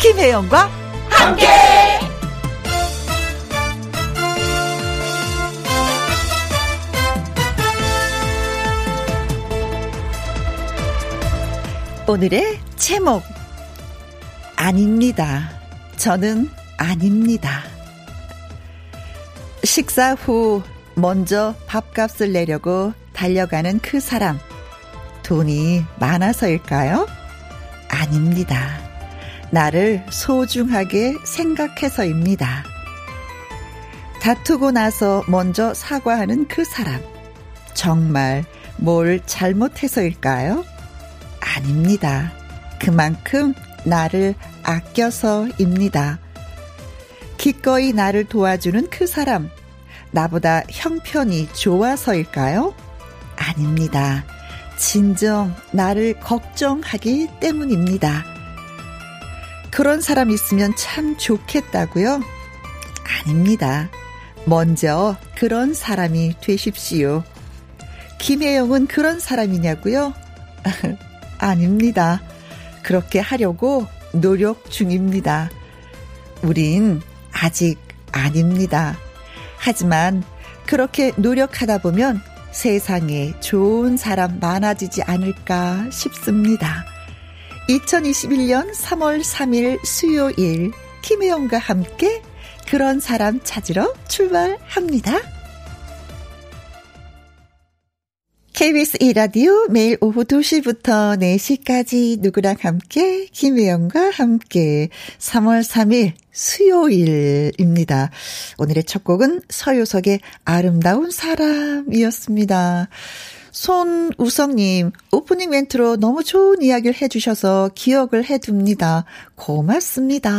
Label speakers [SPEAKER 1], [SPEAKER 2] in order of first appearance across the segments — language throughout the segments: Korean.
[SPEAKER 1] 김혜영과 함께. 오늘의 제목 아닙니다. 저는 아닙니다. 식사 후 먼저 밥값을 내려고 달려가는 그 사람. 돈이 많아서일까요? 아닙니다. 나를 소중하게 생각해서입니다. 다투고 나서 먼저 사과하는 그 사람. 정말 뭘 잘못해서일까요? 아닙니다. 그만큼 나를 아껴서입니다. 기꺼이 나를 도와주는 그 사람. 나보다 형편이 좋아서일까요? 아닙니다. 진정 나를 걱정하기 때문입니다. 그런 사람 있으면 참 좋겠다고요? 아닙니다. 먼저 그런 사람이 되십시오. 김혜영은 그런 사람이냐고요? 아닙니다. 그렇게 하려고 노력 중입니다. 우린 아직 아닙니다. 하지만 그렇게 노력하다 보면 세상에 좋은 사람 많아지지 않을까 싶습니다. 2021년 3월 3일 수요일 김혜영과 함께 그런 사람 찾으러 출발합니다. KBS 1라디오 매일 오후 2시부터 4시까지 누구랑 함께 김혜영과 함께 3월 3일 수요일입니다. 오늘의 첫 곡은 서유석의 아름다운 사람이었습니다. 손우성님, 오프닝 멘트로 너무 좋은 이야기를 해주셔서 기억을 해둡니다. 고맙습니다.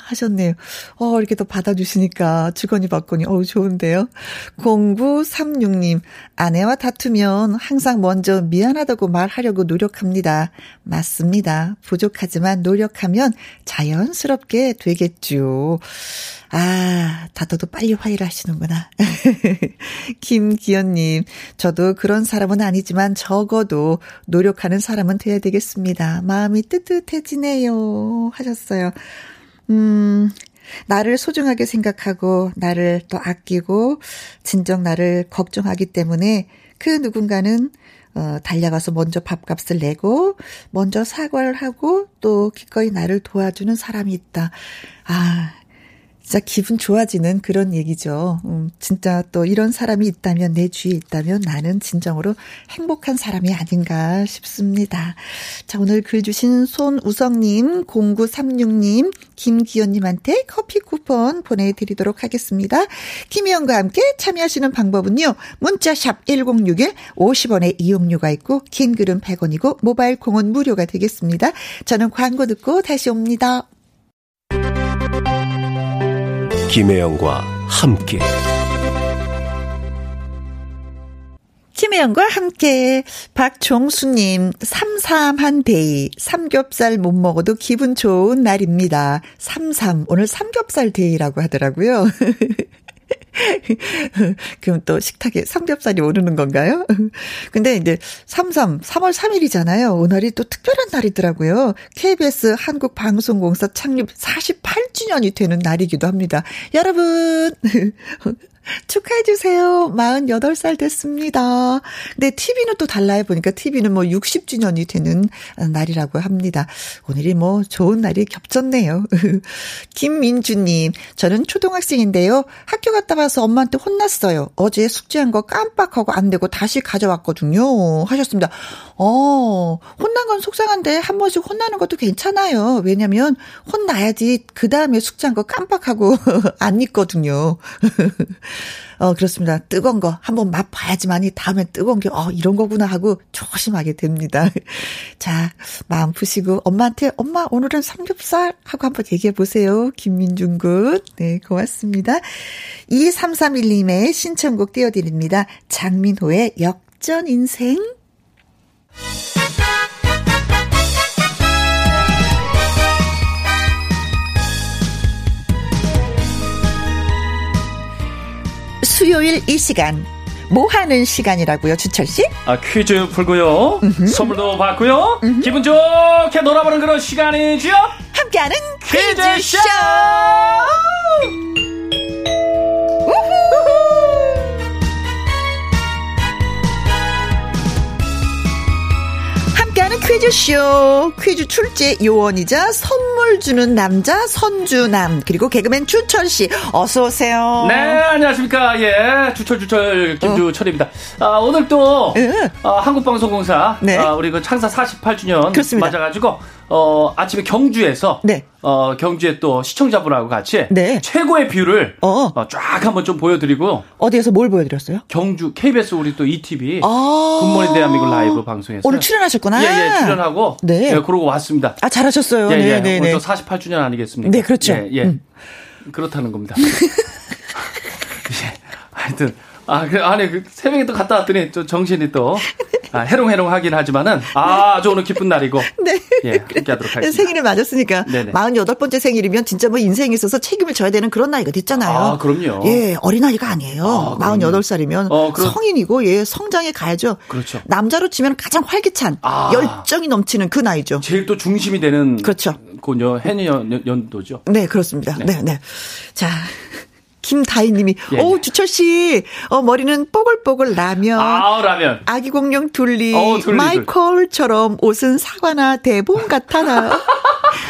[SPEAKER 1] 하셨네요. 어, 이렇게 또 받아주시니까 주거니 받거니, 어우, 좋은데요. 0936님, 아내와 다투면 항상 먼저 미안하다고 말하려고 노력합니다. 맞습니다. 부족하지만 노력하면 자연스럽게 되겠죠. 아, 다투도 빨리 화해를 하시는구나. 김기현님, 저도 그런 사람은 아니지만 적어도 노력하는 사람은 돼야 되겠습니다. 마음이 뜨뜻해지네요. 하셨어요. 음, 나를 소중하게 생각하고, 나를 또 아끼고, 진정 나를 걱정하기 때문에 그 누군가는 어, 달려가서 먼저 밥값을 내고, 먼저 사과를 하고, 또 기꺼이 나를 도와주는 사람이 있다. 아, 진짜 기분 좋아지는 그런 얘기죠. 음, 진짜 또 이런 사람이 있다면, 내 주위에 있다면 나는 진정으로 행복한 사람이 아닌가 싶습니다. 자, 오늘 글 주신 손우성님, 0936님, 김기현님한테 커피 쿠폰 보내드리도록 하겠습니다. 김희영과 함께 참여하시는 방법은요. 문자샵 1061, 50원의 이용료가 있고, 긴 글은 100원이고, 모바일 콩은 무료가 되겠습니다. 저는 광고 듣고 다시 옵니다.
[SPEAKER 2] 김혜영과 함께
[SPEAKER 1] 김혜영과 함께 박종수님 삼삼한 데이 삼겹살 못 먹어도 기분 좋은 날입니다. 삼삼 오늘 삼겹살 데이라고 하더라고요. 그럼 또 식탁에 삼겹살이 오르는 건가요? 근데 이제 33, 3월 3일이잖아요. 오늘이 또 특별한 날이더라고요. KBS 한국방송공사 창립 48주년이 되는 날이기도 합니다. 여러분! 축하해주세요. 48살 됐습니다. 근데 TV는 또 달라요. 보니까 TV는 뭐 60주년이 되는 날이라고 합니다. 오늘이 뭐 좋은 날이 겹쳤네요. 김민주님, 저는 초등학생인데요. 학교 갔다 와서 엄마한테 혼났어요. 어제 숙제한 거 깜빡하고 안 되고 다시 가져왔거든요. 하셨습니다. 어, 혼난 건 속상한데 한 번씩 혼나는 것도 괜찮아요. 왜냐면 혼나야지 그 다음에 숙제한 거 깜빡하고 안 입거든요. 어, 그렇습니다. 뜨거운 거 한번 맛봐야지만이 다음에 뜨거운 게, 어, 이런 거구나 하고 조심하게 됩니다. 자, 마음 푸시고 엄마한테, 엄마, 오늘은 삼겹살 하고 한번 얘기해 보세요. 김민중 군. 네, 고맙습니다. 2331님의 신청곡 띄워드립니다. 장민호의 역전 인생. 수요일 이 시간 뭐 하는 시간이라고요, 주철 씨?
[SPEAKER 3] 아, 퀴즈 풀고요. 선물도 받고요. 기분 좋게 놀아보는 그런 시간이지요.
[SPEAKER 1] 함께 함께하는 퀴즈쇼!
[SPEAKER 3] 퀴즈쇼!
[SPEAKER 1] 함께하는 퀴즈쇼 퀴즈 출제 요원이자 선물 주는 남자 선주남 그리고 개그맨 주철 씨 어서 오세요.
[SPEAKER 3] 네, 안녕하십니까. 예, 주철주철 김주철입니다. 아, 오늘 또,
[SPEAKER 1] 어. 예.
[SPEAKER 3] 아, 한국방송공사,
[SPEAKER 1] 네.
[SPEAKER 3] 아, 우리 그 창사 48주년
[SPEAKER 1] 그렇습니다.
[SPEAKER 3] 맞아가지고, 어, 아침에 경주에서,
[SPEAKER 1] 네.
[SPEAKER 3] 어, 경주에 또 시청자분하고 같이,
[SPEAKER 1] 네.
[SPEAKER 3] 최고의 뷰를,
[SPEAKER 1] 어.
[SPEAKER 3] 어, 쫙 한번 좀 보여드리고,
[SPEAKER 1] 어디에서 뭘 보여드렸어요?
[SPEAKER 3] 경주, KBS 우리 또 ETV,
[SPEAKER 1] 아.
[SPEAKER 3] 굿모닝 대한민국 라이브 방송에서.
[SPEAKER 1] 오늘 출연하셨구나.
[SPEAKER 3] 예, 예, 출연하고,
[SPEAKER 1] 네.
[SPEAKER 3] 예, 그러고 왔습니다.
[SPEAKER 1] 아 잘하셨어요.
[SPEAKER 3] 예, 예.
[SPEAKER 1] 네, 네, 네.
[SPEAKER 3] 오늘 또 48주년 아니겠습니까?
[SPEAKER 1] 네, 그렇죠.
[SPEAKER 3] 예, 예.
[SPEAKER 1] 음.
[SPEAKER 3] 그렇다는 겁니다. 예. 하여튼. 아, 그, 아니, 그, 새벽에 또 갔다 왔더니, 또 정신이 또, 아, 해롱해롱 하긴 하지만은, 아, 아주 오늘 기쁜 날이고,
[SPEAKER 1] 네.
[SPEAKER 3] 예, 함께 하도록 하겠습니다.
[SPEAKER 1] 생일을 맞았으니까
[SPEAKER 3] 네네.
[SPEAKER 1] 48번째 생일이면 진짜 뭐 인생에 있어서 책임을 져야 되는 그런 나이가 됐잖아요.
[SPEAKER 3] 아, 그럼요.
[SPEAKER 1] 예, 어린아이가 아니에요.
[SPEAKER 3] 아, 그럼요.
[SPEAKER 1] 48살이면
[SPEAKER 3] 어, 그럼-
[SPEAKER 1] 성인이고 예, 성장에 가야죠.
[SPEAKER 3] 그렇죠.
[SPEAKER 1] 남자로 치면 가장 활기찬
[SPEAKER 3] 아.
[SPEAKER 1] 열정이 넘치는 그 나이죠.
[SPEAKER 3] 제일 또 중심이 되는.
[SPEAKER 1] 그렇죠.
[SPEAKER 3] 고녀, 해녀 연- 연도죠.
[SPEAKER 1] 네, 그렇습니다. 네,
[SPEAKER 3] 네.
[SPEAKER 1] 네. 자. 김다희님이
[SPEAKER 3] 예,
[SPEAKER 1] 오
[SPEAKER 3] 예.
[SPEAKER 1] 주철 씨 어, 머리는 뽀글뽀글 라면
[SPEAKER 3] 아, 라면.
[SPEAKER 1] 아기 공룡 둘리,
[SPEAKER 3] 어, 둘리,
[SPEAKER 1] 마이콜처럼 옷은 사과나 대본 같아나.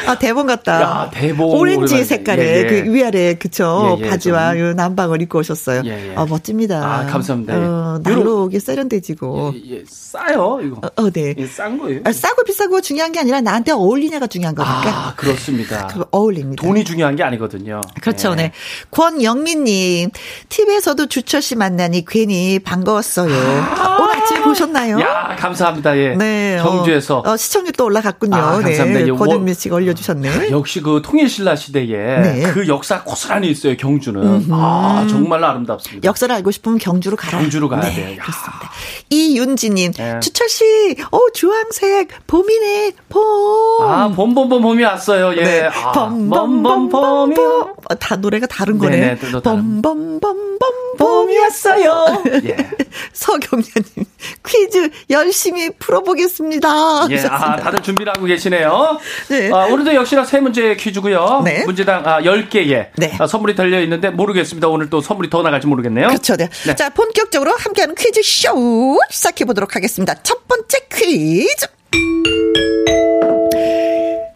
[SPEAKER 1] 아, 대본 같다.
[SPEAKER 3] 야, 대본
[SPEAKER 1] 오렌지
[SPEAKER 3] 오랜만이네.
[SPEAKER 1] 색깔의
[SPEAKER 3] 예, 예.
[SPEAKER 1] 그 위아래, 그쵸.
[SPEAKER 3] 예, 예,
[SPEAKER 1] 바지와
[SPEAKER 3] 좀.
[SPEAKER 1] 요 남방을 입고 오셨어요.
[SPEAKER 3] 예, 예.
[SPEAKER 1] 아, 멋집니다.
[SPEAKER 3] 아, 감사합니다.
[SPEAKER 1] 어,
[SPEAKER 3] 예.
[SPEAKER 1] 날로게 세련되지고.
[SPEAKER 3] 예, 예, 싸요, 이거.
[SPEAKER 1] 어, 어, 네.
[SPEAKER 3] 예, 싼 거예요.
[SPEAKER 1] 아, 싸고 비싸고 중요한 게 아니라 나한테 어울리냐가 중요한 거니까.
[SPEAKER 3] 아, 그렇습니다.
[SPEAKER 1] 그 어울립니다.
[SPEAKER 3] 돈이 중요한 게 아니거든요.
[SPEAKER 1] 그렇죠,
[SPEAKER 3] 예.
[SPEAKER 1] 네. 권영민님, TV에서도 주철 씨 만나니 괜히 반가웠어요. 오늘 아침에 보셨나요?
[SPEAKER 3] 야, 감사합니다. 예.
[SPEAKER 1] 네. 어,
[SPEAKER 3] 경주에서.
[SPEAKER 1] 어, 시청률 또 올라갔군요.
[SPEAKER 3] 아, 감사합니다.
[SPEAKER 1] 네.
[SPEAKER 3] 이거
[SPEAKER 1] 권은미
[SPEAKER 3] 원-
[SPEAKER 1] 씨가 올려주셨네.
[SPEAKER 3] 역시 그 통일신라 시대에
[SPEAKER 1] 네.
[SPEAKER 3] 그 역사 고스란히 있어요, 경주는. 아, 정말로 아름답습니다.
[SPEAKER 1] 역사를 알고 싶으면 경주로 가라.
[SPEAKER 3] 경주로 가야
[SPEAKER 1] 네,
[SPEAKER 3] 돼요. 야.
[SPEAKER 1] 그렇습니다. 이윤지님,
[SPEAKER 3] 네.
[SPEAKER 1] 주철 씨, 오 주황색 봄이네 봄.
[SPEAKER 3] 아, 봄봄봄 봄이 왔어요, 예.
[SPEAKER 1] 네.
[SPEAKER 3] 아,
[SPEAKER 1] 범범범
[SPEAKER 3] 봄봄봄이.
[SPEAKER 1] 범. 어, 다 노래가 다른 거네.
[SPEAKER 3] 네, 네, 또 다른.
[SPEAKER 1] 범범범범 범이 왔어요.
[SPEAKER 3] 예.
[SPEAKER 1] 서경련님 퀴즈 열심히 풀어보겠습니다.
[SPEAKER 3] 예, 아,
[SPEAKER 1] 하셨습니다.
[SPEAKER 3] 다들 준비를 하고 계시네요.
[SPEAKER 1] 네.
[SPEAKER 3] 아, 오늘도 역시나 세 문제 퀴즈고요.
[SPEAKER 1] 네.
[SPEAKER 3] 문제당 아, 10개의
[SPEAKER 1] 네.
[SPEAKER 3] 아, 선물이 달려 있는데 모르겠습니다. 오늘 또 선물이 더 나갈지 모르겠네요.
[SPEAKER 1] 그렇죠. 네.
[SPEAKER 3] 네.
[SPEAKER 1] 자, 본격적으로 함께하는 퀴즈쇼 시작해 보도록 하겠습니다. 첫 번째 퀴즈.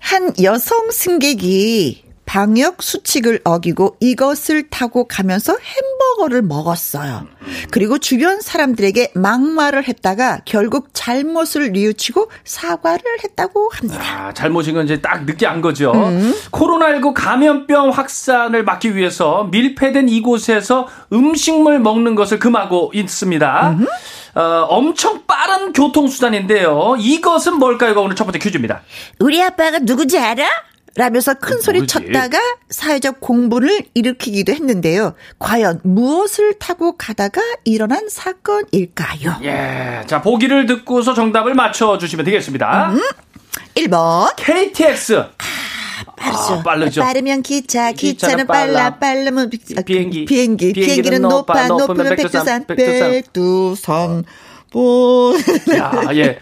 [SPEAKER 1] 한 여성 승객이 방역 수칙을 어기고 이것을 타고 가면서 햄버거를 먹었어요. 그리고 주변 사람들에게 막말을 했다가 결국 잘못을 뉘우치고 사과를 했다고 합니다.
[SPEAKER 3] 아, 잘못인 건 이제 딱 늦게 안 거죠.
[SPEAKER 1] 음.
[SPEAKER 3] 코로나19 감염병 확산을 막기 위해서 밀폐된 이곳에서 음식물 먹는 것을 금하고 있습니다.
[SPEAKER 1] 음.
[SPEAKER 3] 어, 엄청 빠른 교통수단인데요. 이것은 뭘까요가 오늘 첫 번째 퀴즈입니다.
[SPEAKER 1] 우리 아빠가 누구지 알아? 라면서 큰 소리
[SPEAKER 3] 누구지?
[SPEAKER 1] 쳤다가 사회적 공분을 일으키기도 했는데요. 과연 무엇을 타고 가다가 일어난 사건일까요?
[SPEAKER 3] 예. 자, 보기를 듣고서 정답을 맞춰주시면 되겠습니다.
[SPEAKER 1] 음. 1번.
[SPEAKER 3] KTX.
[SPEAKER 1] 빠르죠.
[SPEAKER 3] 아, 빠르죠.
[SPEAKER 1] 빠르면 기차, 기차는
[SPEAKER 3] 기차는
[SPEAKER 1] 빨라,
[SPEAKER 3] 빨라.
[SPEAKER 1] 빠르면 비- 아,
[SPEAKER 3] 비행기.
[SPEAKER 1] 비행기, 비행기는
[SPEAKER 3] 비행기는
[SPEAKER 1] 높아,
[SPEAKER 3] 높아,
[SPEAKER 1] 높으면
[SPEAKER 3] 높으면
[SPEAKER 1] 백두산,
[SPEAKER 3] 백두산.
[SPEAKER 1] 백두산, 보.
[SPEAKER 3] 야, 예.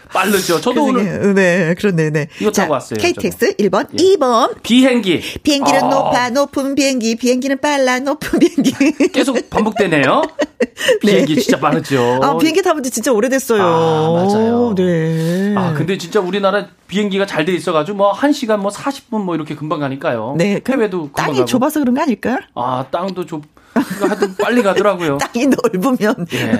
[SPEAKER 3] 빠르죠. 저도 오늘
[SPEAKER 1] 네, 그렇네, 네.
[SPEAKER 3] 이거
[SPEAKER 1] 자,
[SPEAKER 3] 타고 왔어요,
[SPEAKER 1] KTX 1번, 2번.
[SPEAKER 3] 비행기.
[SPEAKER 1] 비행기는
[SPEAKER 3] 아,
[SPEAKER 1] 예. 높아, 높은 비행기, 비행기는 빨라, 높은 비행기.
[SPEAKER 3] 계속 반복되네요. 비행기 진짜 빠르죠.
[SPEAKER 1] 아, 비행기 타본 지 진짜 오래됐어요.
[SPEAKER 3] 어, 아, 맞아요.
[SPEAKER 1] 네.
[SPEAKER 3] 아, 근데 진짜 우리나라 비행기가 잘 돼 있어가지고 뭐 1시간 뭐 40분 뭐 이렇게 금방 가니까요.
[SPEAKER 1] 네. 그
[SPEAKER 3] 해외도 금방
[SPEAKER 1] 땅이
[SPEAKER 3] 가고.
[SPEAKER 1] 좁아서 그런 거 아닐까요?
[SPEAKER 3] 아, 땅도 좁. 그러니까 하여튼 빨리 가더라고요.
[SPEAKER 1] 땅이 넓으면
[SPEAKER 3] 어? 예.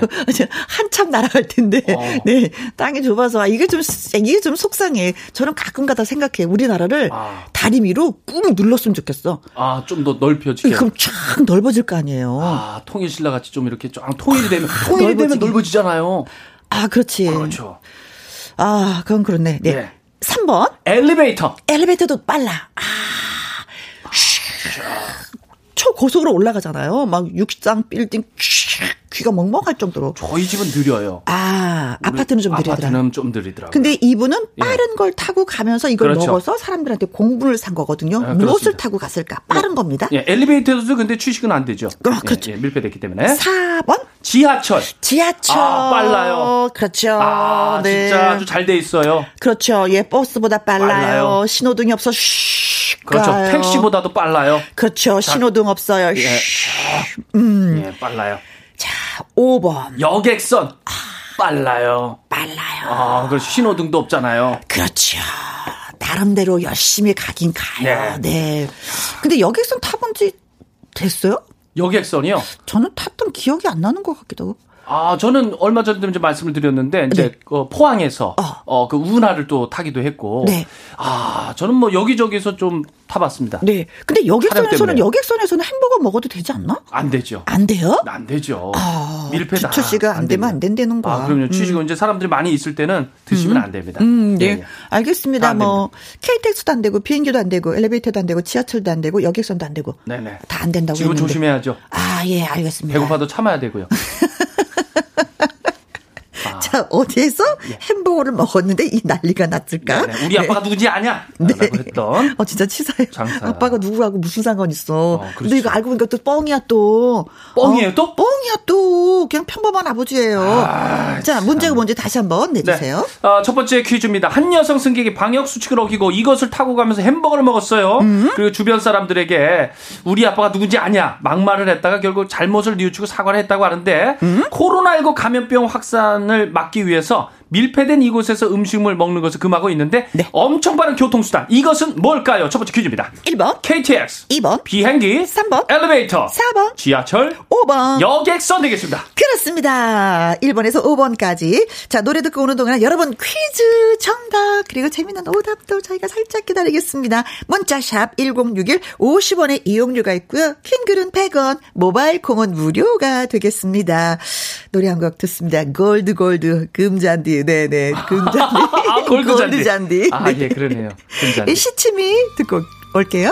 [SPEAKER 1] 한참 날아갈 텐데
[SPEAKER 3] 어.
[SPEAKER 1] 네 땅이 좁아서 아, 이게 좀 이게 좀 속상해 저는 가끔가다 생각해 우리나라를
[SPEAKER 3] 아.
[SPEAKER 1] 다리미로 꾹 눌렀으면 좋겠어
[SPEAKER 3] 아, 좀 더 넓혀지게.
[SPEAKER 1] 그럼 쫙 넓어질 거 아니에요 아,
[SPEAKER 3] 아, 통일신라 같이 좀 이렇게 쫙 통일이 되면 통일이 되면 넓어지잖아요.
[SPEAKER 1] 그렇지
[SPEAKER 3] 그렇죠.
[SPEAKER 1] 아 그건 그렇네 네
[SPEAKER 3] 예.
[SPEAKER 1] 3번
[SPEAKER 3] 엘리베이터.
[SPEAKER 1] 엘리베이터도 빨라. 아. 초고속으로 올라가잖아요. 막 육상 빌딩 슉 귀가 먹먹할 정도로.
[SPEAKER 3] 저희 집은 느려요.
[SPEAKER 1] 아, 아파트는 좀 느리더라.
[SPEAKER 3] 아파트는 좀 느리더라고요.
[SPEAKER 1] 근데 이분은 빠른 걸 타고 가면서 이걸
[SPEAKER 3] 그렇죠.
[SPEAKER 1] 먹어서 사람들한테 공분을 산 거거든요.
[SPEAKER 3] 아,
[SPEAKER 1] 무엇을
[SPEAKER 3] 그렇습니다.
[SPEAKER 1] 타고 갔을까? 빠른 겁니다.
[SPEAKER 3] 예, 엘리베이터도 근데 취식은 안 되죠.
[SPEAKER 1] 아, 그렇죠.
[SPEAKER 3] 예, 예, 밀폐됐기 때문에.
[SPEAKER 1] 4번
[SPEAKER 3] 지하철.
[SPEAKER 1] 지하철.
[SPEAKER 3] 아, 빨라요.
[SPEAKER 1] 그렇죠.
[SPEAKER 3] 아,
[SPEAKER 1] 네.
[SPEAKER 3] 진짜 아주 잘 돼 있어요.
[SPEAKER 1] 그렇죠. 예, 버스보다 빨라요.
[SPEAKER 3] 빨라요.
[SPEAKER 1] 신호등이 없어. 슉.
[SPEAKER 3] 그렇죠. 택시보다도 빨라요.
[SPEAKER 1] 그렇죠. 신호등 없어요.
[SPEAKER 3] 예. 음. 예, 빨라요.
[SPEAKER 1] 자, 5번.
[SPEAKER 3] 여객선 빨라요.
[SPEAKER 1] 빨라요.
[SPEAKER 3] 아, 그래서 신호등도 없잖아요.
[SPEAKER 1] 그렇죠. 나름대로 열심히 가긴 가요.
[SPEAKER 3] 네.
[SPEAKER 1] 네. 근데 여객선 타본 지 됐어요?
[SPEAKER 3] 여객선이요.
[SPEAKER 1] 저는 탔던 기억이 안 나는 것 같기도 하고.
[SPEAKER 3] 아, 저는 얼마 전에 좀 말씀을 드렸는데 이제
[SPEAKER 1] 네.
[SPEAKER 3] 그 포항에서
[SPEAKER 1] 어.
[SPEAKER 3] 어, 그 운하를 또 타기도 했고.
[SPEAKER 1] 네.
[SPEAKER 3] 아, 저는 뭐 여기저기서 좀 타봤습니다.
[SPEAKER 1] 네. 근데
[SPEAKER 3] 촬영
[SPEAKER 1] 여객선에서는,
[SPEAKER 3] 때문에.
[SPEAKER 1] 여객선에서는 햄버거 먹어도 되지 않나?
[SPEAKER 3] 안 되죠.
[SPEAKER 1] 안 돼요?
[SPEAKER 3] 안 되죠.
[SPEAKER 1] 아,
[SPEAKER 3] 밀폐다.
[SPEAKER 1] 주철 씨가 안 되면 안
[SPEAKER 3] 됩니다.
[SPEAKER 1] 된다는 거야.
[SPEAKER 3] 아, 그럼요. 취직은 이제 사람들이 많이 있을 때는 드시면 안 됩니다.
[SPEAKER 1] 음, 네.
[SPEAKER 3] 예, 예.
[SPEAKER 1] 알겠습니다.
[SPEAKER 3] 안
[SPEAKER 1] 뭐, KTX도 안 되고, 비행기도 안 되고, 엘리베이터도 안 되고, 지하철도 안 되고, 여객선도 안 되고.
[SPEAKER 3] 네네.
[SPEAKER 1] 다 안 된다고
[SPEAKER 3] 지금
[SPEAKER 1] 했는데.
[SPEAKER 3] 조심해야죠.
[SPEAKER 1] 아, 예, 알겠습니다.
[SPEAKER 3] 배고파도 참아야 되고요. 아.
[SPEAKER 1] 자, 어디에서 햄버거를 먹었는데 이 난리가 났을까?
[SPEAKER 3] 예. 네, 우리 아빠가 누군지 아냐? 라고 했던.
[SPEAKER 1] 어, 진짜 치사해.
[SPEAKER 3] 장사.
[SPEAKER 1] 아빠가 누구하고 무슨 상관 있어.
[SPEAKER 3] 그렇지.
[SPEAKER 1] 근데 이거 알고 보니까 또 뻥이야, 또.
[SPEAKER 3] 그렇죠. 뻥이에요,
[SPEAKER 1] 어,
[SPEAKER 3] 또?
[SPEAKER 1] 뻥이야, 또. 그냥 평범한 아버지예요. 자, 문제가 뭔지 다시 한번 내주세요.
[SPEAKER 3] 어, 첫 번째 퀴즈입니다. 한 여성 승객이 방역 수칙을 어기고 이것을 타고 가면서 햄버거를 먹었어요.
[SPEAKER 1] 음?
[SPEAKER 3] 그리고 주변 사람들에게 우리 아빠가 누군지 아냐 막말을 했다가 결국 잘못을 뉘우치고 사과를 했다고 하는데
[SPEAKER 1] 음?
[SPEAKER 3] 코로나19 감염병 확산을 막기 위해서 밀폐된 이곳에서 음식물 먹는 것을 금하고 있는데
[SPEAKER 1] 네.
[SPEAKER 3] 엄청 빠른 교통수단 이것은 뭘까요? 첫 번째 퀴즈입니다.
[SPEAKER 1] 1번,
[SPEAKER 3] KTX,
[SPEAKER 1] 2번,
[SPEAKER 3] 비행기,
[SPEAKER 1] 삼 어. 번,
[SPEAKER 3] 엘리베이터,
[SPEAKER 1] 4번,
[SPEAKER 3] 지하철,
[SPEAKER 1] 5번.
[SPEAKER 3] 여객선 되겠습니다.
[SPEAKER 1] 그렇습니다. 1번에서 5번까지. 자, 노래 듣고 오는 동안 여러분 퀴즈 정답, 그리고 재밌는 오답도 저희가 살짝 기다리겠습니다. 문자샵 1061 50원의 이용료가 있고요. 킹글은 100원, 모바일 콩은 무료가 되겠습니다. 노래 한 곡 듣습니다. 골드, 골드, 금잔디. 네네, 금잔디.
[SPEAKER 3] 아, 골드잔디.
[SPEAKER 1] 골드잔디.
[SPEAKER 3] 아,
[SPEAKER 1] 네.
[SPEAKER 3] 예, 그러네요. 금잔디.
[SPEAKER 1] 이 시침이 듣고 올게요.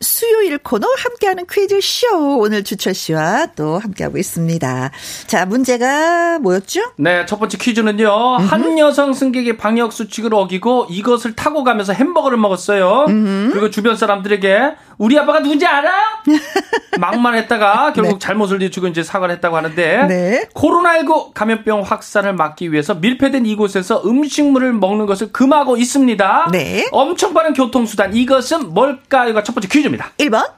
[SPEAKER 1] 수요일 코너 함께하는 퀴즈쇼. 오늘 주철 씨와 또 함께하고 있습니다. 자, 문제가 뭐였죠?
[SPEAKER 3] 네, 첫 번째 퀴즈는요. 한 여성 승객이 방역 수칙을 어기고 이것을 타고 가면서 햄버거를 먹었어요. 그리고 주변 사람들에게 우리 아빠가 누군지 알아? 막말했다가 결국 잘못을 뒤치고 이제 사과를 했다고 하는데
[SPEAKER 1] 네.
[SPEAKER 3] 코로나19 감염병 확산을 막기 위해서 밀폐된 이곳에서 음식물을 먹는 것을 금하고 있습니다.
[SPEAKER 1] 네.
[SPEAKER 3] 엄청 빠른 교통수단 이것은 뭘까요가 첫 번째 퀴즈입니다.
[SPEAKER 1] 1번,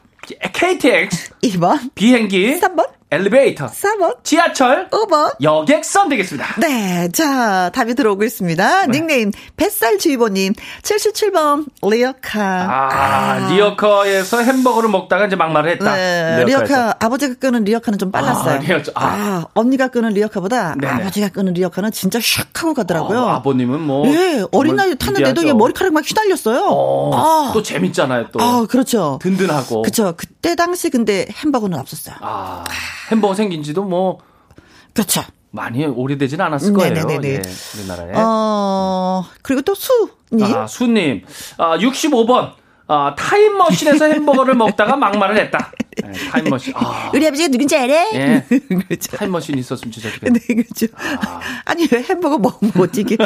[SPEAKER 3] KTX
[SPEAKER 1] 2번,
[SPEAKER 3] 비행기
[SPEAKER 1] 3번, 어?
[SPEAKER 3] 엘리베이터
[SPEAKER 1] 4번,
[SPEAKER 3] 지하철
[SPEAKER 1] 5번.
[SPEAKER 3] 여객선 되겠습니다.
[SPEAKER 1] 네, 자, 답이 들어오고 있습니다. 닉네임, 뱃살주의보님, 77번, 리어카.
[SPEAKER 3] 아, 리어커에서 햄버거를 먹다가 이제 막말을 했다.
[SPEAKER 1] 네,
[SPEAKER 3] 리어커에서.
[SPEAKER 1] 리어카 아버지가 끄는 리어카는 좀 빨랐어요.
[SPEAKER 3] 아, 리어카, 아.
[SPEAKER 1] 아, 언니가 끄는 리어카보다
[SPEAKER 3] 네네.
[SPEAKER 1] 아버지가 끄는 리어카는 진짜 샥 하고 가더라고요.
[SPEAKER 3] 어, 아버님은 뭐.
[SPEAKER 1] 예, 어린 나이 탔는데도 이게 머리카락 막 휘날렸어요.
[SPEAKER 3] 어,
[SPEAKER 1] 아,
[SPEAKER 3] 또 재밌잖아요, 또.
[SPEAKER 1] 아, 그렇죠.
[SPEAKER 3] 든든하고. 어.
[SPEAKER 1] 그렇죠. 그때 당시 근데 햄버거는 없었어요.
[SPEAKER 3] 아, 햄버거 생긴 지도 뭐
[SPEAKER 1] 그렇죠.
[SPEAKER 3] 많이 오래되진 않았을 거예요.
[SPEAKER 1] 네네네네.
[SPEAKER 3] 예, 우리나라에.
[SPEAKER 1] 어, 그리고 또 수님.
[SPEAKER 3] 아, 수님. 아, 65번. 아, 타임머신에서 햄버거를 먹다가 막말을 했다. 네, 타임머신. 아,
[SPEAKER 1] 우리 아버지가 누군지 알아?
[SPEAKER 3] 예.
[SPEAKER 1] 그렇죠.
[SPEAKER 3] 타임머신 있었으면 진짜 좋겠다.
[SPEAKER 1] 네, 그렇죠. 아. 니왜 햄버거 먹못 이게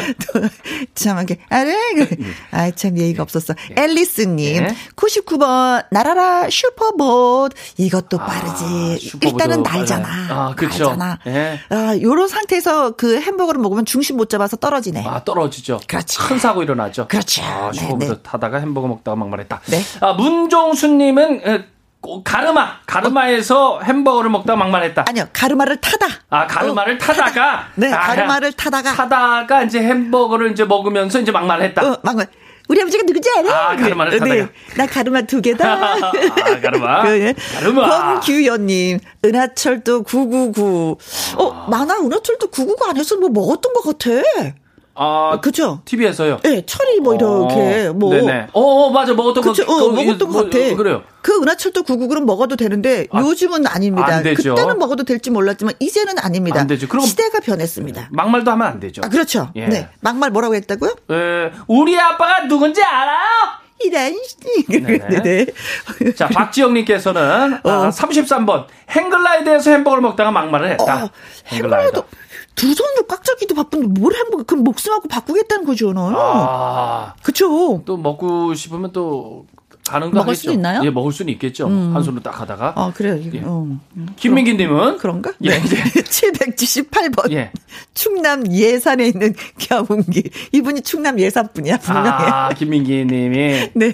[SPEAKER 1] 참하게 아래 네. 아참 예의가 없었어. 앨리스님
[SPEAKER 3] 예.
[SPEAKER 1] 99번 나라라 슈퍼봇 이것도 빠르지.
[SPEAKER 3] 아, 슈퍼보드
[SPEAKER 1] 일단은
[SPEAKER 3] 빨라요.
[SPEAKER 1] 날잖아.
[SPEAKER 3] 아, 그쵸.
[SPEAKER 1] 날잖아.
[SPEAKER 3] 예.
[SPEAKER 1] 아 요런 상태에서 그 햄버거를 먹으면 중심 못 잡아서 떨어지네.
[SPEAKER 3] 아, 떨어지죠.
[SPEAKER 1] 그렇지.
[SPEAKER 3] 큰 사고 일어나죠.
[SPEAKER 1] 그렇지.
[SPEAKER 3] 아,
[SPEAKER 1] 네,
[SPEAKER 3] 슈퍼부터
[SPEAKER 1] 네.
[SPEAKER 3] 타다가 햄버거 먹다가 막말했다.
[SPEAKER 1] 네.
[SPEAKER 3] 아, 문종수님은 에, 고- 가르마, 가르마에서 햄버거를 먹다가 막말했다.
[SPEAKER 1] 아니요 가르마를 타다.
[SPEAKER 3] 아, 가르마를 타다가.
[SPEAKER 1] 어, 네,
[SPEAKER 3] 아,
[SPEAKER 1] 가르마를 타다가.
[SPEAKER 3] 타다가 이제 햄버거를 이제 먹으면서 이제 막말했다.
[SPEAKER 1] 어, 막말. 우리 아버지가 누구지 알아?
[SPEAKER 3] 아, 가르마를
[SPEAKER 1] 그래.
[SPEAKER 3] 타다가.
[SPEAKER 1] 나 가르마 두 개다.
[SPEAKER 3] 아, 가르마.
[SPEAKER 1] 그,
[SPEAKER 3] 가르마.
[SPEAKER 1] 권규현님, 은하철도 999. 어, 만화 은하철도 999 안에서 뭐 먹었던 것 같아.
[SPEAKER 3] 아,
[SPEAKER 1] 그죠?
[SPEAKER 3] TV에서요.
[SPEAKER 1] 예, 철이 뭐 이렇게, 뭐.
[SPEAKER 3] 네네. 어, 어, 맞아. 먹었던
[SPEAKER 1] 그쵸,
[SPEAKER 3] 거.
[SPEAKER 1] 어,
[SPEAKER 3] 그거-
[SPEAKER 1] 먹었던
[SPEAKER 3] 뭐,
[SPEAKER 1] 것 같아.
[SPEAKER 3] 그래요.
[SPEAKER 1] 그 은하철도 999는 먹어도 되는데
[SPEAKER 3] 아,
[SPEAKER 1] 요즘은 아닙니다.
[SPEAKER 3] 안 되죠.
[SPEAKER 1] 그때는 먹어도 될지 몰랐지만 이제는 아닙니다.
[SPEAKER 3] 안 되죠. 그럼-
[SPEAKER 1] 시대가 변했습니다.
[SPEAKER 3] 막말도 하면 안 되죠.
[SPEAKER 1] 아, 그렇죠.
[SPEAKER 3] 예.
[SPEAKER 1] 네. 막말 뭐라고 했다고요?
[SPEAKER 3] 에, 우리 아빠가 누군지 알아요?
[SPEAKER 1] 이란 씨.
[SPEAKER 3] 네네.
[SPEAKER 1] 네.
[SPEAKER 3] 자, 박지영님께서는
[SPEAKER 1] 어.
[SPEAKER 3] 아, 33번 행글라이드에서 햄버거를 먹다가 막말을 했다.
[SPEAKER 1] 어, 햄버거도 두 손으로 꽉 잡기도 바쁜데 뭘 햄버거 그럼 어. 목숨하고 바꾸겠다는 거죠, 너.
[SPEAKER 3] 아,
[SPEAKER 1] 그쵸.
[SPEAKER 3] 또 먹고 싶으면 또 가는 거
[SPEAKER 1] 먹을
[SPEAKER 3] 하겠죠.
[SPEAKER 1] 수도 있나요? 음.
[SPEAKER 3] 예, 먹을 수는 있겠죠. 한 손으로 딱 하다가.
[SPEAKER 1] 어, 그래요.
[SPEAKER 3] 예.
[SPEAKER 1] 어.
[SPEAKER 3] 김민기 님은
[SPEAKER 1] 그런가?
[SPEAKER 3] 예,
[SPEAKER 1] 네.
[SPEAKER 3] 예.
[SPEAKER 1] 778번.
[SPEAKER 3] 예.
[SPEAKER 1] 충남 예산에 있는 겨운기. 이분이 충남 예산분이야, 분명히.
[SPEAKER 3] 아, 김민기 님이
[SPEAKER 1] 네.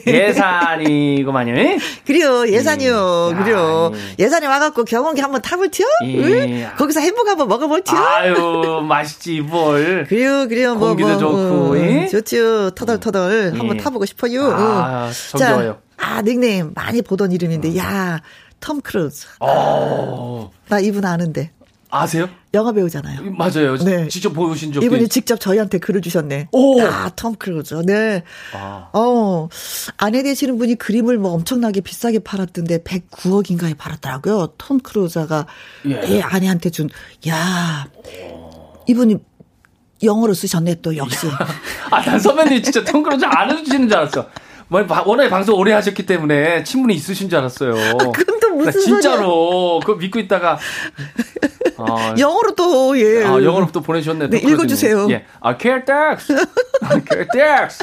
[SPEAKER 3] 예산이구만요. 예?
[SPEAKER 1] 그래요, 예산이요.
[SPEAKER 3] 음.
[SPEAKER 1] 그래요.
[SPEAKER 3] 아,
[SPEAKER 1] 예산에 와갖고 경운기 한번 타볼티요?
[SPEAKER 3] 예.
[SPEAKER 1] 응? 거기서 햄버거 한번 먹어볼티요?
[SPEAKER 3] 아유, 맛있지 뭘.
[SPEAKER 1] 그래요, 그래요. 뭐,
[SPEAKER 3] 공기도
[SPEAKER 1] 뭐,
[SPEAKER 3] 좋고,
[SPEAKER 1] 뭐,
[SPEAKER 3] 예?
[SPEAKER 1] 좋지요. 터덜터덜 한번
[SPEAKER 3] 예.
[SPEAKER 1] 타보고 싶어요.
[SPEAKER 3] 아,
[SPEAKER 1] 응.
[SPEAKER 3] 성
[SPEAKER 1] 자,
[SPEAKER 3] 좋아요. 음.
[SPEAKER 1] 아, 닉네임 많이 보던 이름인데, 야, 톰 크루즈.
[SPEAKER 3] 어.
[SPEAKER 1] 나 이분 아는데.
[SPEAKER 3] 아세요?
[SPEAKER 1] 영화 배우잖아요.
[SPEAKER 3] 맞아요.
[SPEAKER 1] 네.
[SPEAKER 3] 직접 보신 적도
[SPEAKER 1] 이분이
[SPEAKER 3] 있-
[SPEAKER 1] 직접 저희한테 글을 주셨네.
[SPEAKER 3] 오.
[SPEAKER 1] 아, 톰 크루즈. 네.
[SPEAKER 3] 아.
[SPEAKER 1] 어, 아내 되시는 분이 그림을 뭐 엄청나게 비싸게 팔았던데 109억인가에 팔았더라고요. 톰 크루즈가
[SPEAKER 3] 예.
[SPEAKER 1] 예, 아내한테 준, 야 이분이 영어로 쓰셨네, 또 역시.
[SPEAKER 3] 아, 난 선배님 진짜 통그러지 않으시는 줄 알았어. 뭐, 바- 워낙에 방송 오래 하셨기 때문에 친분이 있으신 줄 알았어요.
[SPEAKER 1] 아, 그건 또 무슨
[SPEAKER 3] 나 진짜로 그거 믿고 있다가 아,
[SPEAKER 1] 영어로 또, 예.
[SPEAKER 3] 아, 영어로 또 보내주셨네요.
[SPEAKER 1] 네,
[SPEAKER 3] 또 그러더니.
[SPEAKER 1] 읽어주세요.
[SPEAKER 3] 예. 아, KTX. KTX.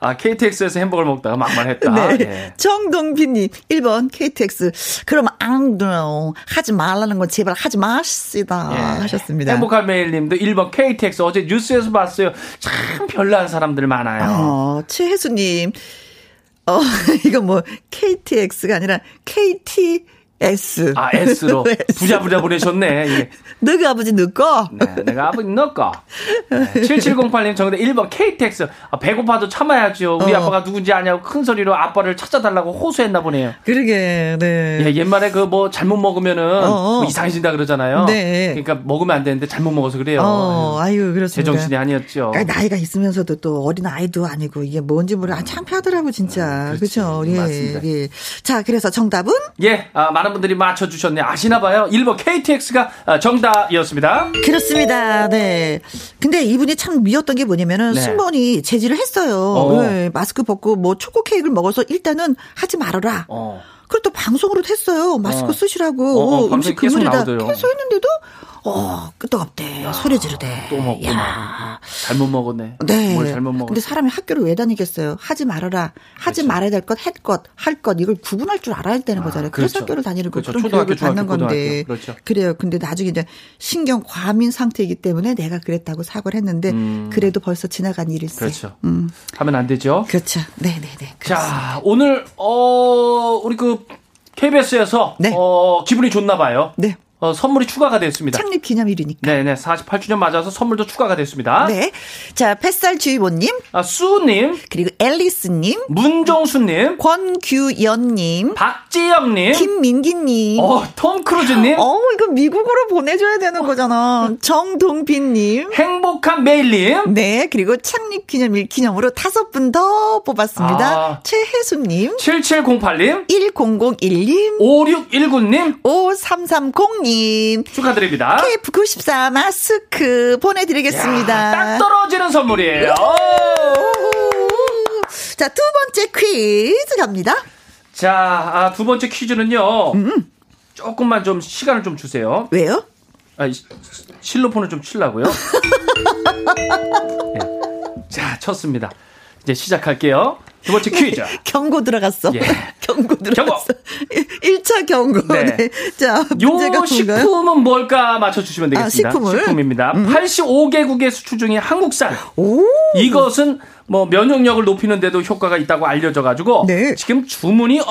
[SPEAKER 3] 아, KTX에서 햄버거를 먹다가 막말했다.
[SPEAKER 1] 네.
[SPEAKER 3] 예.
[SPEAKER 1] 정동빈님, 1번 KTX. 그럼 안 돼요. 하지 말라는 건 제발 하지 마시다.
[SPEAKER 3] 예.
[SPEAKER 1] 하셨습니다.
[SPEAKER 3] 행복한 메일님도 1번 KTX 어제 뉴스에서 봤어요. 참 별난 사람들 많아요.
[SPEAKER 1] 어, 최혜수님. 어, 이거 뭐, KTX가 아니라 KTS.
[SPEAKER 3] 아, S로.
[SPEAKER 1] S.
[SPEAKER 3] 부자부자 보내셨네. 예.
[SPEAKER 1] 너희 아버지 넣고.
[SPEAKER 3] 네, 내가 아버지 넣을까? 네, 7708님 정답 1번 KTX. 아, 배고파도 참아야죠. 우리
[SPEAKER 1] 어.
[SPEAKER 3] 아빠가 누군지 아냐고 큰 소리로 아빠를 찾아달라고 호소했나 보네요.
[SPEAKER 1] 그러게, 네.
[SPEAKER 3] 예, 옛말에 그 뭐 잘못 먹으면은
[SPEAKER 1] 어어.
[SPEAKER 3] 뭐 이상해진다 그러잖아요.
[SPEAKER 1] 네.
[SPEAKER 3] 그러니까 먹으면 안 되는데 잘못 먹어서 그래요.
[SPEAKER 1] 어, 아유, 그렇습니다.
[SPEAKER 3] 제정신이 예. 아니었죠.
[SPEAKER 1] 그러니까 나이가 있으면서도 또 어린 아이도 아니고 이게 뭔지 모르 아 창피하더라고 진짜
[SPEAKER 3] 음, 그렇지.
[SPEAKER 1] 그렇죠 예,
[SPEAKER 3] 맞습니다.
[SPEAKER 1] 예. 자 그래서 정답은
[SPEAKER 3] 예, 아, 많은 분들이 맞춰주셨네요. 아시나봐요. 1번 KTX가 아, 정답이었습니다.
[SPEAKER 1] 그렇습니다. 네. 근데 이분이 참 미웠던 게 뭐냐면은
[SPEAKER 3] 네.
[SPEAKER 1] 승무원이 제지를 했어요.
[SPEAKER 3] 어.
[SPEAKER 1] 네, 마스크 벗고 뭐 초코 케이크를 먹어서 일단은 하지 말아라.
[SPEAKER 3] 어.
[SPEAKER 1] 그리고 또 방송으로도 했어요. 마스크
[SPEAKER 3] 어.
[SPEAKER 1] 쓰시라고
[SPEAKER 3] 어, 어,
[SPEAKER 1] 음식
[SPEAKER 3] 방송에 계속
[SPEAKER 1] 그물에다
[SPEAKER 3] 나오더요.
[SPEAKER 1] 계속 했는데도 어 끄떡없대 소리 지르대.
[SPEAKER 3] 또 먹고
[SPEAKER 1] 야.
[SPEAKER 3] 잘못 먹었네.
[SPEAKER 1] 네.
[SPEAKER 3] 뭘 잘못 먹었어. 그렇죠.
[SPEAKER 1] 근데 사람이 학교를 왜 다니겠어요? 하지 말아라. 하지 말아야 될 것, 할 것, 할 것, 이걸 구분할 줄 알아야 되는 거잖아요. 그래서
[SPEAKER 3] 그렇죠.
[SPEAKER 1] 학교를 다니는 거
[SPEAKER 3] 그렇죠.
[SPEAKER 1] 그런
[SPEAKER 3] 초등학교,
[SPEAKER 1] 교육을 받는
[SPEAKER 3] 중학교,
[SPEAKER 1] 건데.
[SPEAKER 3] 고등학교. 그렇죠.
[SPEAKER 1] 래요 근데 나중에 이제 신경 과민 상태이기 때문에 내가 그랬다고 사과를 했는데 그래도 벌써 지나간 일일세.
[SPEAKER 3] 음. 그렇죠.
[SPEAKER 1] 음.
[SPEAKER 3] 하면 안 되죠.
[SPEAKER 1] 그렇죠. 네네네.
[SPEAKER 3] 자, 오늘 어 우리 그 KBS에서
[SPEAKER 1] 네.
[SPEAKER 3] 어 기분이 좋나 봐요.
[SPEAKER 1] 네.
[SPEAKER 3] 어 선물이 추가가 됐습니다.
[SPEAKER 1] 창립 기념일이니까.
[SPEAKER 3] 네, 네. 48주년 맞아서 선물도 추가가 됐습니다.
[SPEAKER 1] 네. 자, 뱃살 주의보님,
[SPEAKER 3] 아, 수님,
[SPEAKER 1] 그리고 앨리스님,
[SPEAKER 3] 문정수님,
[SPEAKER 1] 권규연님,
[SPEAKER 3] 박지영님,
[SPEAKER 1] 김민기님,
[SPEAKER 3] 어, 톰 크루즈님,
[SPEAKER 1] 어, 이거 미국으로 보내줘야 되는 거잖아. 정동빈님.
[SPEAKER 3] 행복한 메일님.
[SPEAKER 1] 네, 그리고 창립 기념일 기념으로 다섯 분 더 뽑았습니다.
[SPEAKER 3] 아.
[SPEAKER 1] 최혜수님,
[SPEAKER 3] 7708님,
[SPEAKER 1] 1001님,
[SPEAKER 3] 5619님
[SPEAKER 1] 5330님,
[SPEAKER 3] 축하드립니다.
[SPEAKER 1] KF94 마스크 보내드리겠습니다.
[SPEAKER 3] 야, 딱 떨어지는 선물이에요.
[SPEAKER 1] 오호. 자, 두 번째 퀴즈 갑니다.
[SPEAKER 3] 자, 아, 두 번째 퀴즈는요.
[SPEAKER 1] 음.
[SPEAKER 3] 조금만 좀 시간을 좀 주세요.
[SPEAKER 1] 왜요?
[SPEAKER 3] 아, 시- 실로폰을 좀 치려고요. 예. 자, 쳤습니다. 이제 시작할게요. 두 번째
[SPEAKER 1] 네.
[SPEAKER 3] 퀴즈.
[SPEAKER 1] 경고 들어갔어.
[SPEAKER 3] 예.
[SPEAKER 1] 경고 들어갔어. 1차 경고.
[SPEAKER 3] 네.
[SPEAKER 1] 네. 자, 문제가
[SPEAKER 3] 요
[SPEAKER 1] 뭔가요?
[SPEAKER 3] 식품은 뭘까 맞춰주시면 되겠습니다.
[SPEAKER 1] 아, 식품을?
[SPEAKER 3] 입니다 85개국의 수출 중에 한국산.
[SPEAKER 1] 오!
[SPEAKER 3] 이것은 뭐 면역력을 높이는데도 효과가 있다고 알려져가지고
[SPEAKER 1] 네.
[SPEAKER 3] 지금 주문이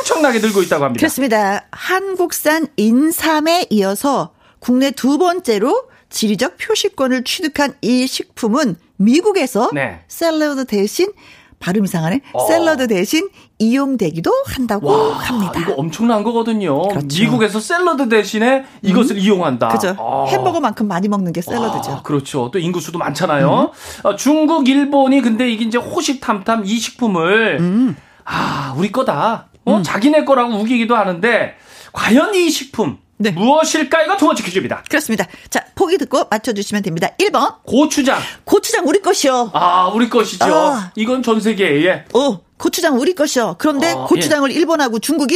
[SPEAKER 3] 엄청나게 늘고 있다고 합니다.
[SPEAKER 1] 그렇습니다. 한국산 인삼에 이어서 국내 두 번째로 지리적 표시권을 취득한 이 식품은 미국에서
[SPEAKER 3] 네.
[SPEAKER 1] 샐러드 대신 발음 이상하네.
[SPEAKER 3] 어.
[SPEAKER 1] 샐러드 대신 이용되기도 한다고
[SPEAKER 3] 와,
[SPEAKER 1] 합니다.
[SPEAKER 3] 이거 엄청난 거거든요.
[SPEAKER 1] 그렇죠. 음.
[SPEAKER 3] 미국에서 샐러드 대신에 이것을 이용한다.
[SPEAKER 1] 그죠?
[SPEAKER 3] 아.
[SPEAKER 1] 햄버거만큼 많이 먹는 게 샐러드죠. 음.
[SPEAKER 3] 아, 그렇죠. 또 인구수도 많잖아요. 어, 중국, 일본이 근데 이게 이제 호시탐탐 이 식품을
[SPEAKER 1] 음.
[SPEAKER 3] 아 우리 거다. 어, 자기네 거라고 우기기도 하는데 과연 이 식품
[SPEAKER 1] 네.
[SPEAKER 3] 무엇일까? 이거 두 번째 퀴즈입니다.
[SPEAKER 1] 그렇습니다. 자, 보기 듣고 맞춰주시면 됩니다. 1번,
[SPEAKER 3] 고추장.
[SPEAKER 1] 고추장 우리 것이요.
[SPEAKER 3] 아 우리 것이죠.
[SPEAKER 1] 아.
[SPEAKER 3] 이건 전 세계에 예.
[SPEAKER 1] 어, 고추장 우리 것이요. 그런데
[SPEAKER 3] 어,
[SPEAKER 1] 고추장을 일본하고 중국이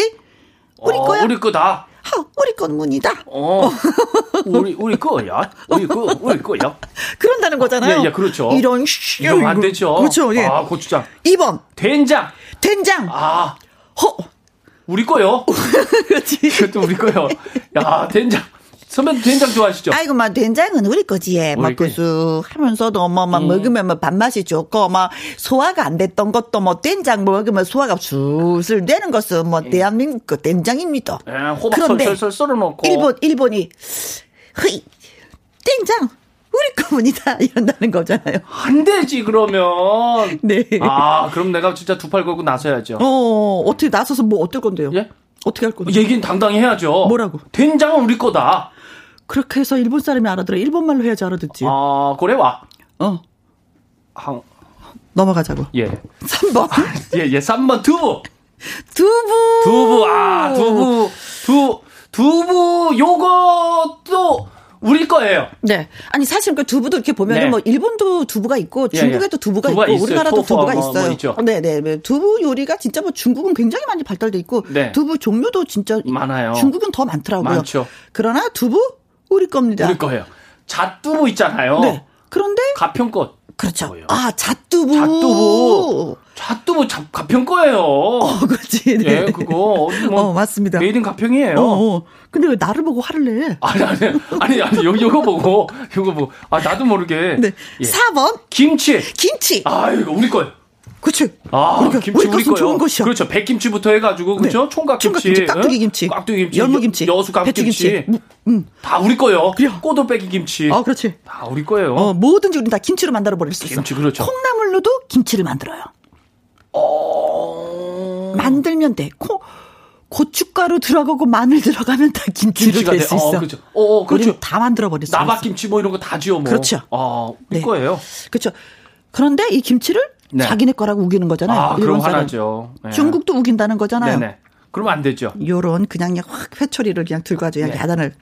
[SPEAKER 1] 우리
[SPEAKER 3] 어,
[SPEAKER 1] 거야.
[SPEAKER 3] 우리 거다.
[SPEAKER 1] 하, 우리 건 문이다.
[SPEAKER 3] 어. 우리 우리 거야. 우리 거 우리 거야.
[SPEAKER 1] 그런다는 거잖아요.
[SPEAKER 3] 예, 예, 그렇죠.
[SPEAKER 1] 이런 씨.
[SPEAKER 3] 이러면 안 되죠.
[SPEAKER 1] 그렇죠. 예.
[SPEAKER 3] 아 고추장.
[SPEAKER 1] 2번
[SPEAKER 3] 된장.
[SPEAKER 1] 된장.
[SPEAKER 3] 아
[SPEAKER 1] 허!
[SPEAKER 3] 우리 거요.
[SPEAKER 1] 그렇지.
[SPEAKER 3] 이것도 우리 거요. 야, 된장. 선배님 된장 좋아하시죠?
[SPEAKER 1] 아이고, 막, 된장은 우리 거지, 예. 막,
[SPEAKER 3] 우리 거.
[SPEAKER 1] 그수 하면서도, 뭐,
[SPEAKER 3] 음.
[SPEAKER 1] 막, 먹으면 뭐, 밥맛이 좋고, 막, 소화가 안 됐던 것도, 뭐, 된장 먹으면 소화가 슬슬 되는 것은, 뭐, 대한민국 거 된장입니다.
[SPEAKER 3] 예, 호박 솔솔솔 썰어놓고.
[SPEAKER 1] 일본, 일본이, 흐이, 된장, 우리 거문이다. 이런다는 거잖아요.
[SPEAKER 3] 안 되지 그러면.
[SPEAKER 1] 네.
[SPEAKER 3] 아, 그럼 내가 진짜 두 팔 걸고 나서야죠.
[SPEAKER 1] 어, 어떻게 나서서 뭐, 어떨 건데요?
[SPEAKER 3] 예?
[SPEAKER 1] 어떻게 할 건데요?
[SPEAKER 3] 얘기는 당당히 해야죠.
[SPEAKER 1] 뭐라고?
[SPEAKER 3] 된장은 우리 거다.
[SPEAKER 1] 그렇게 해서 일본 사람이 알아들어. 일본 말로 해야지 알아듣지.
[SPEAKER 3] 아, 그래 와.
[SPEAKER 1] 어,
[SPEAKER 3] 한,
[SPEAKER 1] 넘어가자고.
[SPEAKER 3] 예.
[SPEAKER 1] 3번.
[SPEAKER 3] 예, 예. 3번 두부.
[SPEAKER 1] 두부.
[SPEAKER 3] 두부. 아, 두부. 두 두부 요것도 우리 거예요.
[SPEAKER 1] 네. 아니 사실 그 두부도 이렇게 보면
[SPEAKER 3] 네.
[SPEAKER 1] 은뭐 일본도 두부가 있고
[SPEAKER 3] 예,
[SPEAKER 1] 중국에도
[SPEAKER 3] 예.
[SPEAKER 1] 두부가,
[SPEAKER 3] 두부가
[SPEAKER 1] 있고
[SPEAKER 3] 있어요.
[SPEAKER 1] 우리나라도
[SPEAKER 3] 토fu
[SPEAKER 1] 두부가
[SPEAKER 3] 뭐, 뭐
[SPEAKER 1] 있어요.
[SPEAKER 3] 있죠.
[SPEAKER 1] 네, 네, 네. 두부 요리가 진짜 뭐 중국은 굉장히 많이 발달돼 있고
[SPEAKER 3] 네.
[SPEAKER 1] 두부 종류도 진짜
[SPEAKER 3] 많아요.
[SPEAKER 1] 중국은 더 많더라고요.
[SPEAKER 3] 많죠.
[SPEAKER 1] 그러나 두부 우리 겁니다.
[SPEAKER 3] 우리 거예요. 잣두부 있잖아요.
[SPEAKER 1] 네. 그런데
[SPEAKER 3] 가평 거.
[SPEAKER 1] 그렇죠.
[SPEAKER 3] 뭐예요?
[SPEAKER 1] 아, 잣두부.
[SPEAKER 3] 잣두부. 잣두부 잣- 가평 거예요.
[SPEAKER 1] 어, 그렇지. 네.
[SPEAKER 3] 예, 그거 어디 뭐
[SPEAKER 1] 어, 맞습니다.
[SPEAKER 3] 메이드 인 가평이에요.
[SPEAKER 1] 어, 어. 근데 왜 나를 보고 화를 내?
[SPEAKER 3] 아니 아니 아니 아니 요, 요거 보고 요거 보고 아 나도 모르게
[SPEAKER 1] 네.
[SPEAKER 3] 예.
[SPEAKER 1] 4번
[SPEAKER 3] 김치
[SPEAKER 1] 김치.
[SPEAKER 3] 아 이거 우리 거예요.
[SPEAKER 1] 그렇죠.
[SPEAKER 3] 아
[SPEAKER 1] 우리 거-
[SPEAKER 3] 김치
[SPEAKER 1] 우리
[SPEAKER 3] 우리
[SPEAKER 1] 것은
[SPEAKER 3] 거예요.
[SPEAKER 1] 좋은 것이야.
[SPEAKER 3] 그렇죠. 백김치부터 해가지고 그렇죠. 총각 김치,
[SPEAKER 1] 총각김치, 깍두기
[SPEAKER 3] 응?
[SPEAKER 1] 김치,
[SPEAKER 3] 깍두기 김치,
[SPEAKER 1] 열무김치,
[SPEAKER 3] 여, 수 깍김치
[SPEAKER 1] 배추김치, 무- 음.
[SPEAKER 3] 다 우리 거예요.
[SPEAKER 1] 그래요.
[SPEAKER 3] 꼬들빼기 김치
[SPEAKER 1] 아, 그렇지.
[SPEAKER 3] 다 우리 거예요.
[SPEAKER 1] 어, 뭐든지 우린 다 김치로 만들어 버릴 수 있어.
[SPEAKER 3] 김치, 그렇죠.
[SPEAKER 1] 콩나물로도 김치를 만들어요.
[SPEAKER 3] 어.
[SPEAKER 1] 만들면 돼. 코, 고춧가루 들어가고 마늘 들어가면 다 김치로
[SPEAKER 3] 김치가
[SPEAKER 1] 될
[SPEAKER 3] 돼.
[SPEAKER 1] 수
[SPEAKER 3] 어,
[SPEAKER 1] 있어.
[SPEAKER 3] 그렇죠. 어, 어, 그렇죠.
[SPEAKER 1] 우린 다 만들어 버릴 수 있어.
[SPEAKER 3] 나박김치 뭐 이런 거 다지어 뭐.
[SPEAKER 1] 그렇죠.
[SPEAKER 3] 아 우리
[SPEAKER 1] 네.
[SPEAKER 3] 거예요.
[SPEAKER 1] 그렇죠. 그런데 이 김치를
[SPEAKER 3] 네.
[SPEAKER 1] 자기네 거라고 우기는 거잖아요.
[SPEAKER 3] 아
[SPEAKER 1] 일본
[SPEAKER 3] 그럼
[SPEAKER 1] 사람.
[SPEAKER 3] 화나죠. 예.
[SPEAKER 1] 중국도 우긴다는 거잖아요.
[SPEAKER 3] 네네. 그러면 안 되죠.
[SPEAKER 1] 요런 그냥 그냥 확 회초리를 그냥 들고 아주 그냥
[SPEAKER 3] 네.
[SPEAKER 1] 야단을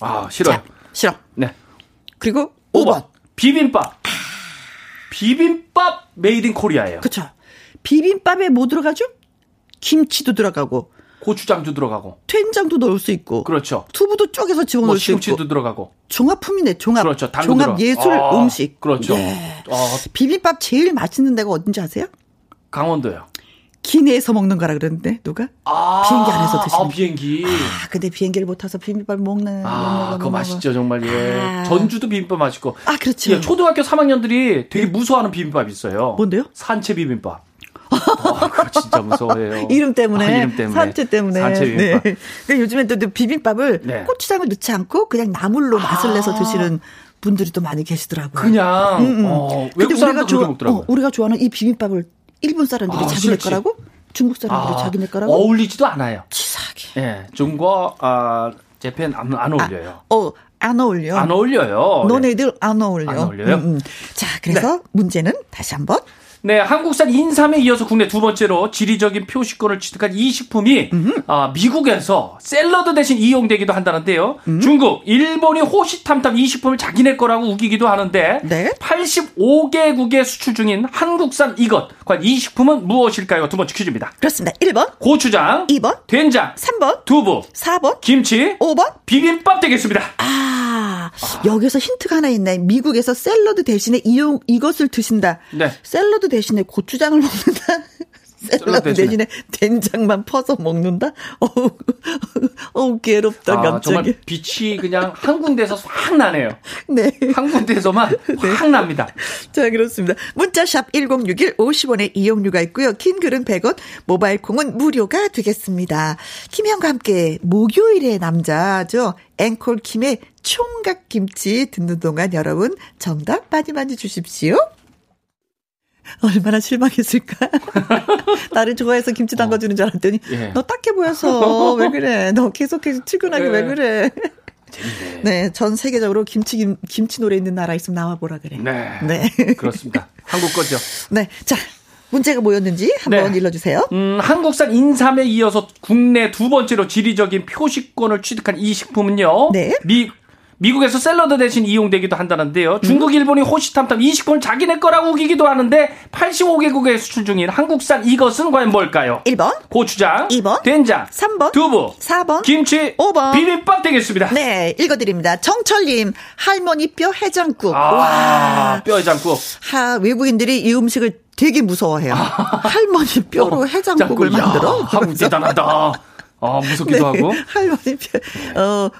[SPEAKER 3] 아 싫어요.
[SPEAKER 1] 자, 싫어.
[SPEAKER 3] 네.
[SPEAKER 1] 그리고
[SPEAKER 3] 5번.
[SPEAKER 1] 5번.
[SPEAKER 3] 비빔밥. 비빔밥 메이드 인 코리아예요.
[SPEAKER 1] 그렇죠. 비빔밥에 뭐 들어가죠? 김치도 들어가고
[SPEAKER 3] 고추장도 들어가고.
[SPEAKER 1] 된장도 넣을 수 있고
[SPEAKER 3] 그렇죠.
[SPEAKER 1] 두부도 쪼개서 집어넣을
[SPEAKER 3] 뭐
[SPEAKER 1] 수 있고
[SPEAKER 3] 시금치도 들어가고.
[SPEAKER 1] 종합품이네 종합
[SPEAKER 3] 그렇죠. 당근
[SPEAKER 1] 종합
[SPEAKER 3] 들어가.
[SPEAKER 1] 예술
[SPEAKER 3] 아,
[SPEAKER 1] 음식
[SPEAKER 3] 그렇죠.
[SPEAKER 1] 네.
[SPEAKER 3] 아,
[SPEAKER 1] 비빔밥 제일 맛있는 데가 어딘지 아세요?
[SPEAKER 3] 강원도요.
[SPEAKER 1] 기내에서 먹는 거라 그랬는데 누가?
[SPEAKER 3] 아,
[SPEAKER 1] 비행기 안에서 드시는
[SPEAKER 3] 아, 비행기.
[SPEAKER 1] 아 근데 비행기를 못 타서 비빔밥 먹는
[SPEAKER 3] 아, 그거 맛있죠, 정말. 예.
[SPEAKER 1] 아.
[SPEAKER 3] 전주도 비빔밥 맛있고.
[SPEAKER 1] 아, 그렇죠.
[SPEAKER 3] 예, 초등학교 3학년들이 되게 무서워하는 비빔밥 있어요.
[SPEAKER 1] 뭔데요?
[SPEAKER 3] 산채 비빔밥. 아, 그거 진짜 무서워해요.
[SPEAKER 1] 이름 때문에,
[SPEAKER 3] 아, 이름 때문에.
[SPEAKER 1] 산채 때문에
[SPEAKER 3] 산채 비빔밥.
[SPEAKER 1] 네. 그러니까 요즘에 또 비빔밥을
[SPEAKER 3] 네. 아.
[SPEAKER 1] 고추장을 넣지 않고 그냥 나물로 맛을 내서 드시는 분들이 또 많이 계시더라고요.
[SPEAKER 3] 그냥, 어, 외국 사람도 그렇게 먹더라고요.
[SPEAKER 1] 어, 음, 우리가 좋아하는 이 비빔밥을 일본 사람들이
[SPEAKER 3] 아,
[SPEAKER 1] 자기네
[SPEAKER 3] 싫지.
[SPEAKER 1] 거라고 중국 사람들이 자기네 거라고
[SPEAKER 3] 아, 어울리지도 않아요.
[SPEAKER 1] 치사하게.
[SPEAKER 3] 예, 중과 아, 재팬 안, 안 어울려요.
[SPEAKER 1] 어, 안 어울려.
[SPEAKER 3] 안 어울려요. 네.
[SPEAKER 1] 너네들 안 네. 어울려. 음,
[SPEAKER 3] 안 어울려요?
[SPEAKER 1] 자, 그래서 문제는 다시 한번.
[SPEAKER 3] 네, 한국산 인삼에 이어서 국내 두 번째로 지리적인 표시권을 취득한 이 식품이 아, 미국에서 샐러드 대신 이용되기도 한다는데요.
[SPEAKER 1] 음.
[SPEAKER 3] 중국, 일본이 호시탐탐 이 식품을 자기네 거라고 우기기도 하는데
[SPEAKER 1] 네.
[SPEAKER 3] 85개국에 수출 중인 한국산 이것. 과연 이 식품은 무엇일까요? 두 번째 퀴즈입니다.
[SPEAKER 1] 그렇습니다. 1번,
[SPEAKER 3] 고추장,
[SPEAKER 1] 2번,
[SPEAKER 3] 된장,
[SPEAKER 1] 3번,
[SPEAKER 3] 두부,
[SPEAKER 1] 4번,
[SPEAKER 3] 김치,
[SPEAKER 1] 5번.
[SPEAKER 3] 비빔밥 되겠습니다.
[SPEAKER 1] 아, 여기서 힌트가 하나 있네. 미국에서 샐러드 대신에 이용, 이것을 드신다.
[SPEAKER 3] 네.
[SPEAKER 1] 샐러드 대신에 고추장을 먹는다. 샐러드
[SPEAKER 3] 샐러드
[SPEAKER 1] 대신에.
[SPEAKER 3] 대신에.
[SPEAKER 1] 된장만 퍼서 먹는다? 어우, 어우, 괴롭다,
[SPEAKER 3] 아, 정말
[SPEAKER 1] 갑자기.
[SPEAKER 3] 빛이 그냥 한 군데에서 확 나네요.
[SPEAKER 1] 네.
[SPEAKER 3] 한 군데에서만 확 납니다.
[SPEAKER 1] 자, 그렇습니다. 문자샵 1061 50원의 이용료가 있고요. 긴 글은 100원, 모바일 콩은 무료가 되겠습니다. 김현과 함께 목요일의 남자죠. 앵콜 김의 총각 김치 듣는 동안 여러분 정답 많이 많이 주십시오. 얼마나 실망했을까? 나를 좋아해서 김치 담가주는 줄 알았더니
[SPEAKER 3] 예.
[SPEAKER 1] 너 딱해 보여서 왜 그래? 너 계속해서 출근하기
[SPEAKER 3] 예.
[SPEAKER 1] 왜 그래? 네, 전 세계적으로 김치 김, 김치 노래 있는 나라 있으면 나와 보라 그래.
[SPEAKER 3] 네.
[SPEAKER 1] 네.
[SPEAKER 3] 그렇습니다. 한국 거죠.
[SPEAKER 1] 네. 자, 문제가 뭐였는지 한번
[SPEAKER 3] 네.
[SPEAKER 1] 일러주세요.
[SPEAKER 3] 음, 한국산 인삼에 이어서 국내 두 번째로 지리적인 표시권을 취득한 이 식품은요.
[SPEAKER 1] 네.
[SPEAKER 3] 미, 미국에서 샐러드 대신 이용되기도
[SPEAKER 1] 음.
[SPEAKER 3] 한다는데요. 중국, 일본이 호시탐탐 이 식품을 자기네 거라고 우기기도 하는데 85개국에 수출 중인 한국산 이것은 과연 뭘까요?
[SPEAKER 1] 1번.
[SPEAKER 3] 고추장,
[SPEAKER 1] 이 번,
[SPEAKER 3] 된장,
[SPEAKER 1] 삼 번,
[SPEAKER 3] 두부,
[SPEAKER 1] 사 번,
[SPEAKER 3] 김치,
[SPEAKER 1] 오 번.
[SPEAKER 3] 비빔밥 되겠습니다.
[SPEAKER 1] 네, 읽어드립니다. 정철님, 할머니 뼈 해장국.
[SPEAKER 3] 아,
[SPEAKER 1] 와.
[SPEAKER 3] 뼈해장국.
[SPEAKER 1] 하, 외국인들이 이 음식을 되게
[SPEAKER 3] 아.
[SPEAKER 1] 무서워해요. 할머니
[SPEAKER 3] 어,
[SPEAKER 1] 뼈로 해장국을
[SPEAKER 3] 야,
[SPEAKER 1] 만들어?
[SPEAKER 3] 함
[SPEAKER 1] 그러면서.
[SPEAKER 3] 대단하다. 아, 무섭기도
[SPEAKER 1] 네,
[SPEAKER 3] 하고.
[SPEAKER 1] 할머니 뼈. 어,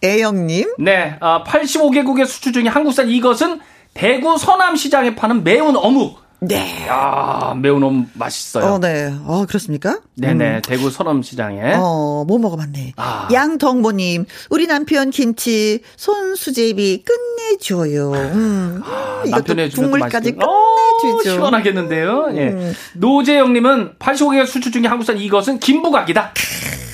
[SPEAKER 1] 권애영님.
[SPEAKER 3] 네, 아, 85개국의 수출 중에 한국산 이것은 대구 서남시장에 파는 매운 어묵.
[SPEAKER 1] 네.
[SPEAKER 3] 야, 매운 어묵 맛있어요.
[SPEAKER 1] 어, 네. 어, 그렇습니까?
[SPEAKER 3] 네네, 대구 서남시장에.
[SPEAKER 1] 어, 못 먹어봤네.
[SPEAKER 3] 예? 아.
[SPEAKER 1] 양덕모님, 우리 남편 김치, 손수제비 끝내줘요. 음, 음, 이것도
[SPEAKER 3] 아, 남편의
[SPEAKER 1] 국물까지
[SPEAKER 3] 어,
[SPEAKER 1] 끝내주죠. 음.
[SPEAKER 3] 시원하겠는데요. 예. 노재영님은 85개국 수출 중에 한국산 이것은 김부각이다.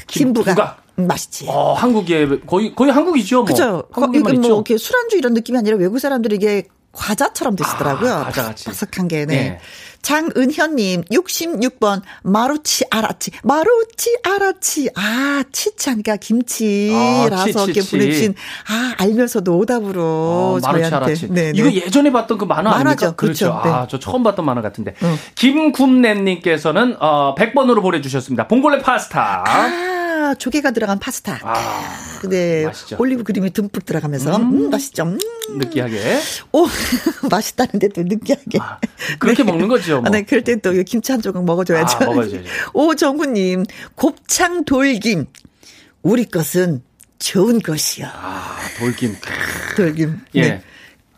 [SPEAKER 1] 김부각. 음, 맛있지.
[SPEAKER 3] 어, 한국의 거의 거의 한국이죠. 뭐.
[SPEAKER 1] 그죠? 거- 이게
[SPEAKER 3] 한국에만
[SPEAKER 1] 뭐
[SPEAKER 3] 있죠.
[SPEAKER 1] 이렇게 술안주 이런 느낌이 아니라 외국 사람들이 이게 과자처럼 드시더라고요.
[SPEAKER 3] 아, 과자같이.
[SPEAKER 1] 바삭한 게, 네.
[SPEAKER 3] 네.
[SPEAKER 1] 장은현님, 66번, 마루치 아라치. 마루치 아라치. 아, 치치하니까 김치라서
[SPEAKER 3] 아, 치, 치,
[SPEAKER 1] 이렇게
[SPEAKER 3] 치.
[SPEAKER 1] 보내주신, 아, 알면서도 오답으로
[SPEAKER 3] 어, 마루치
[SPEAKER 1] 저희한테.
[SPEAKER 3] 아라치.
[SPEAKER 1] 네, 네.
[SPEAKER 3] 이거 예전에 봤던 그 만화 아닙니까?
[SPEAKER 1] 만화죠. 그렇죠.
[SPEAKER 3] 그렇죠.
[SPEAKER 1] 네.
[SPEAKER 3] 아, 저 처음 봤던 만화 같은데.
[SPEAKER 1] 응.
[SPEAKER 3] 김굽내님께서는 어, 100번으로 보내주셨습니다. 봉골레 파스타.
[SPEAKER 1] 아, 조개가 들어간 파스타.
[SPEAKER 3] 아,
[SPEAKER 1] 네.
[SPEAKER 3] 맛있죠.
[SPEAKER 1] 올리브 그림이 듬뿍 들어가면서. 음, 맛있죠. 음.
[SPEAKER 3] 느끼하게.
[SPEAKER 1] 오, 맛있다는데 또 느끼하게.
[SPEAKER 3] 아, 그렇게 먹는 거죠. 뭐.
[SPEAKER 1] 아, 네, 그럴 땐또 김치 한 조각 먹어줘야죠.
[SPEAKER 3] 아, 먹어야죠.
[SPEAKER 1] 오정훈님, 곱창 돌김. 우리 것은 좋은 것이요.
[SPEAKER 3] 아, 돌김.
[SPEAKER 1] 돌김.
[SPEAKER 3] 예.
[SPEAKER 1] 네.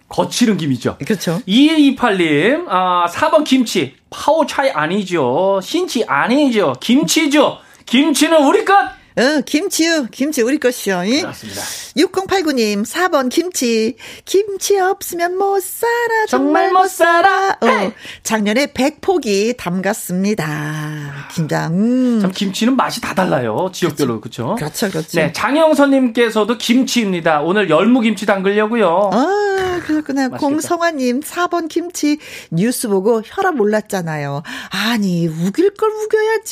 [SPEAKER 3] 거칠은 김이죠.
[SPEAKER 1] 그렇죠.
[SPEAKER 3] 2128님, 아, 4번 김치. 파오차이 아니죠. 신치 아니죠. 김치죠. 김치는 우리 것!
[SPEAKER 1] 어, 김치요. 김치 우리 것이요. 이?
[SPEAKER 3] 맞습니다.
[SPEAKER 1] 6089님, 4번 김치. 김치 없으면 못 살아.
[SPEAKER 3] 정말
[SPEAKER 1] 정말
[SPEAKER 3] 못
[SPEAKER 1] 못
[SPEAKER 3] 살아.
[SPEAKER 1] 살아. 어, 작년에 100포기
[SPEAKER 3] 아.
[SPEAKER 1] 담갔습니다. 김장. 음.
[SPEAKER 3] 참, 김치는 맛이 다 달라요. 지역별로. 그렇죠.
[SPEAKER 1] 그렇죠, 그렇죠.
[SPEAKER 3] 네, 장영선님께서도 김치입니다. 오늘 열무김치 담그려고요.
[SPEAKER 1] 아, 그렇구나.
[SPEAKER 3] 맛있겠다.
[SPEAKER 1] 공성화님, 4번 김치, 뉴스 보고 혈압 올랐잖아요. 아니, 우길 걸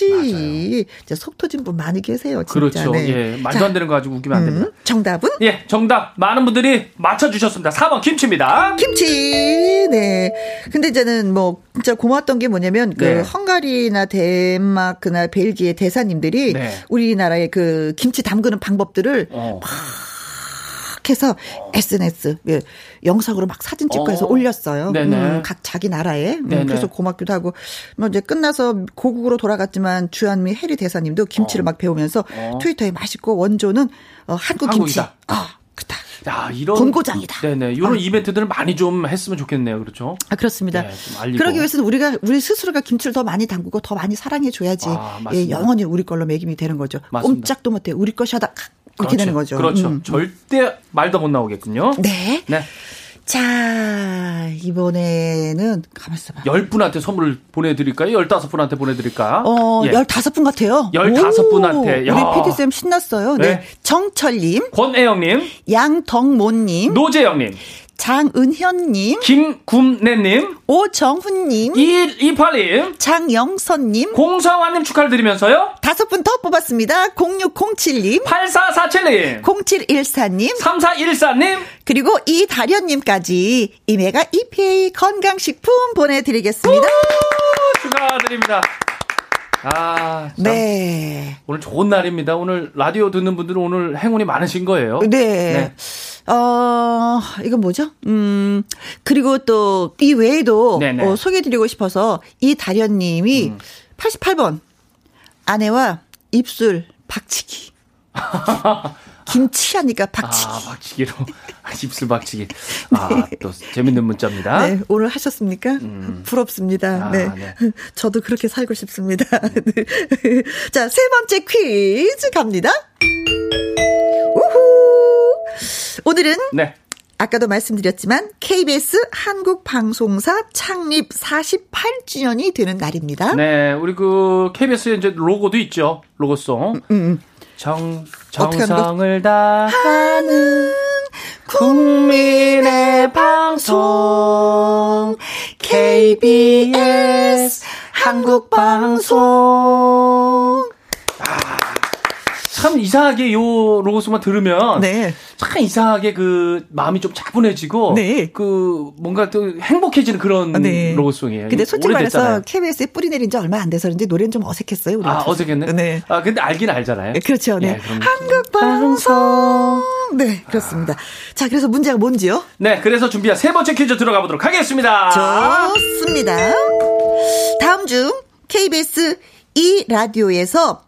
[SPEAKER 1] 우겨야지. 진짜 속 터진 분 많이 계세요, 진짜.
[SPEAKER 3] 그렇죠.
[SPEAKER 1] 네.
[SPEAKER 3] 예, 말도
[SPEAKER 1] 자,
[SPEAKER 3] 안 되는 거 가지고 우기면 안 됩니다.
[SPEAKER 1] 음, 정답은?
[SPEAKER 3] 예, 정답 많은 분들이 맞춰주셨습니다. 4번 김치입니다.
[SPEAKER 1] 김치, 네. 근데 이제는 뭐, 진짜 고마웠던 게 뭐냐면, 그,
[SPEAKER 3] 네.
[SPEAKER 1] 헝가리나 덴마크나 벨기에 대사님들이
[SPEAKER 3] 네.
[SPEAKER 1] 우리나라의 그 김치 담그는 방법들을
[SPEAKER 3] 어.
[SPEAKER 1] 막 해서 SNS 예, 영상으로 막 사진 찍고
[SPEAKER 3] 어.
[SPEAKER 1] 해서 올렸어요.
[SPEAKER 3] 네네.
[SPEAKER 1] 음, 각 자기 나라에 음,
[SPEAKER 3] 네네.
[SPEAKER 1] 그래서 고맙기도 하고 뭐 이제 끝나서 고국으로 돌아갔지만 주한미 해리 대사님도 김치를 막 배우면서
[SPEAKER 3] 어.
[SPEAKER 1] 트위터에 맛있고 원조는 어, 한국 김치.
[SPEAKER 3] 한국이다.
[SPEAKER 1] 아, 그다.
[SPEAKER 3] 야, 이런
[SPEAKER 1] 본고장이다.
[SPEAKER 3] 네네, 이런
[SPEAKER 1] 아.
[SPEAKER 3] 이벤트들을 많이 좀 했으면 좋겠네요. 그렇죠?
[SPEAKER 1] 아 그렇습니다.
[SPEAKER 3] 네, 좀 알리고.
[SPEAKER 1] 그러기 위해서는 우리가 우리 스스로가 김치를 더 많이 담그고 더 많이 사랑해 줘야지.
[SPEAKER 3] 아,
[SPEAKER 1] 예,
[SPEAKER 3] 맞습니다.
[SPEAKER 1] 영원히 우리 걸로 매김이 되는 거죠.
[SPEAKER 3] 맞습니다.
[SPEAKER 1] 꼼짝도 못해 우리 것이하다 그렇게
[SPEAKER 3] 그렇죠.
[SPEAKER 1] 되는 거죠.
[SPEAKER 3] 그렇죠.
[SPEAKER 1] 음.
[SPEAKER 3] 절대 말도 못 나오겠군요.
[SPEAKER 1] 네.
[SPEAKER 3] 네.
[SPEAKER 1] 자 이번에는 가만 있어봐.
[SPEAKER 3] 열 분한테 선물을 보내드릴까요? 열다섯 분한테 보내드릴까?
[SPEAKER 1] 어,
[SPEAKER 3] 예.
[SPEAKER 1] 15분 같아요.
[SPEAKER 3] 15 분한테.
[SPEAKER 1] 오,
[SPEAKER 3] 야.
[SPEAKER 1] 우리 PD쌤 신났어요.
[SPEAKER 3] 네.
[SPEAKER 1] 네. 정철님,
[SPEAKER 3] 권애영님,
[SPEAKER 1] 양덕모님,
[SPEAKER 3] 노재영님,
[SPEAKER 1] 장은현님,
[SPEAKER 3] 김굽내님,
[SPEAKER 1] 오정훈님,
[SPEAKER 3] 2128님,
[SPEAKER 1] 장영선님,
[SPEAKER 3] 공성환님 축하를 드리면서요.
[SPEAKER 1] 다섯 분 더 뽑았습니다. 0607님,
[SPEAKER 3] 8447님,
[SPEAKER 1] 0714님,
[SPEAKER 3] 3414님,
[SPEAKER 1] 그리고 이다련님까지 이메가 EPA 건강식품 보내드리겠습니다.
[SPEAKER 3] 축하드립니다. 아, 참.
[SPEAKER 1] 네.
[SPEAKER 3] 오늘 좋은 날입니다. 오늘 라디오 듣는 분들은 오늘 행운이 많으신 거예요.
[SPEAKER 1] 네. 어, 이건 뭐죠? 음, 그리고 또 이 외에도
[SPEAKER 3] 네네. 음.
[SPEAKER 1] 어, 소개해드리고 싶어서 이 다련님이 88번 아내와 입술 박치기. 김치하니까 박치기.
[SPEAKER 3] 아, 박치기로. 입술 박치기. 아, 또 재밌는 문자입니다.
[SPEAKER 1] 네, 오늘 하셨습니까? 부럽습니다.
[SPEAKER 3] 아,
[SPEAKER 1] 네.
[SPEAKER 3] 네.
[SPEAKER 1] 저도 그렇게 살고 싶습니다. 네. 자, 세 번째 퀴즈 갑니다. 우후! 오늘은
[SPEAKER 3] 네.
[SPEAKER 1] 아까도 말씀드렸지만 KBS 한국방송사 창립 48주년이 되는 날입니다.
[SPEAKER 3] 네, 우리 그 KBS의 이제 로고도 있죠. 로고송. 정
[SPEAKER 1] 음, 어떻게 하는 거?
[SPEAKER 3] 정성을 다
[SPEAKER 1] 하는
[SPEAKER 3] 국민의
[SPEAKER 1] 아,
[SPEAKER 3] 방송 KBS 한국방송 참 이상하게 요 로고송만 들으면
[SPEAKER 1] 네.
[SPEAKER 3] 참 이상하게 그 마음이 좀 차분해지고
[SPEAKER 1] 네.
[SPEAKER 3] 그 뭔가 또 행복해지는 그런
[SPEAKER 1] 네.
[SPEAKER 3] 음, 로고송이에요.
[SPEAKER 1] 근데 솔직히 말해서
[SPEAKER 3] 오래됐잖아요.
[SPEAKER 1] KBS에 뿌리 내린 지 얼마 안 돼서 그런지 노래는 좀 어색했어요. 우리가
[SPEAKER 3] 아
[SPEAKER 1] 들었을 때.
[SPEAKER 3] 어색했네.
[SPEAKER 1] 네.
[SPEAKER 3] 아 근데 알긴 알잖아요.
[SPEAKER 1] 예, 그렇죠. 네.
[SPEAKER 3] 예, 그럼 아.
[SPEAKER 1] 한국 방송. 네, 그렇습니다. 자, 그래서 문제가 뭔지요?
[SPEAKER 3] 네, 그래서 준비한 세 번째 퀴즈 들어가 보도록 하겠습니다. 아.
[SPEAKER 1] 좋습니다. 다음 중 KBS 이 라디오에서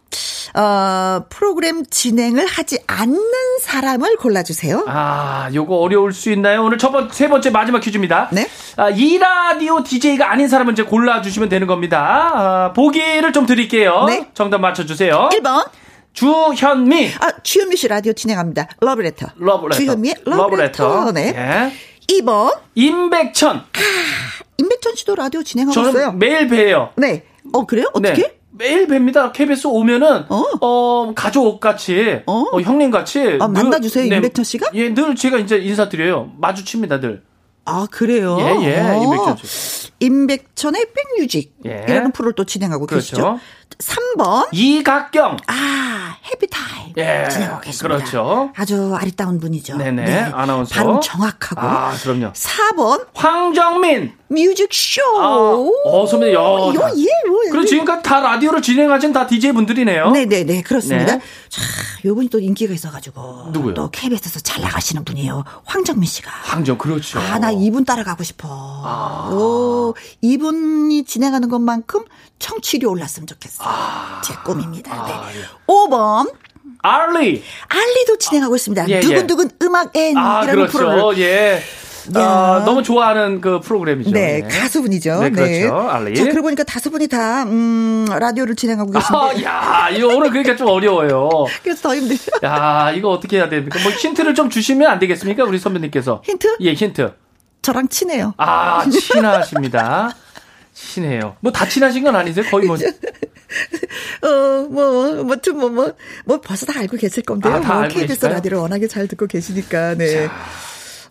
[SPEAKER 1] 어, 프로그램 진행을 하지 않는 사람을 골라주세요.
[SPEAKER 3] 아, 요거 어려울 수 있나요? 오늘 첫 번, 세 번째 마지막 퀴즈입니다.
[SPEAKER 1] 네.
[SPEAKER 3] 아, 이 라디오 DJ가 아닌 사람을 이제 골라주시면 되는 겁니다. 아, 보기를 좀 드릴게요.
[SPEAKER 1] 네.
[SPEAKER 3] 정답 맞춰주세요.
[SPEAKER 1] 1번.
[SPEAKER 3] 주현미.
[SPEAKER 1] 아, 주현미 씨 라디오 진행합니다. 러브레터.
[SPEAKER 3] 러브레터.
[SPEAKER 1] 주현미의 러브레터.
[SPEAKER 3] 러브레터.
[SPEAKER 1] 네.
[SPEAKER 3] 예.
[SPEAKER 1] 2번.
[SPEAKER 3] 임백천.
[SPEAKER 1] 임백천 씨도 라디오 진행하고
[SPEAKER 3] 저는
[SPEAKER 1] 있어요.
[SPEAKER 3] 매일 뵈요.
[SPEAKER 1] 네. 어, 그래요? 어떻게?
[SPEAKER 3] 네. 매일 뵙니다. KBS 오면은
[SPEAKER 1] 어.
[SPEAKER 3] 어, 가족 같이
[SPEAKER 1] 어.
[SPEAKER 3] 형님 같이
[SPEAKER 1] 아, 만나주세요, 임백천 씨가?
[SPEAKER 3] 예, 늘 제가 이제 인사드려요. 마주칩니다, 늘.
[SPEAKER 1] 아, 그래요?
[SPEAKER 3] 예, 예,
[SPEAKER 1] 어.
[SPEAKER 3] 임백천
[SPEAKER 1] 임백천의 백뮤직이라는
[SPEAKER 3] 예.
[SPEAKER 1] 프로를 또 진행하고
[SPEAKER 3] 그렇죠.
[SPEAKER 1] 계시죠. 3번.
[SPEAKER 3] 이각경.
[SPEAKER 1] 아, 해피타임.
[SPEAKER 3] 예,
[SPEAKER 1] 진행하고 계십니다.
[SPEAKER 3] 그렇죠.
[SPEAKER 1] 아주 아리따운 분이죠.
[SPEAKER 3] 네네, 아나운서.
[SPEAKER 1] 발음 정확하고.
[SPEAKER 3] 아, 그럼요.
[SPEAKER 1] 4번.
[SPEAKER 3] 황정민.
[SPEAKER 1] 뮤직쇼.
[SPEAKER 3] 아, 어, 선배님, 야.
[SPEAKER 1] 요,
[SPEAKER 3] 다-
[SPEAKER 1] 예, 요, 예.
[SPEAKER 3] 그리고 지금까지 다 라디오를 진행하신 다 DJ 분들이네요.
[SPEAKER 1] 네네네, 그렇습니다.
[SPEAKER 3] 네.
[SPEAKER 1] 자, 요분이 또 인기가 있어가지고.
[SPEAKER 3] 누구요?
[SPEAKER 1] 또 KBS에서 잘 나가시는 분이에요. 황정민 씨가.
[SPEAKER 3] 황정, 아. 그렇죠.
[SPEAKER 1] 아, 나 이분 따라가고 싶어. 오, 이분이 진행하는 것만큼 청취율이 올랐으면 좋겠어. 제 꿈입니다.
[SPEAKER 3] 아,
[SPEAKER 1] 네. 5번.
[SPEAKER 3] 알리.
[SPEAKER 1] 알리도 진행하고 있습니다.
[SPEAKER 3] 예, 예.
[SPEAKER 1] 두근두근 음악
[SPEAKER 3] 아,
[SPEAKER 1] N이라는
[SPEAKER 3] 그렇죠.
[SPEAKER 1] 프로를.
[SPEAKER 3] 예.
[SPEAKER 1] 야.
[SPEAKER 3] 아, 너무 좋아하는 그 프로그램이죠.
[SPEAKER 1] 네,
[SPEAKER 3] 예.
[SPEAKER 1] 가수분이죠.
[SPEAKER 3] 네, 그렇죠. 알리.
[SPEAKER 1] 자, 그러고 보니까 다섯 분이 다, 음, 라디오를 진행하고
[SPEAKER 3] 아,
[SPEAKER 1] 계신데.
[SPEAKER 3] 야, 이거 오늘 그러니까 좀 어려워요.
[SPEAKER 1] 그래서 더 힘들죠.
[SPEAKER 3] 야, 이거 어떻게 해야 됩니까? 뭐 힌트를 좀 주시면 안 되겠습니까? 우리 선배님께서.
[SPEAKER 1] 힌트?
[SPEAKER 3] 예, 힌트.
[SPEAKER 1] 저랑 친해요.
[SPEAKER 3] 아, 친하십니다. 친해요. 뭐 다 친하신 건 아니세요? 거의 뭐.
[SPEAKER 1] 어, 뭐, 뭐, 좀, 뭐, 뭐, 뭐, 벌써 다 알고 계실 건데요.
[SPEAKER 3] 아, 다
[SPEAKER 1] 뭐,
[SPEAKER 3] 알고
[SPEAKER 1] KBS
[SPEAKER 3] 계실까요?
[SPEAKER 1] 라디오를 워낙에 잘 듣고 계시니까, 네.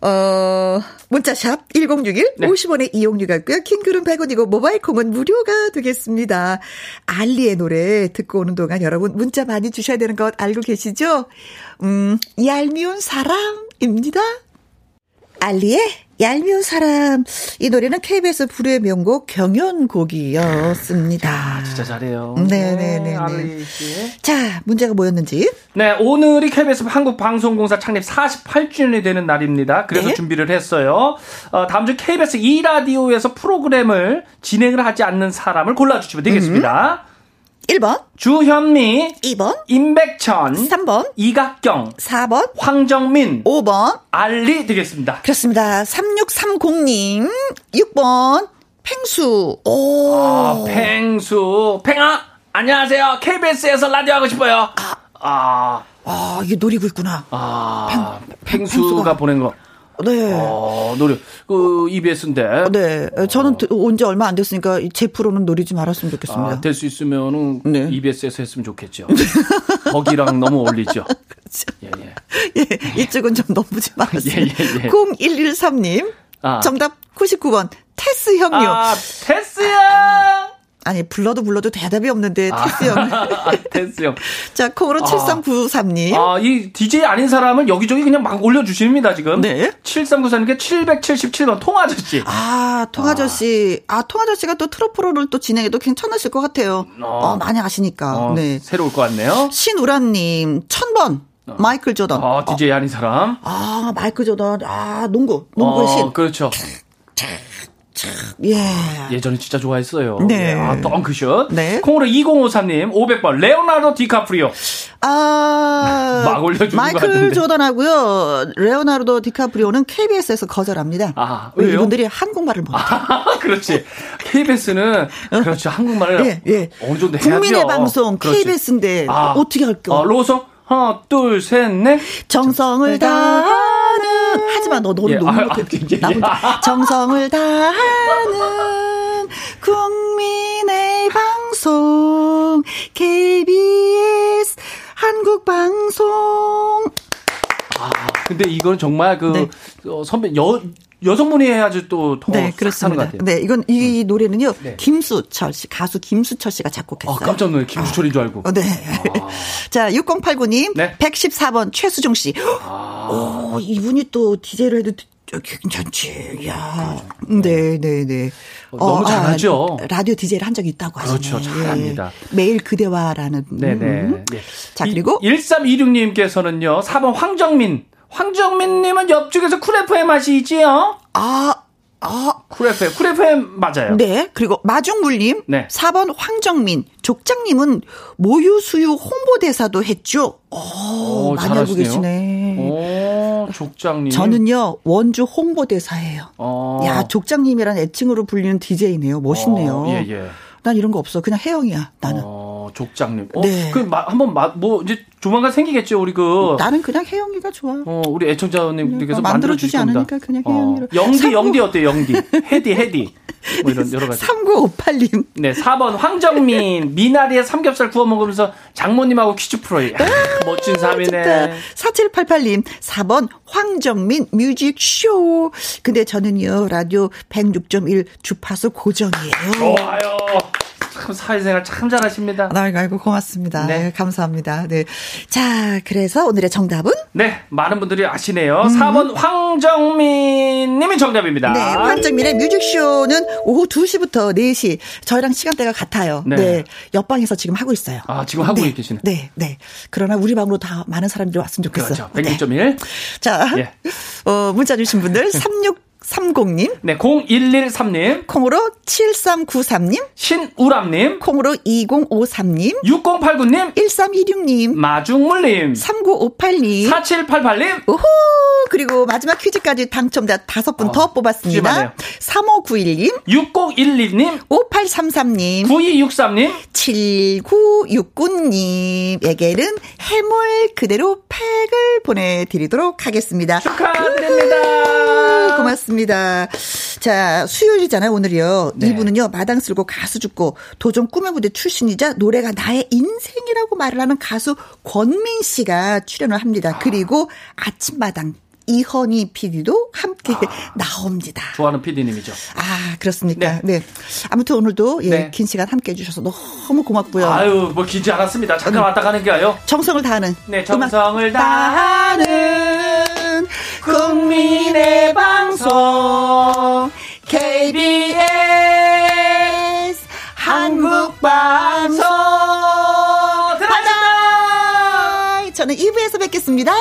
[SPEAKER 1] 어, 문자샵 1061,
[SPEAKER 3] 네.
[SPEAKER 1] 50원의 이용료가 있고요. 킹글은 100원이고, 모바일 콩은 무료가 되겠습니다. 알리의 노래 듣고 오는 동안 여러분 문자 많이 주셔야 되는 것 알고 계시죠? 음, 얄미운 사람입니다. 알리의 얄미운 사람. 이 노래는 KBS 불후의 명곡 경연곡이었습니다.
[SPEAKER 3] 아, 진짜 잘해요.
[SPEAKER 1] 네, 네, 네, 네.
[SPEAKER 3] 알리 씨.
[SPEAKER 1] 자, 문제가 뭐였는지.
[SPEAKER 3] 네, 오늘이 KBS 한국방송공사 창립 48주년이 되는 날입니다. 그래서
[SPEAKER 1] 네.
[SPEAKER 3] 준비를 했어요. 어, 다음 주 KBS 2라디오에서 프로그램을 진행을 하지 않는 사람을 골라주시면 되겠습니다.
[SPEAKER 1] 음. 1번,
[SPEAKER 3] 주현미,
[SPEAKER 1] 2번,
[SPEAKER 3] 임백천,
[SPEAKER 1] 3번,
[SPEAKER 3] 이각경,
[SPEAKER 1] 4번,
[SPEAKER 3] 황정민,
[SPEAKER 1] 5번.
[SPEAKER 3] 알리 되겠습니다.
[SPEAKER 1] 그렇습니다. 3630님, 6번, 팽수. 오.
[SPEAKER 3] 아, 팽수, 팽아, 안녕하세요. KBS에서 라디오 하고 싶어요. 아,
[SPEAKER 1] 아, 이게 노리고 있구나.
[SPEAKER 3] 아,
[SPEAKER 1] 팽-
[SPEAKER 3] 팽수가
[SPEAKER 1] 팽수가.
[SPEAKER 3] 보낸 거.
[SPEAKER 1] 네.
[SPEAKER 3] 어, 노래. 그, EBS인데.
[SPEAKER 1] 네. 저는 온 지 얼마 안 됐으니까 제 프로는 노리지 말았으면 좋겠습니다.
[SPEAKER 3] 아, 될 수 있으면은
[SPEAKER 1] 네.
[SPEAKER 3] EBS에서 했으면 좋겠죠. 거기랑 너무 어울리죠. 예, 예.
[SPEAKER 1] 예, 이쪽은 좀 넘보지 말았습니다.
[SPEAKER 3] 예, 예, 예.
[SPEAKER 1] 0113님,
[SPEAKER 3] 아.
[SPEAKER 1] 정답 99번, 테스 형요.
[SPEAKER 3] 아, 테스야!
[SPEAKER 1] 아니, 불러도 불러도 대답이 없는데, 테스 형.
[SPEAKER 3] 아, 테스요.
[SPEAKER 1] 자, 콩으로 7393님.
[SPEAKER 3] 아, 이 DJ 아닌 사람은 여기저기 그냥 막 올려주십니다, 지금.
[SPEAKER 1] 네.
[SPEAKER 3] 7394님께 777번 통아저씨.
[SPEAKER 1] 아, 통아저씨. 아, 통아저씨가 또 트로프로를 또 진행해도 괜찮으실 것 같아요.
[SPEAKER 3] 어.
[SPEAKER 1] 어, 많이 아시니까.
[SPEAKER 3] 어,
[SPEAKER 1] 네.
[SPEAKER 3] 새로울 것 같네요.
[SPEAKER 1] 신우라님, 천번 마이클 조던.
[SPEAKER 3] 아, DJ 아닌 사람.
[SPEAKER 1] 아, 마이클 조던. 아, 농구. 농구의
[SPEAKER 3] 어,
[SPEAKER 1] 신.
[SPEAKER 3] 그렇죠.
[SPEAKER 1] 예.
[SPEAKER 3] 예전에 진짜 좋아했어요.
[SPEAKER 1] 네.
[SPEAKER 3] 예, 아, 덩크슛.
[SPEAKER 1] 네.
[SPEAKER 3] 콩으로 2053님, 500번, 레오나르도 디카프리오.
[SPEAKER 1] 아,
[SPEAKER 3] 막 올려주는 것
[SPEAKER 1] 마이클
[SPEAKER 3] 같은데.
[SPEAKER 1] 조던하고요. 레오나르도 디카프리오는 KBS에서 거절합니다.
[SPEAKER 3] 아,
[SPEAKER 1] 왜
[SPEAKER 3] 왜요?
[SPEAKER 1] 이분들이 한국말을 못해.
[SPEAKER 3] 아, 그렇지. KBS는 그렇죠. 한국말을
[SPEAKER 1] 어? 예, 예.
[SPEAKER 3] 어느 정도 해야죠.
[SPEAKER 1] 국민의 방송
[SPEAKER 3] 그렇지.
[SPEAKER 1] KBS인데
[SPEAKER 3] 아.
[SPEAKER 1] 어떻게 할까?
[SPEAKER 3] 어, 로고송 하나, 둘, 셋, 넷.
[SPEAKER 1] 정성을 다하는 하지만 너 노래
[SPEAKER 3] 예,
[SPEAKER 1] 너무
[SPEAKER 3] 아,
[SPEAKER 1] 못해
[SPEAKER 3] 아, 예, 예.
[SPEAKER 1] 나 혼자 정성을 다하는 국민의 방송
[SPEAKER 3] 어,
[SPEAKER 1] KBS 한국 방송
[SPEAKER 3] 근데 이건 정말 그
[SPEAKER 1] 네.
[SPEAKER 3] 어, 선배 여 여성분이 해야지 또더
[SPEAKER 1] 네,
[SPEAKER 3] 하는 것
[SPEAKER 1] 그렇습니다.
[SPEAKER 3] 같아요.
[SPEAKER 1] 네, 이건 이 노래는요.
[SPEAKER 3] 네.
[SPEAKER 1] 김수철 씨, 가수 김수철 씨가 작곡했어요.
[SPEAKER 3] 아, 깜짝 놀래 김수철인 줄 알고.
[SPEAKER 1] 어, 네. 자, 6089님.
[SPEAKER 3] 네.
[SPEAKER 1] 114번 최수종 씨.
[SPEAKER 3] 아.
[SPEAKER 1] 오, 이분이 또 DJ를 해도 저- 괜찮지. 야. 네, 네, 네.
[SPEAKER 3] 어, 너무 잘하죠.
[SPEAKER 1] 아, 라디오 DJ를 한 적이 있다고 하시네요.
[SPEAKER 3] 그렇죠. 잘합니다.
[SPEAKER 1] 예. 매일 그대와라는.
[SPEAKER 3] 네네.
[SPEAKER 1] 음.
[SPEAKER 3] 예.
[SPEAKER 1] 자, 그리고.
[SPEAKER 3] 1326님께서는요. 4번 황정민. 황정민님은 옆쪽에서 쿨 FM 하시지요?
[SPEAKER 1] 아, 아.
[SPEAKER 3] 쿨 FM. 쿨 FM 맞아요.
[SPEAKER 1] 네. 그리고 마중물님.
[SPEAKER 3] 네.
[SPEAKER 1] 4번 황정민. 족장님은 모유수유 홍보대사도 했죠. 오,
[SPEAKER 3] 오,
[SPEAKER 1] 많이 알고
[SPEAKER 3] 어, 잘하시네요. 어,
[SPEAKER 1] 계시네.
[SPEAKER 3] 오, 족장님.
[SPEAKER 1] 저는요, 원주 홍보대사예요.
[SPEAKER 3] 어.
[SPEAKER 1] 야, 족장님이란 애칭으로 불리는 DJ네요. 멋있네요.
[SPEAKER 3] 어, 예, 예.
[SPEAKER 1] 난 이런 거 없어. 그냥 혜영이야, 나는.
[SPEAKER 3] 어, 족장님. 어,
[SPEAKER 1] 네.
[SPEAKER 3] 그, 마, 한번, 마, 뭐, 이제 조만간 생기겠죠, 우리 그.
[SPEAKER 1] 나는 그냥 혜영이가 좋아.
[SPEAKER 3] 어, 우리
[SPEAKER 1] 그냥
[SPEAKER 3] 애청자님들께서
[SPEAKER 1] 만들어주지
[SPEAKER 3] 만들어주실 겁니다.
[SPEAKER 1] 않으니까 그냥
[SPEAKER 3] 어.
[SPEAKER 1] 해양이로.
[SPEAKER 3] 영디,
[SPEAKER 1] 삼구-
[SPEAKER 3] 영디 어때요, 영디? 헤디, 헤디. 뭐 이런 여러 가지.
[SPEAKER 1] 3958님.
[SPEAKER 3] 네, 4번 황정민 미나리에 삼겹살 구워 먹으면서 장모님하고 퀴즈 풀어요.
[SPEAKER 1] 아,
[SPEAKER 3] 야, 멋진
[SPEAKER 1] 좋다.
[SPEAKER 3] 삶이네.
[SPEAKER 1] 4788님. 4번 황정민 뮤직쇼. 근데 저는요, 라디오 106.1 주파수
[SPEAKER 3] 어.
[SPEAKER 1] 고정이에요.
[SPEAKER 3] 좋아요. 참 사회생활 참 잘하십니다.
[SPEAKER 1] 아이고, 아이고, 고맙습니다.
[SPEAKER 3] 네.
[SPEAKER 1] 네, 감사합니다. 네. 자, 그래서 오늘의 정답은?
[SPEAKER 3] 네, 많은 분들이 아시네요. 4번 황정민 님이 정답입니다.
[SPEAKER 1] 음. 네, 황정민의 뮤직쇼는 오후 2시부터 4시. 저희랑 시간대가 같아요.
[SPEAKER 3] 네.
[SPEAKER 1] 네. 옆방에서 지금 하고 있어요.
[SPEAKER 3] 아, 지금 하고
[SPEAKER 1] 네,
[SPEAKER 3] 계시네.
[SPEAKER 1] 네, 네. 그러나 우리 방으로 다 많은 사람들이 왔으면
[SPEAKER 3] 그렇죠.
[SPEAKER 1] 좋겠어요. 네.
[SPEAKER 3] 106.1.
[SPEAKER 1] 자,
[SPEAKER 3] 예.
[SPEAKER 1] 어, 문자 주신 분들 3630님,
[SPEAKER 3] 네, 0113님,
[SPEAKER 1] 콩으로 7393님,
[SPEAKER 3] 신우람님,
[SPEAKER 1] 콩으로 2053님,
[SPEAKER 3] 6089님,
[SPEAKER 1] 1326님,
[SPEAKER 3] 마중물님,
[SPEAKER 1] 3958님,
[SPEAKER 3] 4788님,
[SPEAKER 1] 오호! 그리고 마지막 퀴즈까지 당첨자 다섯 분 더
[SPEAKER 3] 어, 찜하네요.
[SPEAKER 1] 뽑았습니다. 3591님,
[SPEAKER 3] 6012님,
[SPEAKER 1] 5833님,
[SPEAKER 3] 9263님,
[SPEAKER 1] 7969님에게는 해물 그대로 팩을 보내드리도록 하겠습니다.
[SPEAKER 3] 축하드립니다.
[SPEAKER 1] 아, 고맙습니다. 자, 수요일이잖아요, 오늘이요.
[SPEAKER 3] 네.
[SPEAKER 1] 이분은요, 마당 쓸고 가수 죽고 도전 꿈의 무대 출신이자 노래가 나의 인생이라고 말을 하는 가수 권민 씨가 출연을
[SPEAKER 3] 아.
[SPEAKER 1] 합니다. 그리고 아침마당 이현희 PD도 함께
[SPEAKER 3] 아.
[SPEAKER 1] 나옵니다.
[SPEAKER 3] 좋아하는 PD님이죠.
[SPEAKER 1] 아, 그렇습니까? 네. 아무튼 오늘도 예,
[SPEAKER 3] 네.
[SPEAKER 1] 긴 시간 함께 해주셔서 너무 고맙고요.
[SPEAKER 3] 아유, 뭐 길지 않았습니다. 잠깐 왔다 가는 게 아요.
[SPEAKER 1] 정성을 다하는
[SPEAKER 3] 네,
[SPEAKER 1] 음악
[SPEAKER 3] 정성을 다하는 국민의 방송 KBS 한국 방송 들어간다.
[SPEAKER 1] 바이. 저는 2부에서 뵙겠습니다.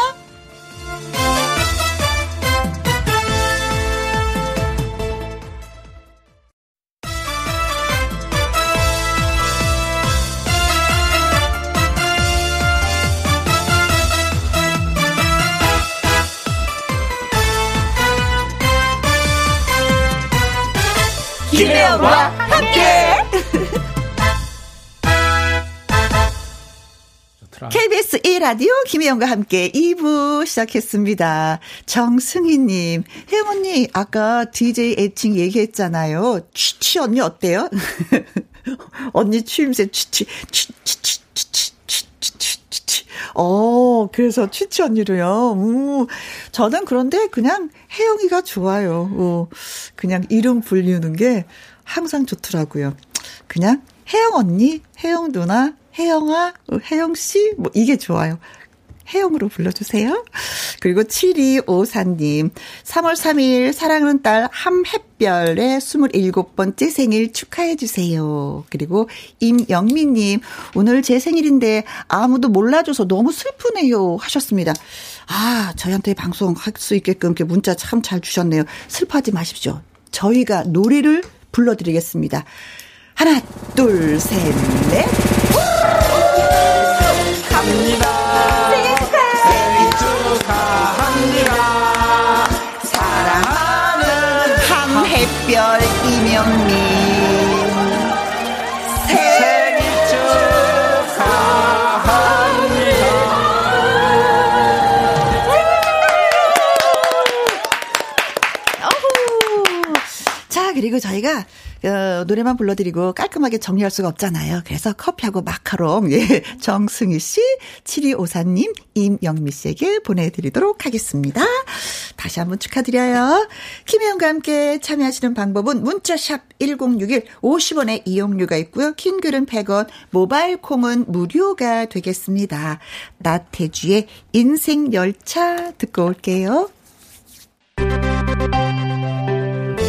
[SPEAKER 3] 김혜영과
[SPEAKER 1] 함께 KBS 1라디오 김혜영과 함께 2부 시작했습니다. 정승희님, 혜영 언니, 아까 DJ 애칭 얘기했잖아요. 취취 언니 어때요? 언니 취임새 취취, 취취, 취취, 취취, 취취. 어, 그래서 취취 언니로요. 음, 저는 그런데 그냥 혜영이가 좋아요. 어, 그냥 이름 불리우는 게 항상 좋더라고요. 그냥 혜영 언니, 혜영 누나, 혜영아, 어, 혜영 씨, 뭐 이게 좋아요. 혜영으로 불러주세요. 그리고 7254님, 3월 3일 사랑하는 딸 함햇별의 27번째 생일 축하해주세요. 그리고 임영민님, 오늘 제 생일인데 아무도 몰라줘서 너무 슬프네요. 하셨습니다. 아, 저희한테 방송 할 수 있게끔 이렇게 문자 참 잘 주셨네요. 슬퍼하지 마십시오. 저희가 노래를 불러드리겠습니다. 하나, 둘, 셋, 넷. 함햇별 이명민 생일 축하합니다. 자 그리고 저희가 어, 노래만 불러드리고 깔끔하게 정리할 수가 없잖아요. 그래서 커피하고 마카롱, 예, 정승희 씨, 7254님, 임영미 씨에게 보내드리도록 하겠습니다. 다시 한번 축하드려요. 김혜영과 함께 참여하시는 방법은 문자샵 1061 50원의 이용료가 있고요. 킹 글은 100원, 모바일 콩은 무료가 되겠습니다. 나태주의 인생 열차 듣고 올게요.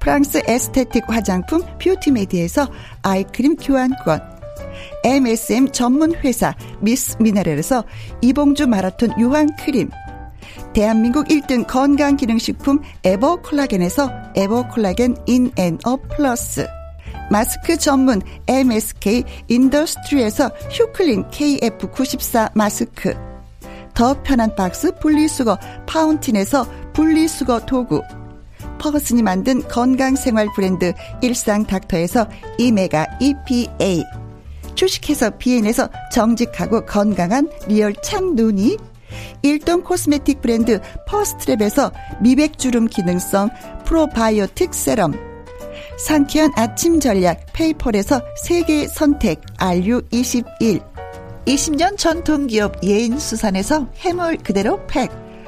[SPEAKER 1] 프랑스 에스테틱 화장품 뷰티메디에서 아이크림 교환권, MSM 전문 회사 미스 미네랄에서 이봉주 마라톤 유황 크림, 대한민국 1등 건강기능식품 에버콜라겐에서 에버콜라겐 인앤어 플러스 마스크 전문 MSK 인더스트리에서 휴클린 KF94 마스크 더 편한 박스 분리수거 파운틴에서 분리수거 도구 퍼거슨이 만든 건강생활 브랜드 일상닥터에서 이메가 EPA 주식회사 비엔에서 정직하고 건강한 리얼 참 눈이 일동 코스메틱 브랜드 퍼스트랩에서 미백주름 기능성 프로바이오틱 세럼 상쾌한 아침 전략 페이펄에서 세계 선택 RU21 20년 전통기업 예인수산에서 해물 그대로 팩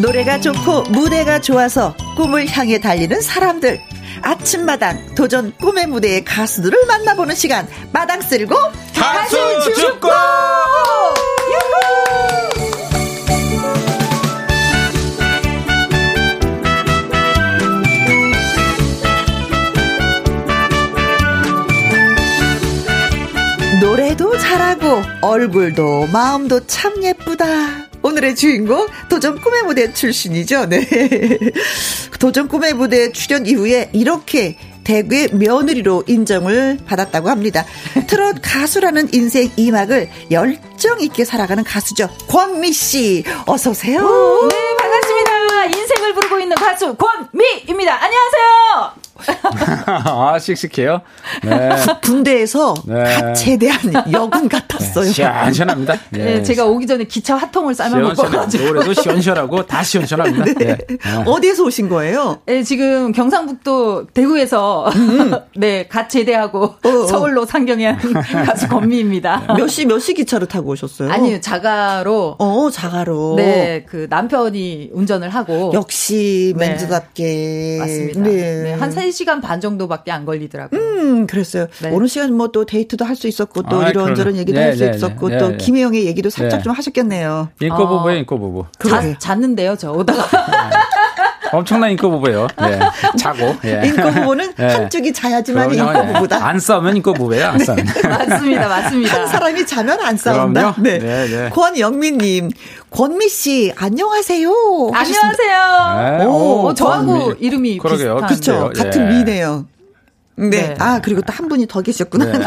[SPEAKER 1] 노래가 좋고 무대가 좋아서 꿈을 향해 달리는 사람들. 아침마당 도전 꿈의 무대의 가수들을 만나보는 시간. 마당 쓸고
[SPEAKER 3] 가수
[SPEAKER 1] 가수
[SPEAKER 3] 축구!
[SPEAKER 1] 노래도 잘하고 얼굴도 마음도 참 예쁘다. 오늘의 주인공 도전 꿈의 무대 출신이죠. 네. 도전 꿈의 무대 출연 이후에 이렇게 대구의 며느리로 인정을 받았다고 합니다. 트롯 가수라는 인생 이막을 열정 있게 살아가는 가수죠. 권미 씨, 어서 오세요.
[SPEAKER 4] 네, 반갑습니다. 인생을 부르고 있는 가수 권미입니다. 안녕하세요.
[SPEAKER 5] 아, 씩씩해요? 네.
[SPEAKER 1] 군대에서
[SPEAKER 5] 네.
[SPEAKER 1] 갓 제대한 여군 같았어요.
[SPEAKER 5] 시원시원합니다.
[SPEAKER 4] 네, 제가 오기 전에 기차 핫통을 삶아 먹어가지고.
[SPEAKER 5] 시원시원하고, 올해도 시원시원하고, 다 시원시원합니다. 네. 아,
[SPEAKER 1] 어디에서 오신 거예요?
[SPEAKER 4] 네, 지금 경상북도 대구에서 네, 갓 제대하고
[SPEAKER 1] 음, 어. 네.
[SPEAKER 4] 서울로 상경한 가수
[SPEAKER 5] 네.
[SPEAKER 4] 권미입니다.
[SPEAKER 1] 몇 시, 몇 시 기차로 타고 오셨어요?
[SPEAKER 4] 아니요, 자가로
[SPEAKER 1] 어, 자가로.
[SPEAKER 4] 네, 그 남편이 운전을 하고
[SPEAKER 1] 역시
[SPEAKER 4] 네.
[SPEAKER 1] 맨주답게.
[SPEAKER 4] 맞습니다.
[SPEAKER 1] 네.
[SPEAKER 4] 네, 한 3시간 반 정도밖에 안 걸리더라고요.
[SPEAKER 1] 음, 그랬어요.
[SPEAKER 4] 네.
[SPEAKER 1] 오늘 시간 뭐 또 데이트도 할 수 있었고 또
[SPEAKER 5] 아,
[SPEAKER 1] 이런저런
[SPEAKER 5] 그러네.
[SPEAKER 1] 얘기도
[SPEAKER 5] 네,
[SPEAKER 1] 할 수
[SPEAKER 5] 네,
[SPEAKER 1] 있었고
[SPEAKER 5] 네,
[SPEAKER 1] 또
[SPEAKER 5] 네.
[SPEAKER 1] 김혜영의 얘기도 살짝
[SPEAKER 5] 네.
[SPEAKER 1] 좀 하셨겠네요.
[SPEAKER 5] 인꼬부부예요, 인꼬부부. 네.
[SPEAKER 1] 그러게요.
[SPEAKER 4] 어. 자, 잤는데요, 저 오다가.
[SPEAKER 5] 엄청난 인꼬부부예요. 네. 자고. 예.
[SPEAKER 1] 인코 부부는
[SPEAKER 5] 네.
[SPEAKER 1] 한쪽이 자야지만
[SPEAKER 5] 그럼요,
[SPEAKER 1] 인코
[SPEAKER 5] 예.
[SPEAKER 1] 부부다.
[SPEAKER 5] 안 싸우면 인꼬부부예요, 안 싸우면.
[SPEAKER 4] 맞습니다,
[SPEAKER 1] 한
[SPEAKER 4] 맞습니다.
[SPEAKER 1] 사람이 자면 안 싸운다.
[SPEAKER 5] 그럼요. 네, 네.
[SPEAKER 1] 권영민님, 권미 씨 안녕하세요. 하셨습니다.
[SPEAKER 4] 안녕하세요.
[SPEAKER 5] 네.
[SPEAKER 1] 오,
[SPEAKER 4] 어, 저하고
[SPEAKER 5] 미-
[SPEAKER 4] 이름이
[SPEAKER 5] 그러게요.
[SPEAKER 4] 비슷한.
[SPEAKER 1] 그쵸
[SPEAKER 5] 그래요.
[SPEAKER 1] 같은
[SPEAKER 5] 예.
[SPEAKER 1] 미네요. 네.
[SPEAKER 4] 네.
[SPEAKER 1] 아 그리고 또 한 분이 더 계셨구나.
[SPEAKER 5] 네.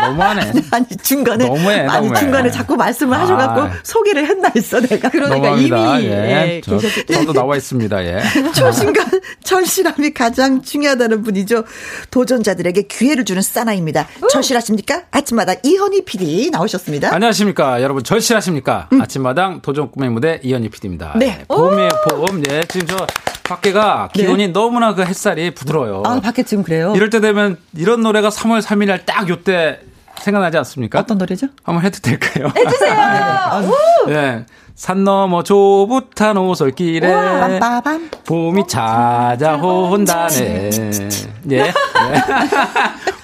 [SPEAKER 5] 너무하네.
[SPEAKER 1] 아니 중간에
[SPEAKER 5] 너무해,
[SPEAKER 1] 아니
[SPEAKER 5] 너무해.
[SPEAKER 1] 중간에 자꾸 말씀을 하셔갖고
[SPEAKER 5] 아.
[SPEAKER 1] 소개를 했나 있어 내가
[SPEAKER 4] 그러니까
[SPEAKER 5] 너무합니다.
[SPEAKER 4] 이미
[SPEAKER 5] 예.
[SPEAKER 4] 예,
[SPEAKER 5] 저,
[SPEAKER 4] 계셨기
[SPEAKER 5] 저도 나와 있습니다. 예.
[SPEAKER 1] 초심과 절실함이 가장 중요하다는 분이죠. 도전자들에게 기회를 주는 사나이입니다. 절실하십니까? 아침마다 이현희 PD 나오셨습니다.
[SPEAKER 5] 안녕하십니까 여러분 절실하십니까 아침마당 도전 꿈의 무대 이현희 PD입니다.
[SPEAKER 1] 음.
[SPEAKER 5] 예,
[SPEAKER 1] 네.
[SPEAKER 5] 봄의 봄. 예. 지금 저 밖에가 기온이 너무나 그 햇살이 부드러워요.
[SPEAKER 1] 아 밖에 지금 그래요.
[SPEAKER 5] 이럴 때 되면 이런 노래가 3월 3일 날 딱 요때 생각나지 않습니까?
[SPEAKER 1] 어떤 노래죠?
[SPEAKER 5] 한번 해도 될까요?
[SPEAKER 4] 해주세요.
[SPEAKER 5] 예. 산 넘어 조부탄 오솔길에
[SPEAKER 1] 네. 빰빠밤.
[SPEAKER 5] 봄이 찾아온다네. 예. 예.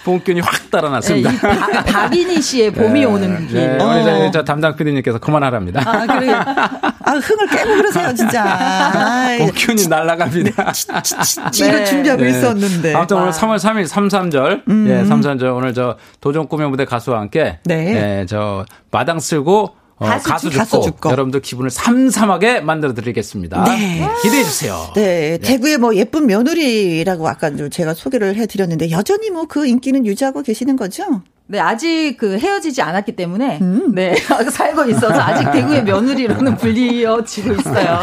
[SPEAKER 5] 봄기운이 확
[SPEAKER 4] 예, 이
[SPEAKER 5] 달아났습니다.
[SPEAKER 4] 박- 박인희 씨의 봄이 오는 길.
[SPEAKER 5] 네, 우리 저- 저 담당 PD님께서 그만하랍니다.
[SPEAKER 1] 아 그래요. 아 흥을 깨고 그러세요 진짜. 아이,
[SPEAKER 5] 봄기운이 날아갑니다.
[SPEAKER 1] 이거 준비하고
[SPEAKER 5] 네.
[SPEAKER 1] 있었는데.
[SPEAKER 5] 아무튼 오늘 3월 3일 삼삼절. 예, 삼삼절 오늘 저 도전 꾸며 무대 가수와 함께
[SPEAKER 1] 네.
[SPEAKER 5] 예, 저 마당 쓸고 어,
[SPEAKER 4] 가수
[SPEAKER 5] 가수,
[SPEAKER 1] 죽- 가수
[SPEAKER 5] 죽고
[SPEAKER 1] 죽고.
[SPEAKER 5] 여러분들 기분을 삼삼하게 만들어 드리겠습니다.
[SPEAKER 1] 네.
[SPEAKER 5] 기대해 주세요.
[SPEAKER 1] 네, 대구의 뭐 예쁜 며느리라고 아까 좀 제가 소개를 해드렸는데 여전히 뭐 그 인기는 유지하고 계시는 거죠?
[SPEAKER 4] 네, 아직 그 헤어지지 않았기 때문에
[SPEAKER 1] 음.
[SPEAKER 4] 네 살고 있어서 아직 대구의 며느리로는 불리어지고 있어요.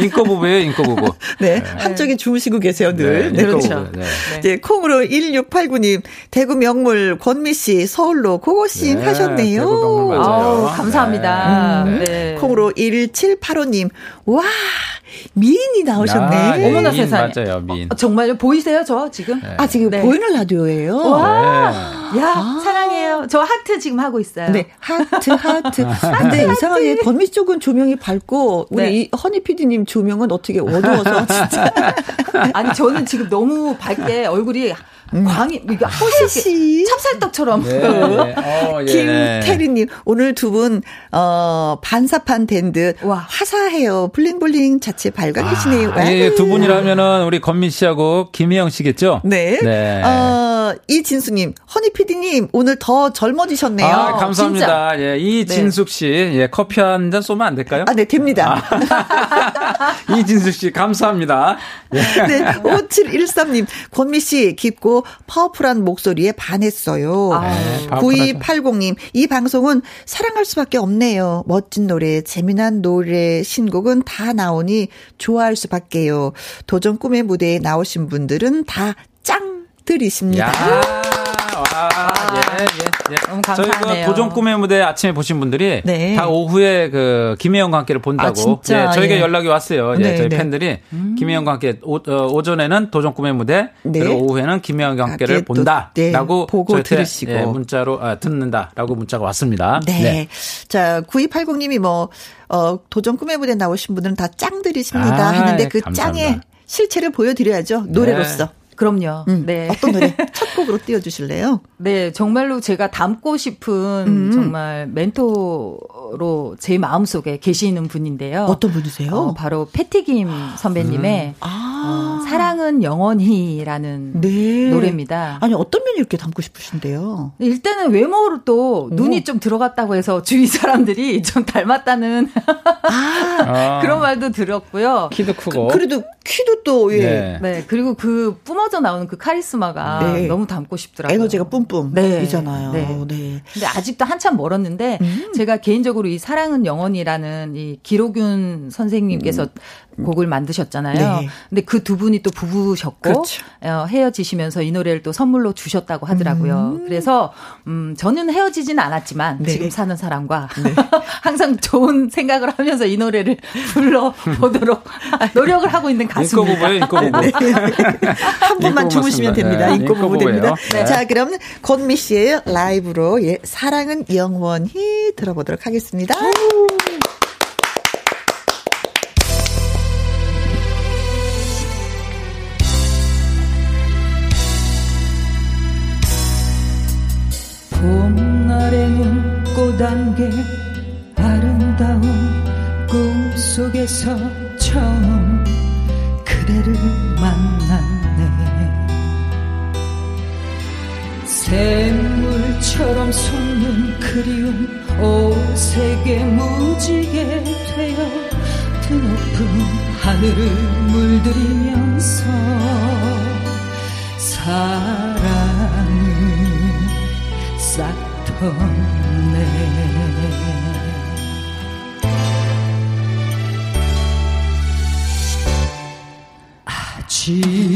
[SPEAKER 5] 예. 인꺼 부부예요, 인꺼 부부.
[SPEAKER 1] 네, 한쪽에 주무시고 계세요 늘.
[SPEAKER 5] 네, 인꺼
[SPEAKER 4] 그렇죠.
[SPEAKER 5] 부부. 네.
[SPEAKER 1] 네, 콩으로 1689님, 대구 명물 권미 씨 서울로 고고싱
[SPEAKER 5] 네, 대구 명물
[SPEAKER 1] 하셨네요. 아,
[SPEAKER 5] 맞아요.
[SPEAKER 4] 아우 감사합니다.
[SPEAKER 5] 네.
[SPEAKER 4] 네.
[SPEAKER 1] 콩으로 1785님, 와, 미인이 나오셨네.
[SPEAKER 5] 아, 예.
[SPEAKER 4] 어머나
[SPEAKER 5] 미인
[SPEAKER 4] 세상에.
[SPEAKER 5] 맞아요, 미인.
[SPEAKER 4] 어, 정말요? 보이세요, 저 지금?
[SPEAKER 1] 아, 지금
[SPEAKER 4] 네.
[SPEAKER 1] 보이는 라디오예요.
[SPEAKER 4] 와, 야,
[SPEAKER 1] 아.
[SPEAKER 4] 사랑해요. 저 하트 지금 하고 있어요.
[SPEAKER 1] 네, 하트, 하트. 아, 근데 이상하게 권미 쪽은 조명이 밝고, 우리
[SPEAKER 4] 네.
[SPEAKER 1] 이 허니 PD님 조명은 어떻게 어두워서 진짜.
[SPEAKER 4] 아니 저는 지금 너무 밝게 얼굴이 광이 이거 하얗게
[SPEAKER 1] 음. 하얗지.
[SPEAKER 4] 찹쌀떡처럼.
[SPEAKER 5] 네. 어, 예.
[SPEAKER 1] 그 김태리님, 오늘 두 분, 어, 반사판 된 듯,
[SPEAKER 4] 와.
[SPEAKER 1] 화사해요. 블링블링 자체 발광이시네요.
[SPEAKER 5] 아, 예, 두 분이라면은 우리 건민 씨하고 김희영 씨겠죠?
[SPEAKER 1] 네. 어, 이진수님, 허니 PD님, 오늘 더 젊어지셨네요. 네.
[SPEAKER 5] 아, 감사합니다. 예, 이진숙 씨, 예, 커피 한 잔 쏘면 안 될까요?
[SPEAKER 1] 아, 네, 됩니다.
[SPEAKER 5] 이진숙 씨, 감사합니다. 예.
[SPEAKER 1] 네, 5713님, 권미 씨, 깊고 파워풀한 목소리에 반했어요.
[SPEAKER 4] 아유.
[SPEAKER 5] 네, 파워풀하죠.
[SPEAKER 1] 9280님, 이 방송은 사랑할 수밖에 없네요. 멋진 노래, 재미난 노래, 신곡은 다 나오니 좋아할 수밖에요. 도전 꿈의 무대에 나오신 분들은 다 짱들이십니다.
[SPEAKER 5] 야. 와, 예, 예, 예.
[SPEAKER 4] 너무
[SPEAKER 5] 저희
[SPEAKER 4] 감사하네요.
[SPEAKER 5] 그 도전 꿈의 무대 아침에 보신 분들이
[SPEAKER 1] 네.
[SPEAKER 5] 다 오후에 그 김혜영과 함께를 본다고
[SPEAKER 1] 아, 진짜?
[SPEAKER 5] 예, 저희가
[SPEAKER 1] 예.
[SPEAKER 5] 연락이 왔어요. 예,
[SPEAKER 1] 네,
[SPEAKER 5] 저희
[SPEAKER 1] 네.
[SPEAKER 5] 팬들이 김혜영과 함께 오, 전에는 도전 꿈의 무대
[SPEAKER 1] 네.
[SPEAKER 5] 그리고 오후에는 김혜영과
[SPEAKER 1] 함께
[SPEAKER 5] 함께를
[SPEAKER 1] 또, 네,
[SPEAKER 5] 본다라고
[SPEAKER 1] 보고
[SPEAKER 5] 저한테,
[SPEAKER 1] 들으시고.
[SPEAKER 5] 예, 문자로 아, 듣는다라고 문자가 왔습니다.
[SPEAKER 1] 네. 자, 9280님이 뭐, 어, 도전 꿈의 무대 나오신 분들은 다 짱들이십니다
[SPEAKER 5] 아,
[SPEAKER 1] 하는데
[SPEAKER 5] 예,
[SPEAKER 1] 그
[SPEAKER 5] 감사합니다.
[SPEAKER 1] 짱의 실체를 보여드려야죠. 노래로서.
[SPEAKER 4] 그럼요. 네.
[SPEAKER 1] 음. 어떤 노래? 첫 곡으로 띄워주실래요?
[SPEAKER 4] 네, 정말로 제가 닮고 싶은
[SPEAKER 1] 음.
[SPEAKER 4] 정말 멘토로 제 마음속에 계시는 분인데요.
[SPEAKER 1] 어떤 분이세요?
[SPEAKER 4] 어, 바로 패티김 선배님의
[SPEAKER 1] 아.
[SPEAKER 4] 어, 사랑은 영원히라는
[SPEAKER 1] 네.
[SPEAKER 4] 노래입니다.
[SPEAKER 1] 아니, 어떤 면이 이렇게 담고 싶으신데요?
[SPEAKER 4] 일단은 외모로 또 눈이 좀 들어갔다고 해서 주위 사람들이 좀 닮았다는
[SPEAKER 5] 아,
[SPEAKER 4] 그런 말도 들었고요.
[SPEAKER 5] 키도 크고.
[SPEAKER 1] 그래도 키도 또, 예.
[SPEAKER 5] 어? 네.
[SPEAKER 4] 네, 그리고 그 뿜어져 나오는 그 카리스마가
[SPEAKER 1] 네.
[SPEAKER 4] 너무 담고 싶더라고요.
[SPEAKER 1] 에너지가
[SPEAKER 4] 네.
[SPEAKER 1] 뿜뿜이잖아요.
[SPEAKER 4] 네.
[SPEAKER 1] 네.
[SPEAKER 4] 근데 아직도 한참 멀었는데
[SPEAKER 1] 음.
[SPEAKER 4] 제가 개인적으로 이 사랑은 영원이라는 이 기로균 선생님께서 곡을 만드셨잖아요.
[SPEAKER 1] 음. 네.
[SPEAKER 4] 근데 그 두 분이 또 부부셨고
[SPEAKER 1] 그렇죠.
[SPEAKER 4] 어, 헤어지시면서 이 노래를 또 선물로 주셨다고 하더라고요. 그래서 음 저는 헤어지진 않았지만
[SPEAKER 1] 네.
[SPEAKER 4] 지금 사는 사람과 항상 좋은 생각을 하면서 이 노래를 불러 보도록
[SPEAKER 1] 음.
[SPEAKER 4] 노력을 하고 있는
[SPEAKER 1] 뭐
[SPEAKER 4] 가수입니다.
[SPEAKER 5] 인꺼 부부예요, 인꺼 부부.
[SPEAKER 1] 한 분만
[SPEAKER 5] 인꼬부
[SPEAKER 1] 주무시면
[SPEAKER 5] 맞습니다.
[SPEAKER 1] 됩니다.
[SPEAKER 5] 네.
[SPEAKER 1] 인꼬 부부
[SPEAKER 5] 인꼬부예요.
[SPEAKER 1] 됩니다.
[SPEAKER 5] 네.
[SPEAKER 1] 자, 그럼 권미 씨의 라이브로 예, 사랑은 영원히 들어보도록 하겠습니다.
[SPEAKER 6] 봄날의 눈꽃안개 아름다운 꿈속에서 처음 그대를 만났네 샘물처럼 솟는 그리움 오색의 무지개 되어 드높은 하늘을 물들이면서 사랑은 싹 텄네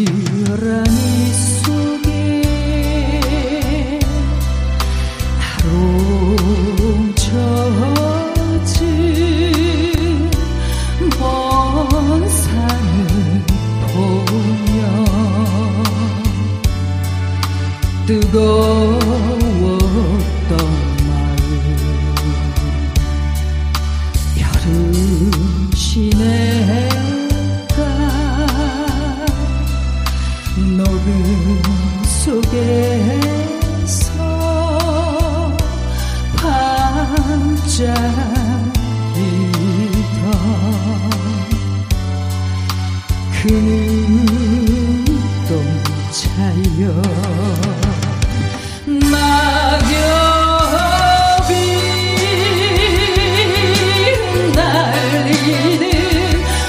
[SPEAKER 6] 지라니 속에 하루 젖은 먼 산을 보며 뜨거웠던 마음 여름 시내가 녹음 속에서 반짝이던 그눈동 차여 낙엽이 날리는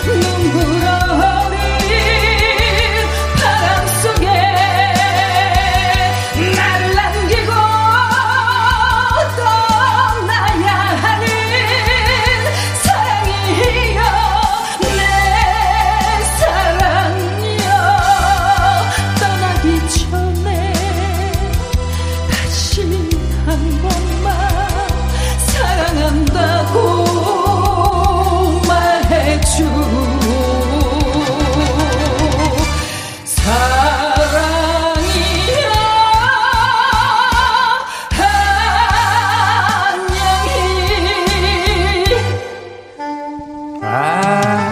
[SPEAKER 6] 눈물 어린 바람 속에 나를 안기고 떠나야 하는 사랑이여 내 사랑이여 떠나기 전에 다시 한 번만 사랑한다고 말해줘 사랑이여 안녕히
[SPEAKER 5] 아.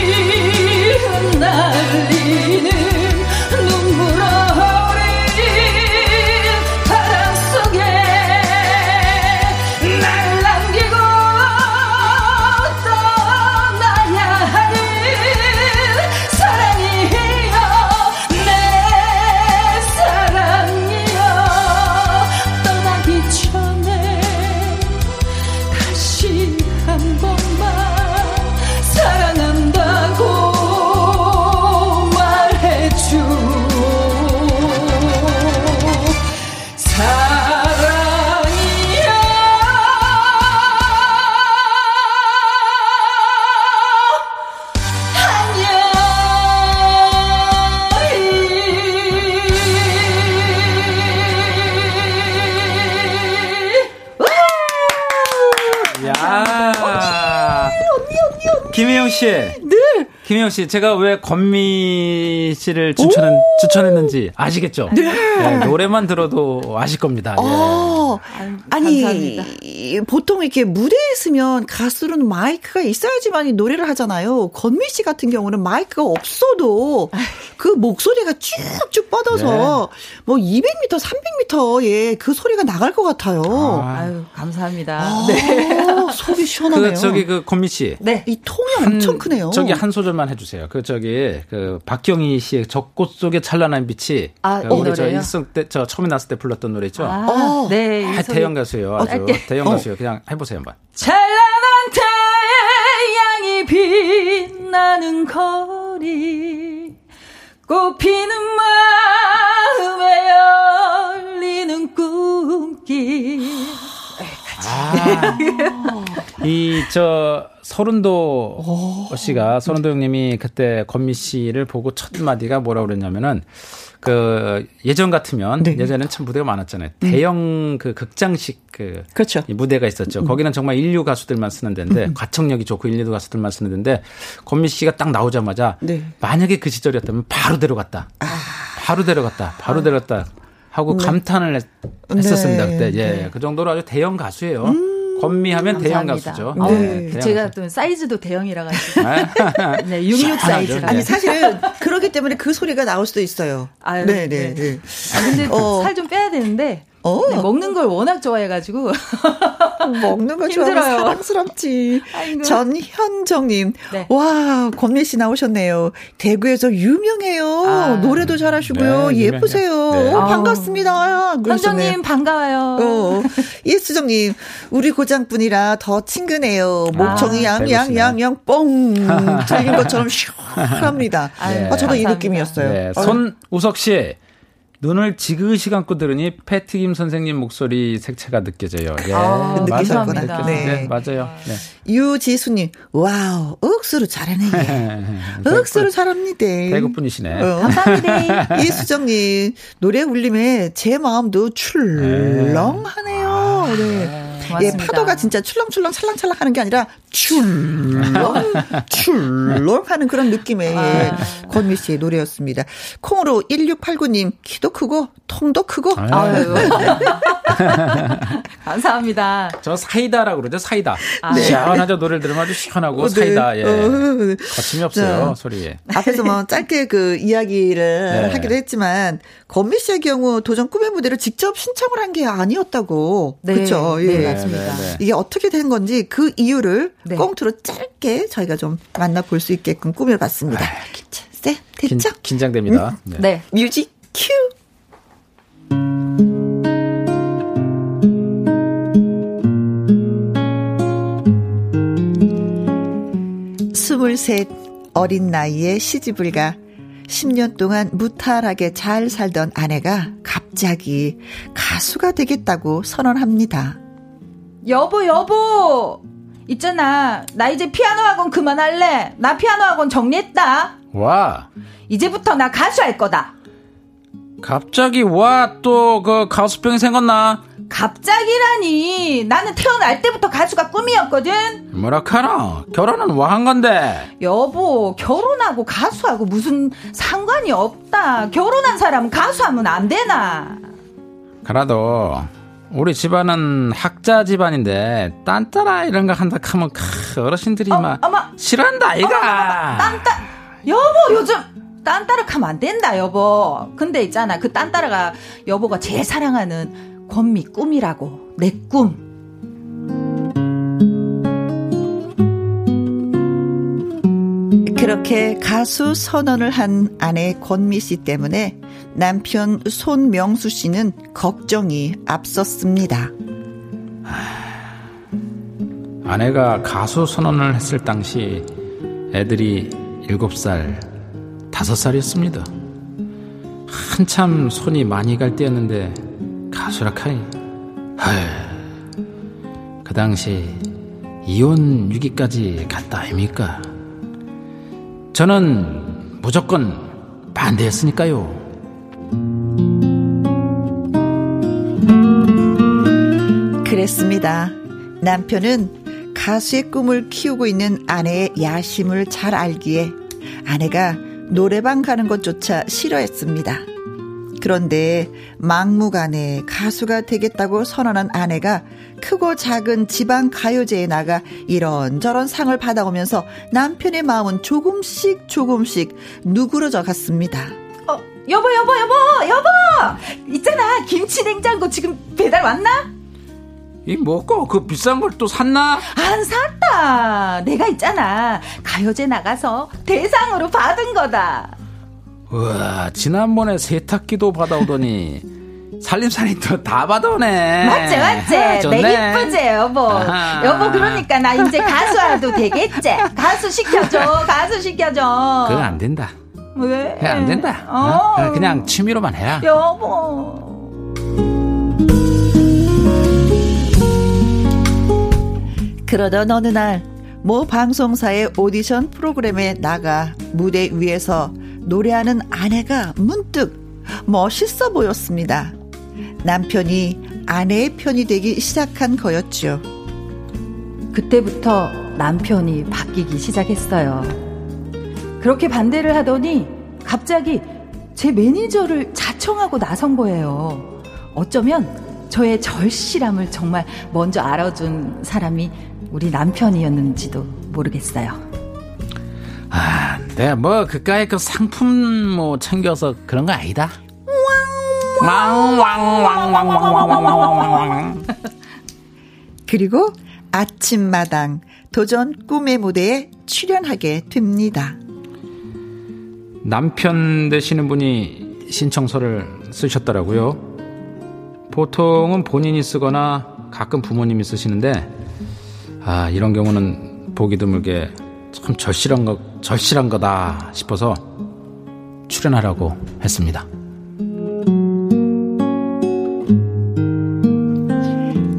[SPEAKER 6] 낙엽이 날리는 눈물 어린 바람 속에 날 남기고 떠나야 하는 사랑이여 내 사랑이여 떠나기 전에 다시 한 번만 사랑한다고 말해줘 사랑이야 안녕히
[SPEAKER 5] 야. 김혜영 씨. 늘.
[SPEAKER 4] 네.
[SPEAKER 5] 김혜영 씨, 제가 왜 건미 씨를 추천한, 추천했는지 아시겠죠? 네, 노래만 들어도 아실 겁니다. 예.
[SPEAKER 1] 어, 아니, 보통 이렇게 무대에 서면 가수로는 마이크가 있어야지만 이 노래를 하잖아요. 건미 씨 같은 경우는 마이크가 없어도 그 목소리가 쭉쭉 뻗어서
[SPEAKER 5] 네.
[SPEAKER 1] 뭐 200m, 300m에 그 소리가 나갈 것 같아요.
[SPEAKER 4] 아유, 감사합니다.
[SPEAKER 1] 네. 속이 시원하네요.
[SPEAKER 5] 그, 저기, 그, 건미 씨.
[SPEAKER 4] 네.
[SPEAKER 1] 이 통이 엄청 크네요.
[SPEAKER 5] 저기 한 소절만 해주세요. 그, 저기, 그, 박경희 씨의 적꽃 속에 찬란한 빛이.
[SPEAKER 4] 아,
[SPEAKER 5] 그
[SPEAKER 4] 이
[SPEAKER 5] 우리 저
[SPEAKER 4] 노래요?
[SPEAKER 5] 일승 때, 저 처음에 났을 때 불렀던 노래 있죠? 아,
[SPEAKER 1] 어.
[SPEAKER 4] 네. 이 소리-
[SPEAKER 5] 대형 가수예요. 아주.
[SPEAKER 4] 네.
[SPEAKER 5] 대형 가수예요. 그냥 해보세요, 한번.
[SPEAKER 4] 찬란한 태양이 빛나는 거리 꽃피는 마음에 열리는 꿈길
[SPEAKER 5] 이 저 서른도 씨가 서른도 형님이 그때 건미 씨를 보고 첫 마디가 뭐라 그랬냐면은 그 예전 같으면
[SPEAKER 1] 네.
[SPEAKER 5] 예전에는 참 무대가 많았잖아요. 대형 그 극장식 그
[SPEAKER 1] 음. 그렇죠. 음.
[SPEAKER 5] 이 무대가 있었죠. 거기는 정말 인류 가수들만 쓰는 데인데 가창력이 좋고 인류 가수들만 쓰는 데인데 건미 씨가 딱 나오자마자
[SPEAKER 1] 네. 아.
[SPEAKER 5] 만약에 그 시절이었다면 바로 데려갔다. 바로 데려갔다. 바로 데려갔다. 하고 감탄을 했, 었습니다
[SPEAKER 1] 네, 음,
[SPEAKER 5] 그때 예, 그 정도로 아주 대형 가수예요. 건미하면 대형
[SPEAKER 4] 감사합니다.
[SPEAKER 5] 가수죠.
[SPEAKER 1] 어,
[SPEAKER 5] 아.
[SPEAKER 4] 아우,
[SPEAKER 5] 네, 대형
[SPEAKER 4] 제가 또 사이즈도 대형이라 가지고
[SPEAKER 5] 가수.
[SPEAKER 4] 네, 66 사이즈라.
[SPEAKER 5] 네.
[SPEAKER 1] 아니 사실은 그렇기 때문에 그 소리가 나올 수도 있어요.
[SPEAKER 4] 아유,
[SPEAKER 1] 네, 네,
[SPEAKER 4] 네.
[SPEAKER 1] 네.
[SPEAKER 4] 아, 근데
[SPEAKER 1] 어.
[SPEAKER 4] 살 좀 빼야 되는데
[SPEAKER 1] 어,
[SPEAKER 4] 네, 먹는 걸 워낙 좋아해가지고
[SPEAKER 1] 먹는 거 좋아하면
[SPEAKER 4] 힘들어요.
[SPEAKER 1] 사랑스럽지.
[SPEAKER 4] 아이고.
[SPEAKER 1] 전현정님,
[SPEAKER 4] 네.
[SPEAKER 1] 와 권미 씨 나오셨네요. 대구에서 유명해요.
[SPEAKER 4] 아.
[SPEAKER 1] 노래도 잘하시고요.
[SPEAKER 5] 네, 유명해요.
[SPEAKER 1] 예쁘세요.
[SPEAKER 5] 네.
[SPEAKER 1] 어, 반갑습니다. 그러시네요.
[SPEAKER 4] 선정님 반가워요.
[SPEAKER 1] 어, 예수정님, 우리 고장뿐이라 더 친근해요. 목청이
[SPEAKER 5] 아,
[SPEAKER 1] 양양양양 뻥 뚫린 것처럼 시원합니다.
[SPEAKER 4] 아유,
[SPEAKER 1] 아, 저도 이
[SPEAKER 4] 감사합니다.
[SPEAKER 1] 느낌이었어요.
[SPEAKER 5] 네, 손우석 씨. 눈을 지그시 감고 들으니 패트김 선생님 목소리 색채가 느껴져요. 예.
[SPEAKER 4] 아,
[SPEAKER 5] 맞아요.
[SPEAKER 1] 느끼셨구나.
[SPEAKER 5] 느껴져요.
[SPEAKER 1] 네.
[SPEAKER 5] 네, 맞아요. 네.
[SPEAKER 1] 유지수님, 와우, 억수로 잘하네. 억수로 잘합니다.
[SPEAKER 5] 대구 분이시네.
[SPEAKER 1] 어.
[SPEAKER 4] 감사합니다.
[SPEAKER 1] 이수정님, 노래 울림에 제 마음도 출렁하네요. 네. 예,
[SPEAKER 4] 아, 고맙습니다.
[SPEAKER 1] 파도가 진짜 출렁출렁 찰랑찰랑 하는 게 아니라 출렁 출렁 하는 그런 느낌의
[SPEAKER 4] 아.
[SPEAKER 1] 예, 권미 씨의 노래였습니다. 콩으로 1689님 키도 크고 통도 크고
[SPEAKER 4] 아유. 네. 감사합니다.
[SPEAKER 5] 저 사이다라고 그러죠. 사이다. 네.
[SPEAKER 4] 아.
[SPEAKER 5] 시원하죠. 노래를 들으면 아주
[SPEAKER 4] 뭐
[SPEAKER 5] 시원하고
[SPEAKER 1] 네.
[SPEAKER 5] 사이다. 예.
[SPEAKER 1] 어.
[SPEAKER 5] 거침이 없어요.
[SPEAKER 1] 자.
[SPEAKER 5] 소리에.
[SPEAKER 1] 앞에서 뭐 짧게 그 이야기를
[SPEAKER 5] 네.
[SPEAKER 1] 하기도 했지만 권미 씨의 경우 도전 꿈의 무대를 직접 신청을 한 게 아니었다고
[SPEAKER 4] 네,
[SPEAKER 1] 그렇죠. 예.
[SPEAKER 4] 네, 맞습니다.
[SPEAKER 5] 네, 네.
[SPEAKER 1] 이게 어떻게 된 건지 그 이유를
[SPEAKER 4] 네.
[SPEAKER 1] 꽁트로 짧게 저희가 좀 만나볼 수 있게끔 꾸며봤습니다. 자, 네,
[SPEAKER 5] 긴,
[SPEAKER 1] 됐죠?
[SPEAKER 5] 긴장됩니다.
[SPEAKER 1] 음.
[SPEAKER 5] 네.
[SPEAKER 4] 네.
[SPEAKER 1] 뮤직 큐. 스물셋 어린 나이에 시집을 가 10년 동안 무탈하게 잘 살던 아내가 갑자기 가수가 되겠다고 선언합니다.
[SPEAKER 4] 여보 여보 있잖아 나 이제 피아노 학원 그만할래. 나 피아노 학원 정리했다.
[SPEAKER 1] 네.
[SPEAKER 5] 와.
[SPEAKER 4] 이제부터 나 가수 할 거다.
[SPEAKER 5] 갑자기 와 또 그 가수병이 생겼나?
[SPEAKER 4] 갑자기라니 나는 태어날 때부터 가수가 꿈이었거든.
[SPEAKER 5] 뭐라카노? 결혼은 와 한 건데.
[SPEAKER 4] 여보 결혼하고 가수하고 무슨 상관이 없다. 결혼한 사람은 가수하면 안 되나.
[SPEAKER 5] 그래도 우리 집안은 학자 집안인데 딴따라 이런 거 한다 하면 크, 어르신들이
[SPEAKER 4] 어,
[SPEAKER 5] 막
[SPEAKER 4] 어머.
[SPEAKER 5] 싫어한다 아이가.
[SPEAKER 4] 딴따 여보 요즘 딴따라 가면 안 된다 여보 근데 있잖아 그 딴따라가 여보가 제일 사랑하는 권미 꿈이라고 내 꿈
[SPEAKER 1] 그렇게 가수 선언을 한 아내 권미 씨 때문에 남편 손명수 씨는 걱정이 앞섰습니다.
[SPEAKER 5] 아내가 가수 선언을 했을 당시 애들이 7살, 5살이었습니다. 한참 손이 많이 갈 때였는데 가수라 카니. 헐. 그 당시 이혼 위기까지 갔다 아닙니까? 저는 무조건 반대했으니까요.
[SPEAKER 1] 그랬습니다. 남편은 가수의 꿈을 키우고 있는 아내의 야심을 잘 알기에 아내가 노래방 가는 것조차 싫어했습니다. 그런데 막무가내 가수가 되겠다고 선언한 아내가 크고 작은 지방 가요제에 나가 이런저런 상을 받아오면서 남편의 마음은 조금씩 조금씩 누그러져 갔습니다.
[SPEAKER 4] 어, 여보 여보 여보 여보 있잖아 김치 냉장고 지금 배달 왔나?
[SPEAKER 5] 이 뭐고 그 비싼 걸 또 샀나?
[SPEAKER 4] 안 샀다 내가 있잖아 가요제 나가서 대상으로 받은 거다
[SPEAKER 5] 우와 지난번에 세탁기도 받아오더니 살림살이도 다 받아오네
[SPEAKER 4] 맞지 맞지
[SPEAKER 5] 아, 좋네.
[SPEAKER 4] 내 이쁘지 여보
[SPEAKER 5] 아하.
[SPEAKER 4] 여보 그러니까 나 이제 가수해도 되겠지 가수 시켜줘 가수 시켜줘
[SPEAKER 5] 그건 안 된다
[SPEAKER 4] 왜?
[SPEAKER 5] 그건 안 된다
[SPEAKER 4] 어.
[SPEAKER 5] 어, 그냥 취미로만 해라
[SPEAKER 4] 여보.
[SPEAKER 1] 그러던 어느 날 모 방송사의 오디션 프로그램에 나가 무대 위에서 노래하는 아내가 문득 멋있어 보였습니다. 남편이 아내의 편이 되기 시작한 거였죠.
[SPEAKER 4] 그때부터 남편이 바뀌기 시작했어요. 그렇게 반대를 하더니 갑자기 제 매니저를 자청하고 나선 거예요. 어쩌면 저의 절실함을 정말 먼저 알아준 사람이 우리 남편이었는지도 모르겠어요.
[SPEAKER 5] 네, 아, 내가 뭐 그까이 그 상품 뭐 챙겨서 그런 거 아니다 왕왕왕왕왕왕왕왕왕.
[SPEAKER 1] 그리고 아침마당 도전 꿈의 무대에 출연하게 됩니다.
[SPEAKER 5] 남편 되시는 분이 신청서를 쓰셨더라고요. 보통은 본인이 쓰거나 가끔 부모님이 쓰시는데 아 이런 경우는 보기 드물게 참 절실한 거 절실한 거다 싶어서 출연하라고 했습니다.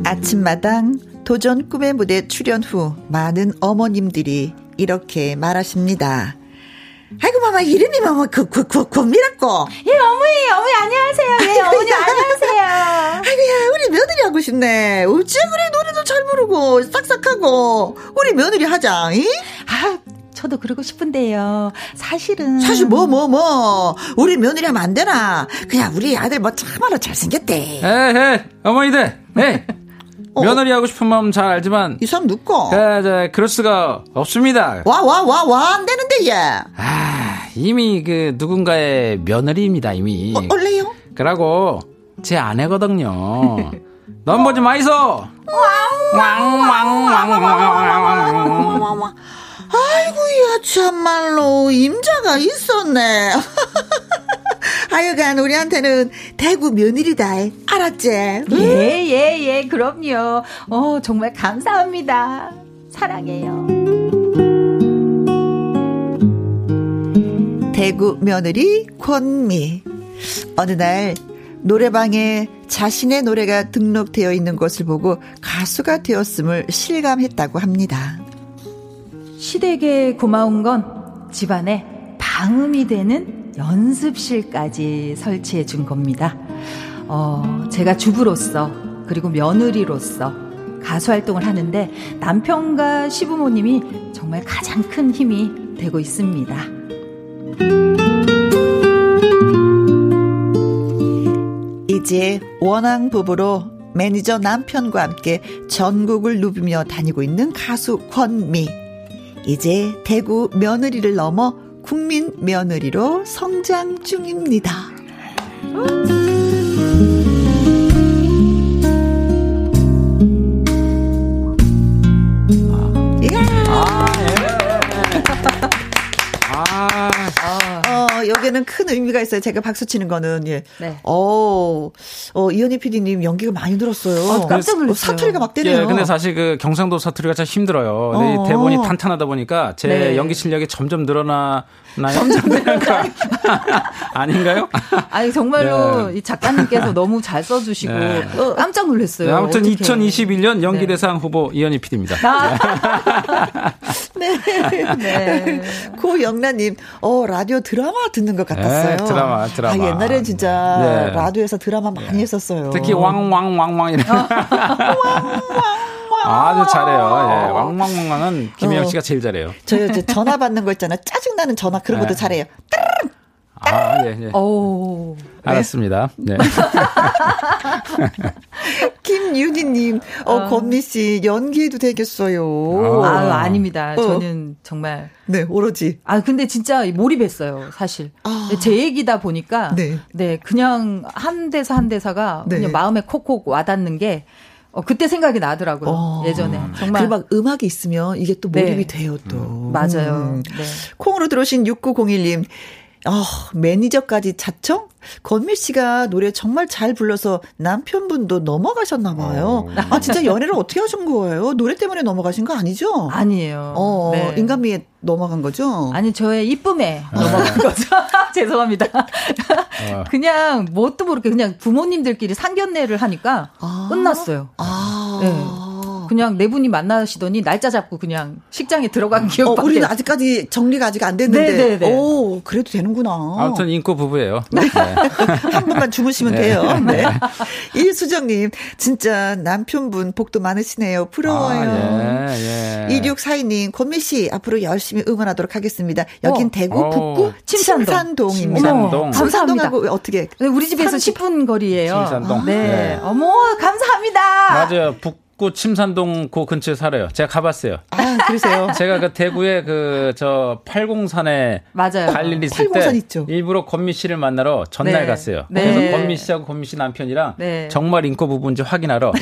[SPEAKER 1] 아침마당 도전 꿈의 무대 출연 후 많은 어머님들이 이렇게 말하십니다. 아이고 마마 이름이 뭐뭐 그그그미라고
[SPEAKER 4] 예, 어머니, 어머니, 안녕하세요. 예, 어머니, 안녕하세요.
[SPEAKER 1] 아이고야 우리 며느리 하고 싶네. 어째 그래 노래도 잘 부르고 싹싹하고 우리 며느리 하자. 이?
[SPEAKER 4] 아, 저도 그러고 싶은데요. 사실은.
[SPEAKER 1] 사실 뭐 뭐 뭐 우리 며느리 하면 안 되나? 그냥 우리 아들 뭐 참말로 잘생겼대.
[SPEAKER 5] 에헤 어머니들 에 며느리 하고 싶은 마음 잘 알지만
[SPEAKER 1] 어. 이 어? 사람 누꼬?
[SPEAKER 5] 에, 저, 그럴 수가 없습니다.
[SPEAKER 1] 와 와 와 와 안 되는데 얘.
[SPEAKER 5] 아, 이미 그 누군가의 며느리입니다, 이미.
[SPEAKER 1] 어, 원래요?
[SPEAKER 5] 그러고 제 아내거든요. 넌 뭐지 마이소. 왕왕왕왕왕왕왕왕.
[SPEAKER 1] 아이고야 참말로 임자가 있었네. 하여간 우리한테는 대구 며느리다. 알았지?
[SPEAKER 4] 예, 예, 예, 그럼요. 어, 정말 감사합니다. 사랑해요.
[SPEAKER 1] 대구 며느리 권미. 어느 날 노래방에 자신의 노래가 등록되어 있는 것을 보고 가수가 되었음을 실감했다고 합니다.
[SPEAKER 4] 시댁에 고마운 건 집안에 방음이 되는 연습실까지 설치해 준 겁니다. 어, 제가 주부로서 그리고 며느리로서 가수 활동을 하는데 남편과 시부모님이 정말 가장 큰 힘이 되고 있습니다.
[SPEAKER 1] 이제 원앙 부부로 매니저 남편과 함께 전국을 누비며 다니고 있는 가수 권미. 이제 대구 며느리를 넘어 국민 며느리로 성장 중입니다. 예.
[SPEAKER 5] 아,
[SPEAKER 1] 어, 여기는 큰 의미가 있어요. 제가 박수 치는 거는, 예.
[SPEAKER 4] 네.
[SPEAKER 1] 어, 어, 이현희 PD님 연기가 많이 늘었어요.
[SPEAKER 4] 아, 깜짝 놀랐어요.
[SPEAKER 1] 어, 사투리가 막 되네요.
[SPEAKER 5] 예, 근데 사실 그 경상도 사투리가 참 힘들어요. 근데 이
[SPEAKER 1] 어.
[SPEAKER 5] 대본이 탄탄하다 보니까 제
[SPEAKER 4] 네.
[SPEAKER 5] 연기 실력이 점점 늘어나나요? 점점 늘어나 아닌가요?
[SPEAKER 4] 아니 정말로 이 작가님께서 너무 잘 써주시고
[SPEAKER 5] 네.
[SPEAKER 4] 어, 깜짝 놀랐어요.
[SPEAKER 5] 아무튼
[SPEAKER 4] 어떡해.
[SPEAKER 5] 2021년 연기대상 후보 이현희 PD입니다.
[SPEAKER 4] 네.
[SPEAKER 1] 고영란님, 어, 라디오 드라마 듣는 것 같았어요.
[SPEAKER 5] 네, 드라마, 드라마.
[SPEAKER 1] 아, 옛날엔 진짜
[SPEAKER 5] 네.
[SPEAKER 1] 라디오에서 드라마 많이 했었어요.
[SPEAKER 5] 특히 왕왕왕왕 이런. 아주 잘해요. 예. 왕왕왕왕은 김혜영
[SPEAKER 1] 어.
[SPEAKER 5] 씨가 제일 잘해요.
[SPEAKER 1] 저요, 저 전화 받는 거 있잖아요. 짜증나는 전화, 그런 것도
[SPEAKER 5] 네.
[SPEAKER 1] 잘해요.
[SPEAKER 5] 아, 예, 예.
[SPEAKER 4] 오.
[SPEAKER 5] 알았습니다. 네.
[SPEAKER 1] 김윤희님, 어, 권미 씨, 연기해도 되겠어요.
[SPEAKER 5] 어.
[SPEAKER 4] 아유 아닙니다.
[SPEAKER 1] 어.
[SPEAKER 4] 저는 정말
[SPEAKER 1] 네, 오로지.
[SPEAKER 4] 아 근데 진짜 몰입했어요 사실
[SPEAKER 1] 아.
[SPEAKER 4] 제 얘기다 보니까
[SPEAKER 1] 네.
[SPEAKER 4] 네, 그냥 한 대사 한 대사가
[SPEAKER 1] 네.
[SPEAKER 4] 그냥 마음에 콕콕 와닿는 게 어, 그때 생각이 나더라고요
[SPEAKER 1] 어.
[SPEAKER 4] 예전에 정말
[SPEAKER 1] 그리고 막 음악이 있으면 이게 또
[SPEAKER 4] 네.
[SPEAKER 1] 몰입이 돼요, 또.
[SPEAKER 4] 맞아요
[SPEAKER 1] 음.
[SPEAKER 4] 네.
[SPEAKER 1] 콩으로 들어오신 6901님. 어, 매니저까지 자청? 건미 씨가 노래 정말 잘 불러서 남편분도 넘어가셨나 봐요. 아, 진짜 연애를 어떻게 하신 거예요? 노래 때문에 넘어가신 거 아니죠?
[SPEAKER 4] 아니에요
[SPEAKER 1] 어,
[SPEAKER 4] 네.
[SPEAKER 1] 인간미에 넘어간 거죠?
[SPEAKER 4] 아니 저의 이쁨에 넘어간
[SPEAKER 1] 네.
[SPEAKER 4] 거죠 죄송합니다 그냥 뭣도 모르게 그냥 부모님들끼리 상견례를 하니까
[SPEAKER 1] 아.
[SPEAKER 4] 끝났어요
[SPEAKER 1] 아.
[SPEAKER 4] 그냥 네 분이 만나시더니 날짜 잡고 그냥 식장에 들어간
[SPEAKER 1] 어,
[SPEAKER 4] 기억밖에
[SPEAKER 1] 우리는 아직까지 정리가 아직 안 됐는데.
[SPEAKER 4] 네, 네, 네.
[SPEAKER 1] 오, 그래도 되는구나.
[SPEAKER 5] 아무튼 인코 부부예요. 네.
[SPEAKER 1] 한 번만 주무시면
[SPEAKER 5] 네.
[SPEAKER 1] 돼요. 네. 이수정님, 진짜 남편분 복도 많으시네요. 부러워요.
[SPEAKER 5] 아, 예, 예.
[SPEAKER 1] 2642님, 권미 씨, 앞으로 열심히 응원하도록 하겠습니다. 여긴
[SPEAKER 4] 어.
[SPEAKER 1] 대구
[SPEAKER 5] 어.
[SPEAKER 1] 북구
[SPEAKER 4] 침산동.
[SPEAKER 1] 침산동입니다.
[SPEAKER 5] 침산동.
[SPEAKER 4] 어머, 감사합니다.
[SPEAKER 1] 침산동하고 어떻게.
[SPEAKER 4] 네, 우리 집에서 10분 거리예요.
[SPEAKER 5] 침산동.
[SPEAKER 4] 네.
[SPEAKER 5] 네.
[SPEAKER 4] 어머, 감사합니다.
[SPEAKER 5] 맞아요. 북 북구 침산동 그 근처에 살아요. 제가 가봤어요.
[SPEAKER 1] 아, 그러세요.
[SPEAKER 5] 제가 그 대구에 그 저 팔공산에
[SPEAKER 4] 맞아요.
[SPEAKER 5] 갈 일이 있을 때
[SPEAKER 1] 팔공산 있죠.
[SPEAKER 5] 일부러 권미 씨를 만나러 전날
[SPEAKER 4] 네.
[SPEAKER 5] 갔어요.
[SPEAKER 4] 네.
[SPEAKER 5] 그래서 권미 씨하고 권미 씨 남편이랑
[SPEAKER 4] 네.
[SPEAKER 5] 정말 인코 부분인지 확인하러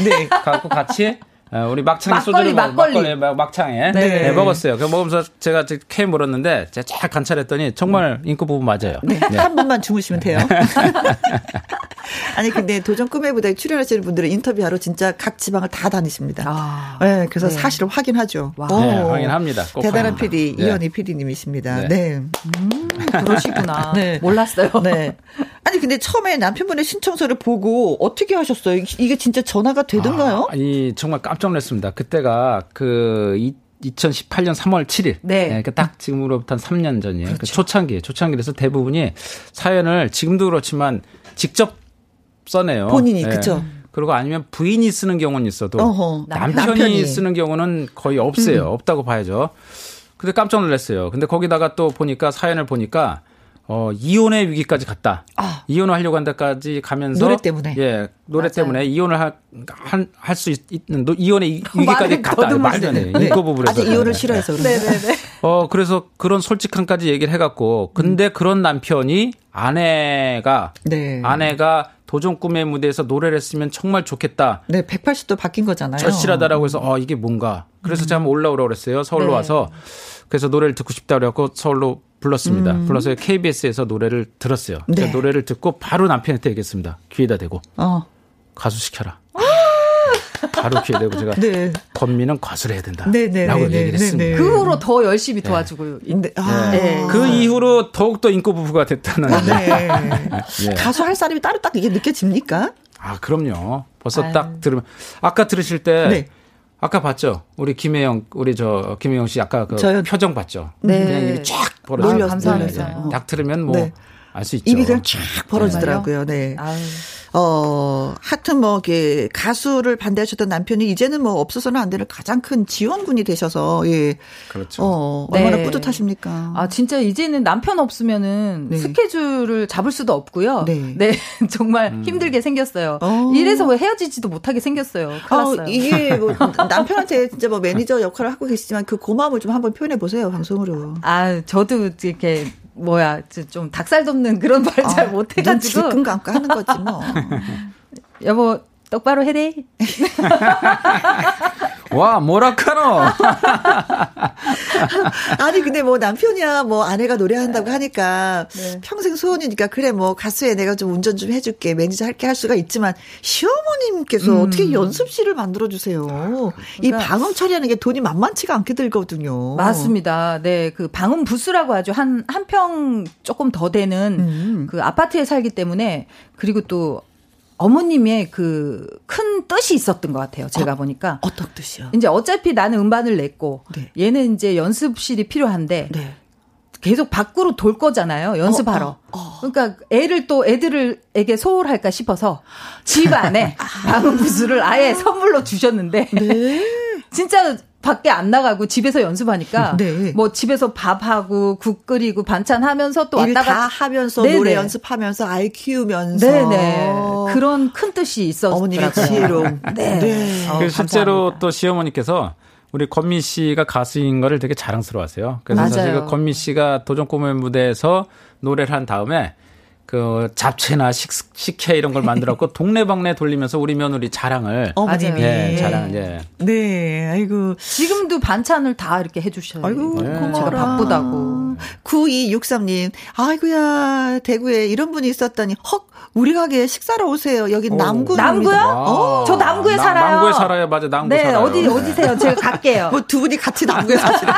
[SPEAKER 5] 갖고 같이 어, 우리 막창
[SPEAKER 4] 막걸리,
[SPEAKER 5] 소주를 먹-
[SPEAKER 4] 막걸리.
[SPEAKER 5] 막- 막창에
[SPEAKER 4] 네.
[SPEAKER 5] 네, 먹었어요. 그 먹으면서 제가 케이 물었는데 제가 쫙 관찰했더니 정말 인코 부분 맞아요. 네.
[SPEAKER 1] 한 번만 주무시면 돼요. 아니 근데 도전 꿈의 무대에 출연하시는 분들은 인터뷰하러 진짜 각 지방을 다 다니십니다.
[SPEAKER 4] 아.
[SPEAKER 1] 네, 그래서 사실을 확인하죠. 오.
[SPEAKER 5] 네, 확인합니다. 꼭
[SPEAKER 1] 대단한
[SPEAKER 5] 확인합니다.
[SPEAKER 1] PD
[SPEAKER 5] 네.
[SPEAKER 1] 이현희 PD님이십니다.
[SPEAKER 5] 네.
[SPEAKER 1] 네.
[SPEAKER 4] 그러시구나.
[SPEAKER 1] 네.
[SPEAKER 4] 몰랐어요.
[SPEAKER 1] 네. 아니 근데 처음에 남편분의 신청서를 보고 어떻게 하셨어요? 이- 이게 진짜 전화가 되던가요?
[SPEAKER 5] 아, 아니 정말 깜짝 놀랐습니다. 그때가 그 이, 2018년 3월 7일.
[SPEAKER 4] 네.
[SPEAKER 5] 그러니까 딱 지금으로부터 한 3년 전이에요. 그
[SPEAKER 1] 그렇죠.
[SPEAKER 5] 초창기, 초창기라서 대부분이 사연을 지금도 그렇지만 직접 써내요. 네.
[SPEAKER 1] 본인이, 그쵸.
[SPEAKER 5] 그리고 아니면 부인이 쓰는 경우는 있어도
[SPEAKER 1] 어허, 남-
[SPEAKER 5] 남편이,
[SPEAKER 1] 남편이. 음.
[SPEAKER 5] 쓰는 경우는 거의 없어요. 없다고 봐야죠. 근데 깜짝 놀랐어요. 근데 거기다가 또 보니까 사연을 보니까 어, 이혼의 위기까지 갔다.
[SPEAKER 1] 아.
[SPEAKER 5] 이혼을 하려고 한 데까지 가면서
[SPEAKER 1] 노래 때문에.
[SPEAKER 5] 예, 노래 때문에 이혼을 할 수 있는 노- 이혼의 이-
[SPEAKER 4] 말을
[SPEAKER 5] 위기까지 갔다.
[SPEAKER 4] 더듬으시네.
[SPEAKER 5] 말도 안 돼요. 네. 인구 부부로서.
[SPEAKER 1] 아직 이혼을 싫어해서
[SPEAKER 4] 네,
[SPEAKER 1] 그런가?
[SPEAKER 5] 어, 그래서 그런 솔직함까지 얘기를 해갖고, 근데 그런 남편이 아내가,
[SPEAKER 1] 음. 네.
[SPEAKER 5] 아내가 도전 꿈의 무대에서 노래를 했으면 정말 좋겠다.
[SPEAKER 1] 네, 180도 바뀐 거잖아요.
[SPEAKER 5] 절실하다라고 해서, 어, 이게 뭔가. 그래서
[SPEAKER 1] 음.
[SPEAKER 5] 제가 한번 올라오라고 그랬어요. 서울로
[SPEAKER 4] 네.
[SPEAKER 5] 와서. 그래서 노래를 듣고 싶다 그래갖고 서울로 불렀습니다. 불러서 KBS에서 노래를 들었어요.
[SPEAKER 1] 음. 네.
[SPEAKER 5] 제가 노래를 듣고 바로 남편한테 얘기했습니다. 귀에다 대고.
[SPEAKER 1] 어.
[SPEAKER 5] 가수 시켜라. 바로 귀에 대고 제가
[SPEAKER 1] 네.
[SPEAKER 5] 권미는 가수를 해야 된다.
[SPEAKER 1] 네, 네,
[SPEAKER 5] 라고
[SPEAKER 1] 네, 네,
[SPEAKER 5] 얘기를
[SPEAKER 1] 네, 네.
[SPEAKER 5] 했습니다.
[SPEAKER 4] 그 후로 더 열심히 도와주고 있-
[SPEAKER 1] 근데 아.
[SPEAKER 4] 네.
[SPEAKER 5] 그 이후로 더욱더 인꼬 부부가 됐다는.
[SPEAKER 1] 네.
[SPEAKER 5] 예.
[SPEAKER 1] 가수 할 사람이 따로 딱 이게 느껴집니까?
[SPEAKER 5] 아, 그럼요. 벌써
[SPEAKER 4] 아유.
[SPEAKER 5] 딱 들으면. 아까 들으실 때.
[SPEAKER 1] 네.
[SPEAKER 5] 아까 봤죠? 우리 김혜영, 우리 저, 김혜영 씨 아까 그
[SPEAKER 1] 저요?
[SPEAKER 5] 표정 봤죠?
[SPEAKER 4] 네.
[SPEAKER 5] 그냥 입이 쫙 벌어져.
[SPEAKER 1] 놀렸어요.
[SPEAKER 5] 네,
[SPEAKER 4] 감사합니다.
[SPEAKER 5] 네. 딱 들으면 뭐,
[SPEAKER 1] 네.
[SPEAKER 5] 알 수 있죠.
[SPEAKER 1] 입이 그냥 쫙 벌어지더라고요. 네.
[SPEAKER 4] 아유.
[SPEAKER 1] 어, 하여튼 뭐, 이게 가수를 반대하셨던 남편이 이제는 뭐 없어서는 안 되는 가장 큰 지원군이 되셔서, 예.
[SPEAKER 5] 그렇죠.
[SPEAKER 1] 어, 얼마나
[SPEAKER 4] 네.
[SPEAKER 1] 뿌듯하십니까?
[SPEAKER 4] 아 진짜 이제는 남편 없으면은
[SPEAKER 1] 네.
[SPEAKER 4] 스케줄을 잡을 수도 없고요.
[SPEAKER 1] 네.
[SPEAKER 4] 네, 정말 힘들게 생겼어요.
[SPEAKER 1] 어.
[SPEAKER 4] 이래서 왜 헤어지지도 못하게 생겼어요. 큰일
[SPEAKER 1] 어,
[SPEAKER 4] 났어요.
[SPEAKER 1] 이게 뭐 남편한테 진짜 뭐 매니저 역할을 하고 계시지만 그 고마움을 좀 한번 표현해 보세요, 방송으로.
[SPEAKER 4] 아 저도 이렇게 뭐야 저- 좀 닭살 돋는 그런 말 잘
[SPEAKER 1] 아,
[SPEAKER 4] 못해가지고
[SPEAKER 1] 눈 질끈감까 하는 거지 뭐.
[SPEAKER 4] 여보 똑바로 해래.
[SPEAKER 5] 와, 뭐라카노!
[SPEAKER 1] 아니 근데 뭐 남편이야 뭐 아내가
[SPEAKER 4] 네.
[SPEAKER 1] 노래한다고 하니까 평생 소원이니까 그래 뭐 가수에 내가 좀 운전 좀 해줄게 매니저 할게 할 수가 있지만 시어머님께서
[SPEAKER 4] 음.
[SPEAKER 1] 어떻게 연습실을 만들어 주세요.
[SPEAKER 4] 아,
[SPEAKER 1] 이 방음 처리하는 게 돈이 만만치가 않게 들거든요.
[SPEAKER 4] 그러니까 맞습니다. 네, 그 방음 부스라고 하죠. 한, 한 평 조금 더 되는
[SPEAKER 1] 음.
[SPEAKER 4] 그 아파트에 살기 때문에 그리고 또 어머님의 그 큰 뜻이 있었던 것 같아요. 제가 보니까.
[SPEAKER 1] 어떤 뜻이요?
[SPEAKER 4] 이제 어차피 나는 음반을 냈고
[SPEAKER 1] 네.
[SPEAKER 4] 얘는 이제 연습실이 필요한데
[SPEAKER 1] 네.
[SPEAKER 4] 계속 밖으로 돌 거잖아요. 연습하러.
[SPEAKER 1] 어,
[SPEAKER 4] 그러니까 애를 또 애들을에게 소홀할까 싶어서 집
[SPEAKER 1] 아.
[SPEAKER 4] 안에 방음 부스를 아예 선물로 주셨는데
[SPEAKER 1] 네.
[SPEAKER 4] 진짜 밖에 안 나가고 집에서 연습하니까
[SPEAKER 1] 네.
[SPEAKER 4] 뭐 집에서 밥하고 국 끓이고 반찬 하면서 또
[SPEAKER 1] 일
[SPEAKER 4] 왔다가
[SPEAKER 1] 다 하면서
[SPEAKER 4] 네네.
[SPEAKER 1] 노래 연습하면서 아이 키우면서
[SPEAKER 4] 네네 그런 큰 뜻이
[SPEAKER 1] 어머님의
[SPEAKER 4] 있었더라고요.
[SPEAKER 1] 지혜로움.
[SPEAKER 4] 네.
[SPEAKER 1] 네.
[SPEAKER 4] 어,
[SPEAKER 5] 그래서 실제로
[SPEAKER 4] 감사합니다.
[SPEAKER 5] 또 시어머니께서 우리 권미 씨가 가수인 거를 되게 자랑스러워하세요. 그래서 사실
[SPEAKER 4] 맞아요.
[SPEAKER 5] 그 권미 씨가 도전 꿈의 무대에서 노래를 한 다음에 그 잡채나 식, 식혜 이런 걸 만들었고 동네방네 돌리면서 우리 며느리 자랑을
[SPEAKER 4] 네,
[SPEAKER 1] 어머님이
[SPEAKER 5] 예, 자랑 예.
[SPEAKER 1] 네, 아이고
[SPEAKER 4] 지금도 반찬을 다 이렇게 해주셔요.
[SPEAKER 1] 음. 아이고, 고마워라.
[SPEAKER 4] 제가 네. 바쁘다고.
[SPEAKER 1] 9263님, 아이고야, 대구에 이런 분이 있었다니, 헉, 우리 가게에 식사로 오세요. 어? 여긴 남구.
[SPEAKER 4] 어. 남구요?
[SPEAKER 5] 와.
[SPEAKER 4] 어? 저 남구에
[SPEAKER 5] 나-
[SPEAKER 4] 살아요.
[SPEAKER 5] 남구에 살아요. 맞아. 남구
[SPEAKER 4] 네,
[SPEAKER 5] 살아요.
[SPEAKER 4] 어디
[SPEAKER 5] 네.
[SPEAKER 4] 어디세요? 제가 갈게요.
[SPEAKER 1] 뭐 두 분이 같이 남구에 사시는.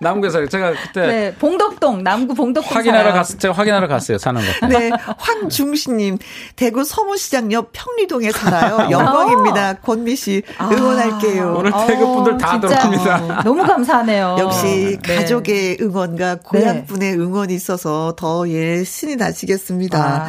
[SPEAKER 5] 남구에 살아요. 제가 그때
[SPEAKER 4] 네, 봉덕동 남구 봉덕동
[SPEAKER 5] 확인하러
[SPEAKER 4] 살아요.
[SPEAKER 5] 갔 제가 확인하러 갔어요. 사는 거.
[SPEAKER 1] 네, 황중신님, 대구 서문시장 옆 평리동에
[SPEAKER 4] 어.
[SPEAKER 1] 살아요. 영광입니다. 권미 씨,
[SPEAKER 4] 아.
[SPEAKER 1] 응원할게요.
[SPEAKER 5] 오늘 태극 분들 다
[SPEAKER 4] 진짜
[SPEAKER 5] 들어옵니다.
[SPEAKER 4] 너무 감사하네요.
[SPEAKER 1] 역시
[SPEAKER 4] 네.
[SPEAKER 1] 가족의 응원과
[SPEAKER 4] 네.
[SPEAKER 1] 고향분의 응원이 있어서 더 예, 신이 나시겠습니다.
[SPEAKER 4] 아.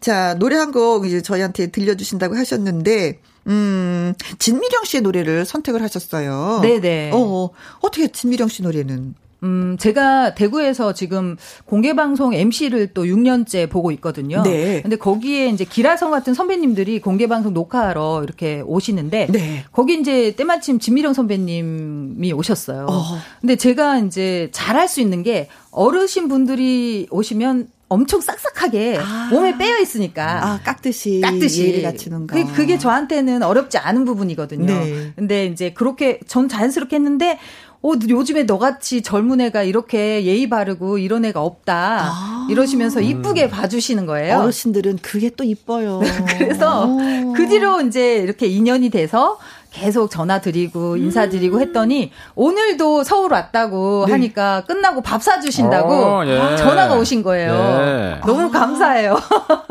[SPEAKER 1] 자, 노래 한 곡 이제 저희한테 들려주신다고 하셨는데, 음, 진미령 씨의 노래를 선택을 하셨어요.
[SPEAKER 4] 네네.
[SPEAKER 1] 어, 어떻게 진미령 씨 노래는?
[SPEAKER 4] 음, 제가 대구에서 지금 공개 방송 MC를 또 6년째 보고 있거든요.
[SPEAKER 1] 네.
[SPEAKER 4] 근데 거기에 이제 기라성 같은 선배님들이 공개 방송 녹화하러 이렇게 오시는데
[SPEAKER 1] 네.
[SPEAKER 4] 거기 이제 때마침 진미령 선배님이 오셨어요.
[SPEAKER 1] 어허.
[SPEAKER 4] 근데 제가 이제 잘할 수 있는 게 어르신 분들이 오시면 엄청 싹싹하게
[SPEAKER 1] 아.
[SPEAKER 4] 몸에 빼여 있으니까
[SPEAKER 1] 아, 깍듯이.
[SPEAKER 4] 깍듯이
[SPEAKER 1] 예를 갖추는 거.
[SPEAKER 4] 그, 그게 저한테는 어렵지 않은 부분이거든요.
[SPEAKER 1] 네.
[SPEAKER 4] 근데 이제 그렇게 전 자연스럽게 했는데 어, 요즘에 너같이 젊은 애가 이렇게 예의 바르고 이런 애가 없다. 이러시면서 이쁘게 봐주시는 거예요.
[SPEAKER 1] 아. 음. 어르신들은 어. 그게 또 이뻐요.
[SPEAKER 4] 그래서 그 뒤로 이제 이렇게 인연이 돼서 계속 전화 드리고 인사 드리고
[SPEAKER 1] 음.
[SPEAKER 4] 했더니 오늘도 서울 왔다고
[SPEAKER 1] 네.
[SPEAKER 4] 하니까 끝나고 밥 사주신다고
[SPEAKER 5] 어, 예.
[SPEAKER 4] 전화가 오신 거예요.
[SPEAKER 1] 네.
[SPEAKER 5] 예.
[SPEAKER 4] 너무 감사해요.
[SPEAKER 1] 아.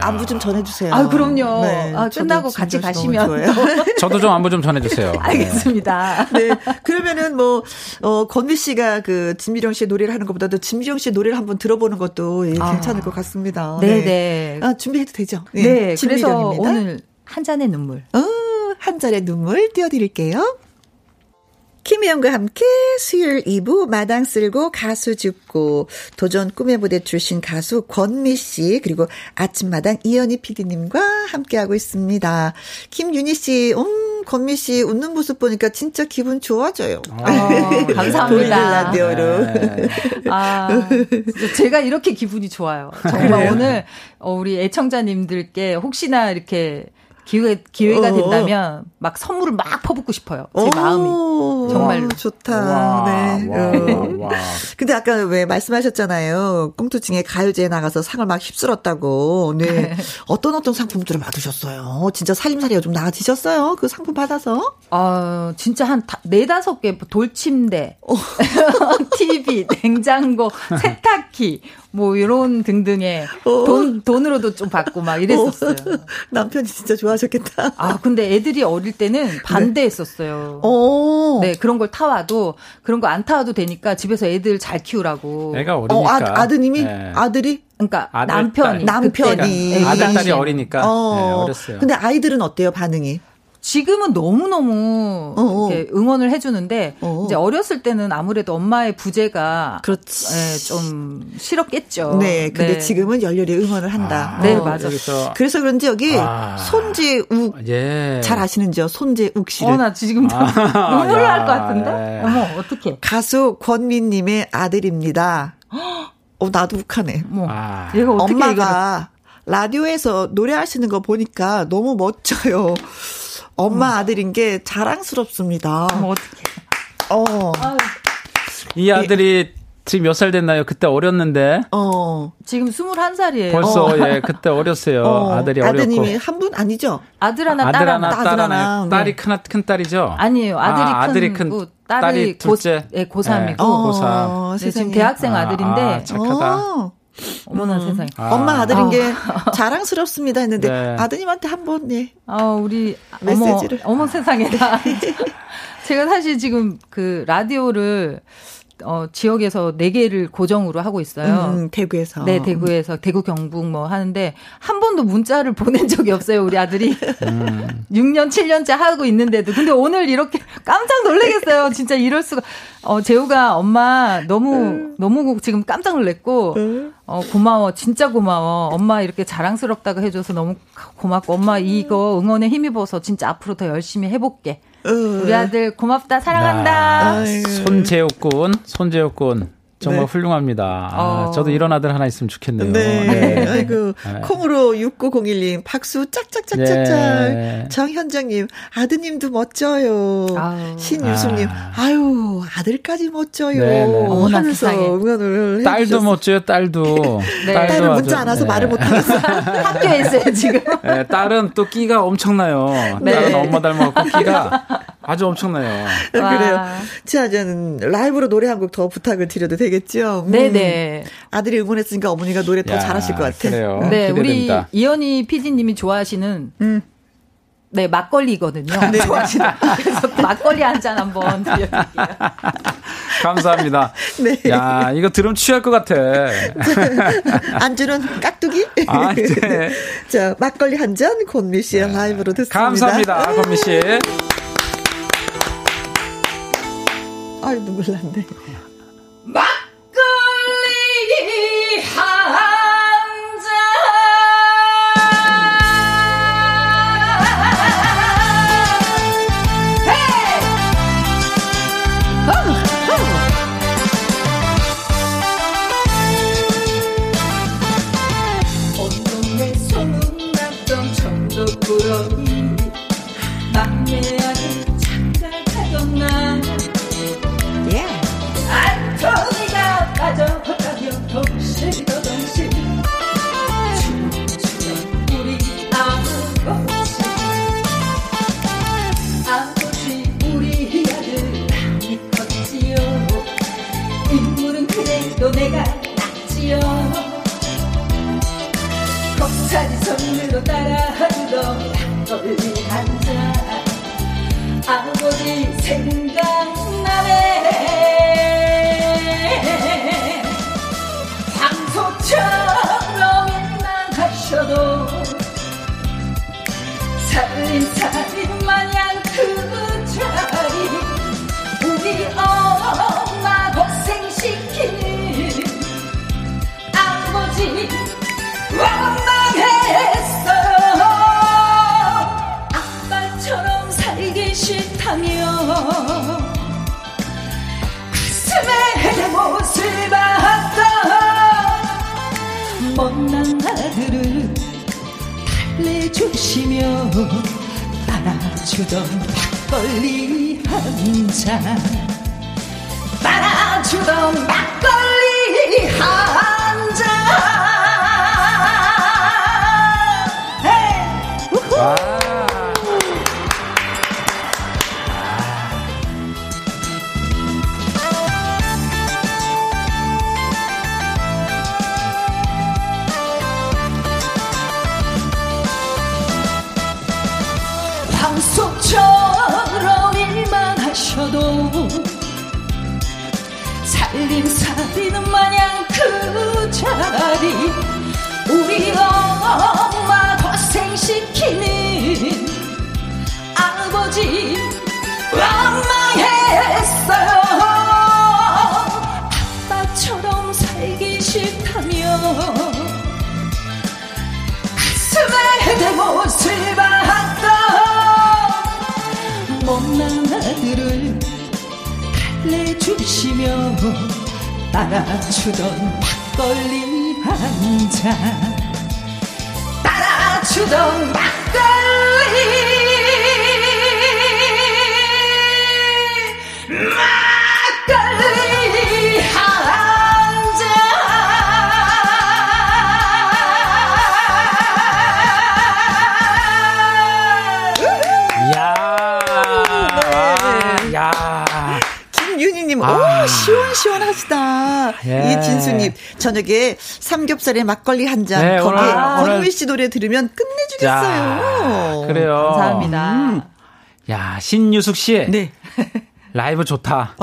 [SPEAKER 1] 안부 좀 전해주세요. 네,
[SPEAKER 4] 아, 그럼요. 아,
[SPEAKER 1] 저도
[SPEAKER 4] 끝나고
[SPEAKER 1] 진짜
[SPEAKER 4] 같이
[SPEAKER 1] 너무
[SPEAKER 4] 가시면
[SPEAKER 1] 좋아요.
[SPEAKER 5] 저도 좀 안부 좀 전해주세요.
[SPEAKER 4] 알겠습니다.
[SPEAKER 1] 네. 그러면은 뭐, 어, 건미 씨가 그 진미령 씨의 노래를 하는 것보다도 진미령 씨의 노래를 한번 들어보는 것도 예, 괜찮을 것 같습니다.
[SPEAKER 4] 아. 네, 네.
[SPEAKER 1] 아, 준비해도 되죠? 예,
[SPEAKER 4] 네, 그래서
[SPEAKER 1] 진미령입니다.
[SPEAKER 4] 오늘 한 잔의 눈물.
[SPEAKER 1] 어, 한 잔의 눈물 띄워드릴게요. 김혜영과 함께 수요일 2부 마당 쓸고 가수 줍고 도전 꿈의 무대 출신 가수 권미 씨 그리고 아침마당 이현희 PD님과 함께하고 있습니다. 김윤희 씨, 음, 권미 씨 웃는 모습 보니까 진짜 기분 좋아져요.
[SPEAKER 5] 아,
[SPEAKER 1] 어, 네, 보이는
[SPEAKER 4] 네, 감사합니다.
[SPEAKER 1] 라디오로.
[SPEAKER 5] 네.
[SPEAKER 4] 아, 진짜 제가 이렇게 기분이 좋아요. 정말 오늘 어, 우리 애청자님들께 혹시나 이렇게 기회, 기회가
[SPEAKER 1] 어.
[SPEAKER 4] 된다면 막 선물을 막 퍼붓고 싶어요. 제
[SPEAKER 1] 오,
[SPEAKER 4] 마음이. 정말로.
[SPEAKER 1] 좋다.
[SPEAKER 4] 아,
[SPEAKER 5] 와,
[SPEAKER 1] 네.
[SPEAKER 5] 와,
[SPEAKER 1] 어.
[SPEAKER 5] 와.
[SPEAKER 1] 근데 아까 왜 말씀하셨잖아요. 꿈투칭에 가요제에 나가서 상을 막 휩쓸었다고. 네. 어떤 어떤 상품들을 받으셨어요? 진짜 살림살이 요즘 나아지셨어요? 그 상품 받아서?
[SPEAKER 4] 아, 진짜 한 다, 네다섯 개, 뭐 돌침대,
[SPEAKER 1] 어.
[SPEAKER 4] TV, 냉장고, 세탁기, 뭐, 이런 등등의
[SPEAKER 1] 어.
[SPEAKER 4] 돈, 돈으로도 좀 받고 막 이랬었어요.
[SPEAKER 1] 남편이 진짜 좋아하셨겠다.
[SPEAKER 4] 아, 근데 애들이 어릴
[SPEAKER 1] 네.
[SPEAKER 4] 때는 반대했었어요.
[SPEAKER 1] 어.
[SPEAKER 4] 네, 그런 걸 타와도, 그런 거 안 타와도 되니까 집에서 애들 잘 키우라고.
[SPEAKER 5] 애가
[SPEAKER 1] 어,
[SPEAKER 5] 어리니까.
[SPEAKER 1] 아, 아드님이?
[SPEAKER 5] 네.
[SPEAKER 1] 아들이?
[SPEAKER 4] 그러니까
[SPEAKER 5] 아들,
[SPEAKER 4] 남편이.
[SPEAKER 5] 딸.
[SPEAKER 1] 남편이.
[SPEAKER 4] 그때가.
[SPEAKER 1] 네,
[SPEAKER 5] 아들
[SPEAKER 1] 이
[SPEAKER 5] 딸이
[SPEAKER 4] 당시에는.
[SPEAKER 5] 어리니까 네, 어렸어요.
[SPEAKER 1] 근데 아이들은 어때요, 반응이?
[SPEAKER 4] 지금은 너무너무
[SPEAKER 1] 어어.
[SPEAKER 4] 이렇게 응원을 해주는데,
[SPEAKER 1] 어어.
[SPEAKER 4] 이제 어렸을 때는 아무래도 엄마의 부재가.
[SPEAKER 1] 그렇지.
[SPEAKER 4] 예, 좀 싫었겠죠.
[SPEAKER 1] 그렇죠. 네, 근데 지금은 열렬히 응원을 한다.
[SPEAKER 5] 아,
[SPEAKER 4] 네,
[SPEAKER 1] 어.
[SPEAKER 4] 맞아요.
[SPEAKER 5] 여기서
[SPEAKER 1] 그래서 그런지 여기
[SPEAKER 5] 아.
[SPEAKER 1] 손재욱
[SPEAKER 5] 예.
[SPEAKER 1] 잘 아시는지요? 손재욱 씨를.
[SPEAKER 4] 어, 나 지금 눈물
[SPEAKER 5] 아, 야,
[SPEAKER 4] 날 것 같은데?
[SPEAKER 5] 예.
[SPEAKER 4] 어머, 어떡해.
[SPEAKER 1] 가수 권민님의 아들입니다. 어, 나도 욱하네.
[SPEAKER 4] 어머.
[SPEAKER 5] 아.
[SPEAKER 4] 얘가 어떻게 얘기를.
[SPEAKER 1] 엄마가 라디오에서 노래하시는 거 보니까 너무 멋져요. 엄마 아들인 게 자랑스럽습니다.
[SPEAKER 4] 어. 어머, 어떡해.
[SPEAKER 1] 어,
[SPEAKER 5] 이 아들이 지금 몇 살 됐나요? 그때 어렸는데.
[SPEAKER 1] 어.
[SPEAKER 4] 지금 21살이에요.
[SPEAKER 5] 벌써 예 그때 어렸어요.
[SPEAKER 1] 어,
[SPEAKER 5] 아들이 어렸고.
[SPEAKER 1] 아드님이 한 분 아니죠?
[SPEAKER 4] 아들 하나, 딸
[SPEAKER 5] 아들
[SPEAKER 4] 하나.
[SPEAKER 5] 하나,
[SPEAKER 1] 딸
[SPEAKER 5] 딸
[SPEAKER 1] 하나,
[SPEAKER 5] 하나.
[SPEAKER 1] 네.
[SPEAKER 5] 딸이 큰, 큰 딸이죠?
[SPEAKER 4] 아니에요. 아들이
[SPEAKER 5] 아,
[SPEAKER 4] 큰,
[SPEAKER 5] 아들이 큰
[SPEAKER 4] 고,
[SPEAKER 5] 딸이
[SPEAKER 4] 딸이
[SPEAKER 5] 둘째.
[SPEAKER 4] 고, 예, 고3이고.
[SPEAKER 5] 어,
[SPEAKER 1] 어,
[SPEAKER 5] 고삼.
[SPEAKER 4] 네, 지금
[SPEAKER 1] 세상에.
[SPEAKER 4] 대학생
[SPEAKER 5] 아,
[SPEAKER 4] 아, 들인데
[SPEAKER 5] 아, 착하다.
[SPEAKER 1] 어,
[SPEAKER 4] 어머나 세상에.
[SPEAKER 5] 아.
[SPEAKER 1] 엄마 아들인
[SPEAKER 4] 아.
[SPEAKER 1] 게 자랑스럽습니다 했는데
[SPEAKER 5] 네.
[SPEAKER 1] 아드님한테 한번 네.
[SPEAKER 4] 아 우리
[SPEAKER 1] 메시지를. 아.
[SPEAKER 4] 어머 어머 세상에 나 제가 사실 지금 그 라디오를 어 지역에서 네 개를 고정으로 하고 있어요.
[SPEAKER 1] 음, 대구에서.
[SPEAKER 4] 네, 대구에서 대구 경북 뭐 하는데 한 번도 문자를 보낸 적이 없어요, 우리 아들이. 6년, 7년째 하고 있는데도. 근데 오늘 이렇게 깜짝 놀라겠어요. 진짜 이럴 수가. 어, 재우가 엄마 너무 너무 지금 깜짝 놀랐고 어, 고마워. 진짜 고마워. 엄마 이렇게 자랑스럽다고 해 줘서 너무 고맙고 엄마 이거 응원에 힘입어서 진짜 앞으로 더 열심히 해 볼게.
[SPEAKER 1] 어. 네.
[SPEAKER 4] 우리 아들 고맙다. 사랑한다.
[SPEAKER 5] 아, 손재욱군, 손재욱군. 정말
[SPEAKER 1] 네.
[SPEAKER 5] 훌륭합니다. 아,
[SPEAKER 4] 어.
[SPEAKER 5] 저도 이런 아들 하나 있으면 좋겠네요.
[SPEAKER 1] 네.
[SPEAKER 5] 네.
[SPEAKER 1] 아이고.
[SPEAKER 5] 네.
[SPEAKER 1] 콩으로 6901님, 박수 짝짝짝짝짝.
[SPEAKER 5] 예.
[SPEAKER 1] 정현정님, 아드님도 멋져요.
[SPEAKER 4] 아우.
[SPEAKER 1] 신유숙님,
[SPEAKER 5] 아.
[SPEAKER 1] 아. 유 아들까지 멋져요.
[SPEAKER 5] 네, 네.
[SPEAKER 4] 어머나
[SPEAKER 1] 하면서
[SPEAKER 4] 세상에.
[SPEAKER 1] 응원을
[SPEAKER 5] 딸도
[SPEAKER 1] 해주셨어요.
[SPEAKER 5] 멋져요, 딸도.
[SPEAKER 4] 네.
[SPEAKER 1] 딸은
[SPEAKER 5] 아주-
[SPEAKER 1] 문자 안 와서
[SPEAKER 5] 네.
[SPEAKER 1] 말을 못하겠어요.
[SPEAKER 4] 학교에 있어요, 지금.
[SPEAKER 5] 네, 딸은 또 끼가 엄청나요.
[SPEAKER 4] 네.
[SPEAKER 5] 딸은 엄마 닮아갖고 끼가 아주 엄청나요.
[SPEAKER 4] 와.
[SPEAKER 1] 그래요. 자, 저는 라이브로 노래 한 곡 더 부탁을 드려도 되겠죠? 음.
[SPEAKER 4] 네, 네.
[SPEAKER 1] 아들이 응원했으니까 어머니가 노래 더
[SPEAKER 5] 야,
[SPEAKER 1] 잘하실 것 같아.
[SPEAKER 5] 그래요.
[SPEAKER 4] 네, 우리
[SPEAKER 5] 어, 기대됩니다.
[SPEAKER 4] 이현희 PD님이 좋아하시는 네 막걸리거든요. 좋아하시는 그래서 막걸리 한 잔 한번 드려볼게요.
[SPEAKER 5] 감사합니다.
[SPEAKER 1] 네.
[SPEAKER 5] 야, 이거 들으면 취할 것 같아.
[SPEAKER 1] 안주는 깍두기?
[SPEAKER 5] 아, 네.
[SPEAKER 1] 자, 막걸리 한 잔, 권미 씨의 라이브로 듣습니다.
[SPEAKER 5] 감사합니다, 권미 씨.
[SPEAKER 1] 아유, 눈물 났네.
[SPEAKER 6] 때문에 소문났던 정도꾸러기 막내 아들 장가가던 날
[SPEAKER 1] 예.
[SPEAKER 6] 안토니가 빠져버려 동실더동실 춤추던 우리 아버지 아버지 우리 아들 많이 컸지요 인물은 그래도 내가 낫지요 겁차지 선물로 따라하던 약돌리 한자 아버지 생각나네 황소처럼만 하셔도 살림살인 마냥 그 자리 우리 엄마 고생시키는 아버지 원망했어요 아빠처럼 살기 싫다며 가슴에 내 못을 박던 못난 나들을 달래주시며 안아주던 막걸리 한잔 빨아주던 막걸리 한잔 황소처럼 일만 하셔도 살림살이는 마냥 그 자리 우리 엄마 고생시키는 아버지 원망했어요 아빠처럼 살기 싫다며 가슴에 내 못을 박던 못난 아들을 달래주시며 따라주던 막걸리 한잔 따라주던 막걸리 막걸리 한잔
[SPEAKER 5] 야,
[SPEAKER 1] 네.
[SPEAKER 5] 와, 야.
[SPEAKER 1] 김윤희님,
[SPEAKER 5] 아.
[SPEAKER 1] 오, 시원시원하시다.
[SPEAKER 5] 예.
[SPEAKER 1] 이진수님, 저녁에 삼겹살에 막걸리 한 잔,
[SPEAKER 5] 네,
[SPEAKER 1] 거기에
[SPEAKER 5] 오늘, 오늘.
[SPEAKER 1] 권미 씨 노래 들으면 끝내주겠어요.
[SPEAKER 5] 자, 그래요. 음.
[SPEAKER 4] 감사합니다.
[SPEAKER 5] 야, 신유숙 씨.
[SPEAKER 1] 네. 어.
[SPEAKER 5] 라이브 좋다.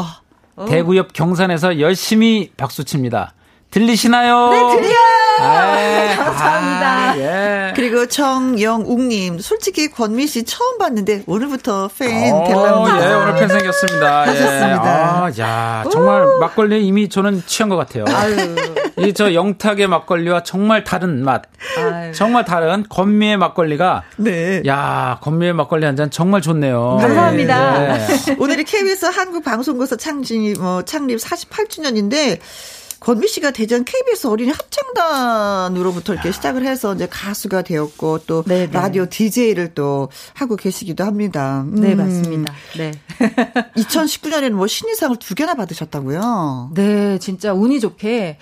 [SPEAKER 5] 대구 옆 경산에서 열심히 박수 칩니다. 들리시나요? 네, 들려요.
[SPEAKER 1] 아,
[SPEAKER 5] 감사합니다. 예.
[SPEAKER 1] 그리고 정영욱님, 솔직히 권미 씨 처음 봤는데, 오늘부터 팬
[SPEAKER 5] 오,
[SPEAKER 1] 될랍니다.
[SPEAKER 5] 예, 오늘 팬 생겼습니다.
[SPEAKER 1] 네, 하셨습니다.
[SPEAKER 5] 예. 아, 야, 정말 막걸리 이미 저는 취한 것 같아요. 이 저 영탁의 막걸리와 정말 다른 맛.
[SPEAKER 4] 아유.
[SPEAKER 5] 정말 다른 건미의 막걸리가
[SPEAKER 1] 네.
[SPEAKER 5] 야, 건미의 막걸리 한 잔 정말 좋네요.
[SPEAKER 4] 감사합니다.
[SPEAKER 5] 네.
[SPEAKER 1] 오늘이 KBS 한국방송국사 창립, 뭐, 창립 48주년인데, 권미 씨가 대전 KBS 어린이 합창단으로부터 이렇게 시작을 해서 이제 가수가 되었고, 또
[SPEAKER 4] 네, 네.
[SPEAKER 1] 라디오 DJ를 또 하고 계시기도 합니다. 음.
[SPEAKER 4] 네, 맞습니다. 네.
[SPEAKER 1] 2019년에는 뭐 신인상을 두 개나 받으셨다고요?
[SPEAKER 4] 네, 진짜 운이 좋게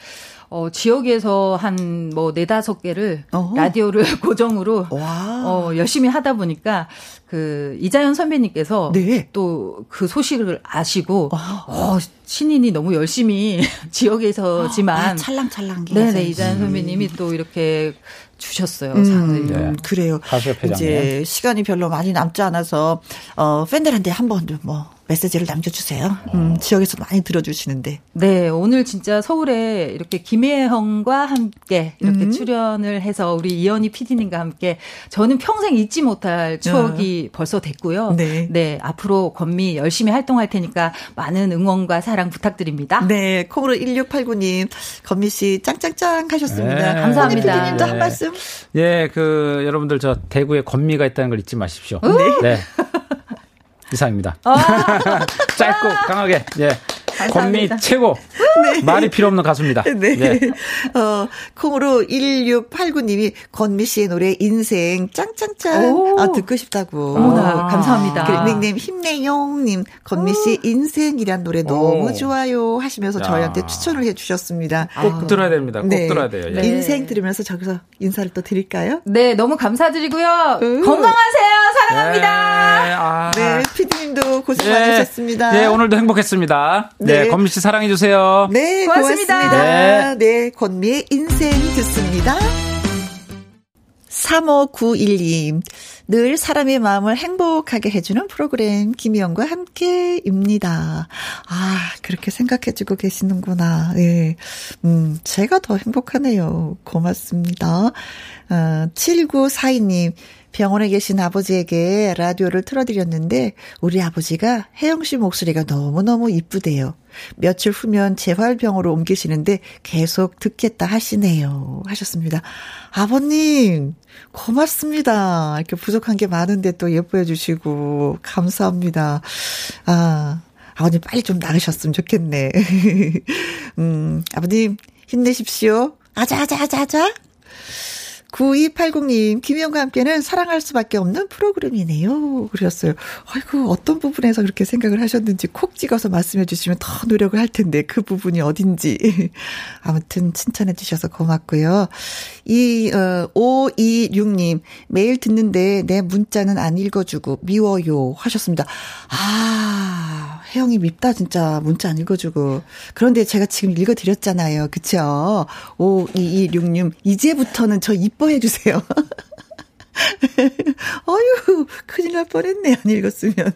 [SPEAKER 4] 어, 지역에서 한 뭐 네다섯 개를
[SPEAKER 1] 어허.
[SPEAKER 4] 라디오를 고정으로
[SPEAKER 1] 와.
[SPEAKER 4] 어, 열심히 하다 보니까 그 이자연 선배님께서
[SPEAKER 1] 네.
[SPEAKER 4] 또 그 소식을 아시고 어, 신인이 너무 열심히 지역에서지만
[SPEAKER 1] 아, 찰랑찰랑.
[SPEAKER 4] 네네 이자연 선배님이 또 이렇게 주셨어요 상을.
[SPEAKER 1] 음, 그래요.
[SPEAKER 5] 네. 가수 협회장님.
[SPEAKER 1] 이제 시간이 별로 많이 남지 않아서 어, 팬들한테 한번뭐 메시지를 남겨주세요. 음, 지역에서 많이 들어주시는데.
[SPEAKER 4] 네, 오늘 진짜 서울에 이렇게 김혜형과 함께 이렇게
[SPEAKER 1] 음.
[SPEAKER 4] 출연을 해서 우리 이현희 PD님과 함께 저는 평생 잊지 못할 추억이 벌써 됐고요.
[SPEAKER 1] 아. 네.
[SPEAKER 4] 앞으로 권미 열심히 활동할 테니까 많은 응원과 사랑 부탁드립니다.
[SPEAKER 5] 아.
[SPEAKER 1] 네, 콩으로 1689님, 건미 씨 짱짱짱 하셨습니다.
[SPEAKER 5] 네,
[SPEAKER 4] 감사합니다.
[SPEAKER 1] 님도
[SPEAKER 5] 네.
[SPEAKER 1] 한 말씀.
[SPEAKER 5] 예, 그 여러분들 저 대구에 건미가 있다는 걸 잊지 마십시오.
[SPEAKER 1] 어? 아.
[SPEAKER 5] 네. 이상입니다. 짧고 강하게. 예. 권미
[SPEAKER 4] 감사합니다.
[SPEAKER 5] 최고. 말이 필요 없는 가수입니다.
[SPEAKER 1] 네.
[SPEAKER 5] 네.
[SPEAKER 1] 어, 콩으로 1689님이 건미 씨의 노래 인생 짱짱짱
[SPEAKER 4] 오.
[SPEAKER 1] 아, 듣고 싶다고.
[SPEAKER 4] 어머나, 감사합니다.
[SPEAKER 1] 그 닉네임 힘내용님 건미 씨 인생이란 노래 너무 좋아요 하시면서
[SPEAKER 5] 야.
[SPEAKER 1] 저희한테 추천을 해주셨습니다.
[SPEAKER 5] 꼭 들어야 됩니다. 꼭
[SPEAKER 1] 네.
[SPEAKER 5] 들어야 돼요. 예.
[SPEAKER 4] 네.
[SPEAKER 1] 인생 들으면서 저기서 인사를 또 드릴까요?
[SPEAKER 4] 네, 너무 감사드리고요.
[SPEAKER 1] 음.
[SPEAKER 4] 건강하세요. 사랑합니다.
[SPEAKER 5] 네. 아.
[SPEAKER 1] 네, 피디님도 고생
[SPEAKER 5] 예.
[SPEAKER 1] 많으셨습니다.
[SPEAKER 5] 예, 오늘도 행복했습니다. 네,
[SPEAKER 1] 네.
[SPEAKER 5] 건미 씨 사랑해 주세요.
[SPEAKER 1] 네,
[SPEAKER 4] 고맙습니다.
[SPEAKER 1] 고맙습니다. 네. 권미의 인생 듣습니다. 35912. 늘 사람의 마음을 행복하게 해주는 프로그램, 김희영과 함께입니다. 아, 그렇게 생각해주고 계시는구나. 예. 음, 제가 더 행복하네요. 고맙습니다. 어, 7942님. 병원에 계신 아버지에게 라디오를 틀어드렸는데 우리 아버지가 혜영 씨 목소리가 너무너무 이쁘대요. 며칠 후면 재활병으로 옮기시는데 계속 듣겠다 하시네요. 하셨습니다. 아버님 고맙습니다. 이렇게 부족한 게 많은데 또 예뻐해 주시고 감사합니다. 아 아버님 빨리 좀 나으셨으면 좋겠네. 음 아버님 힘내십시오. 아자아자아자아자. 9280님, 김희영과 함께는 사랑할 수밖에 없는 프로그램이네요. 그러셨어요. 아이고, 어떤 부분에서 그렇게 생각을 하셨는지 콕 찍어서 말씀해 주시면 더 노력을 할 텐데, 그 부분이 어딘지. 아무튼, 칭찬해 주셔서 고맙고요. 이, 어, 526님, 매일 듣는데 내 문자는 안 읽어주고, 미워요. 하셨습니다. 아, 혜영이 밉다, 진짜. 문자 안 읽어주고. 그런데 제가 지금 읽어드렸잖아요. 그쵸? 5226님, 이제부터는 저 이뻐해주세요. 어휴, 큰일 날 뻔했네, 안 읽었으면.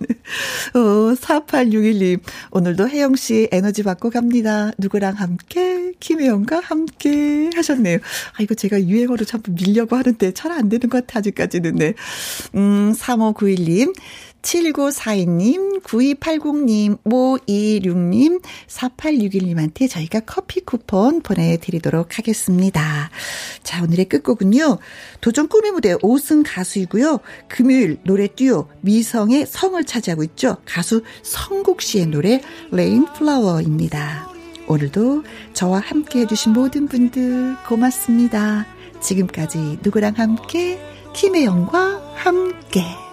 [SPEAKER 1] 어, 48612. 오늘도 혜영 씨 에너지 받고 갑니다. 누구랑 함께, 김혜영과 함께 하셨네요. 아, 이거 제가 유행어로 자꾸 밀려고 하는데 잘 안 되는 것 같아, 아직까지는. 네. 음, 35912님. 7942님, 9280님, 526님, 4861님한테 저희가 커피 쿠폰 보내드리도록 하겠습니다. 자, 오늘의 끝곡은요. 도전 꿈의 무대 5승 가수이고요. 금요일 노래 듀오 미성의 성을 차지하고 있죠. 가수 성국 씨의 노래 레인플라워입니다. 오늘도 저와 함께 해주신 모든 분들 고맙습니다. 지금까지 누구랑 함께, 김혜영과 함께.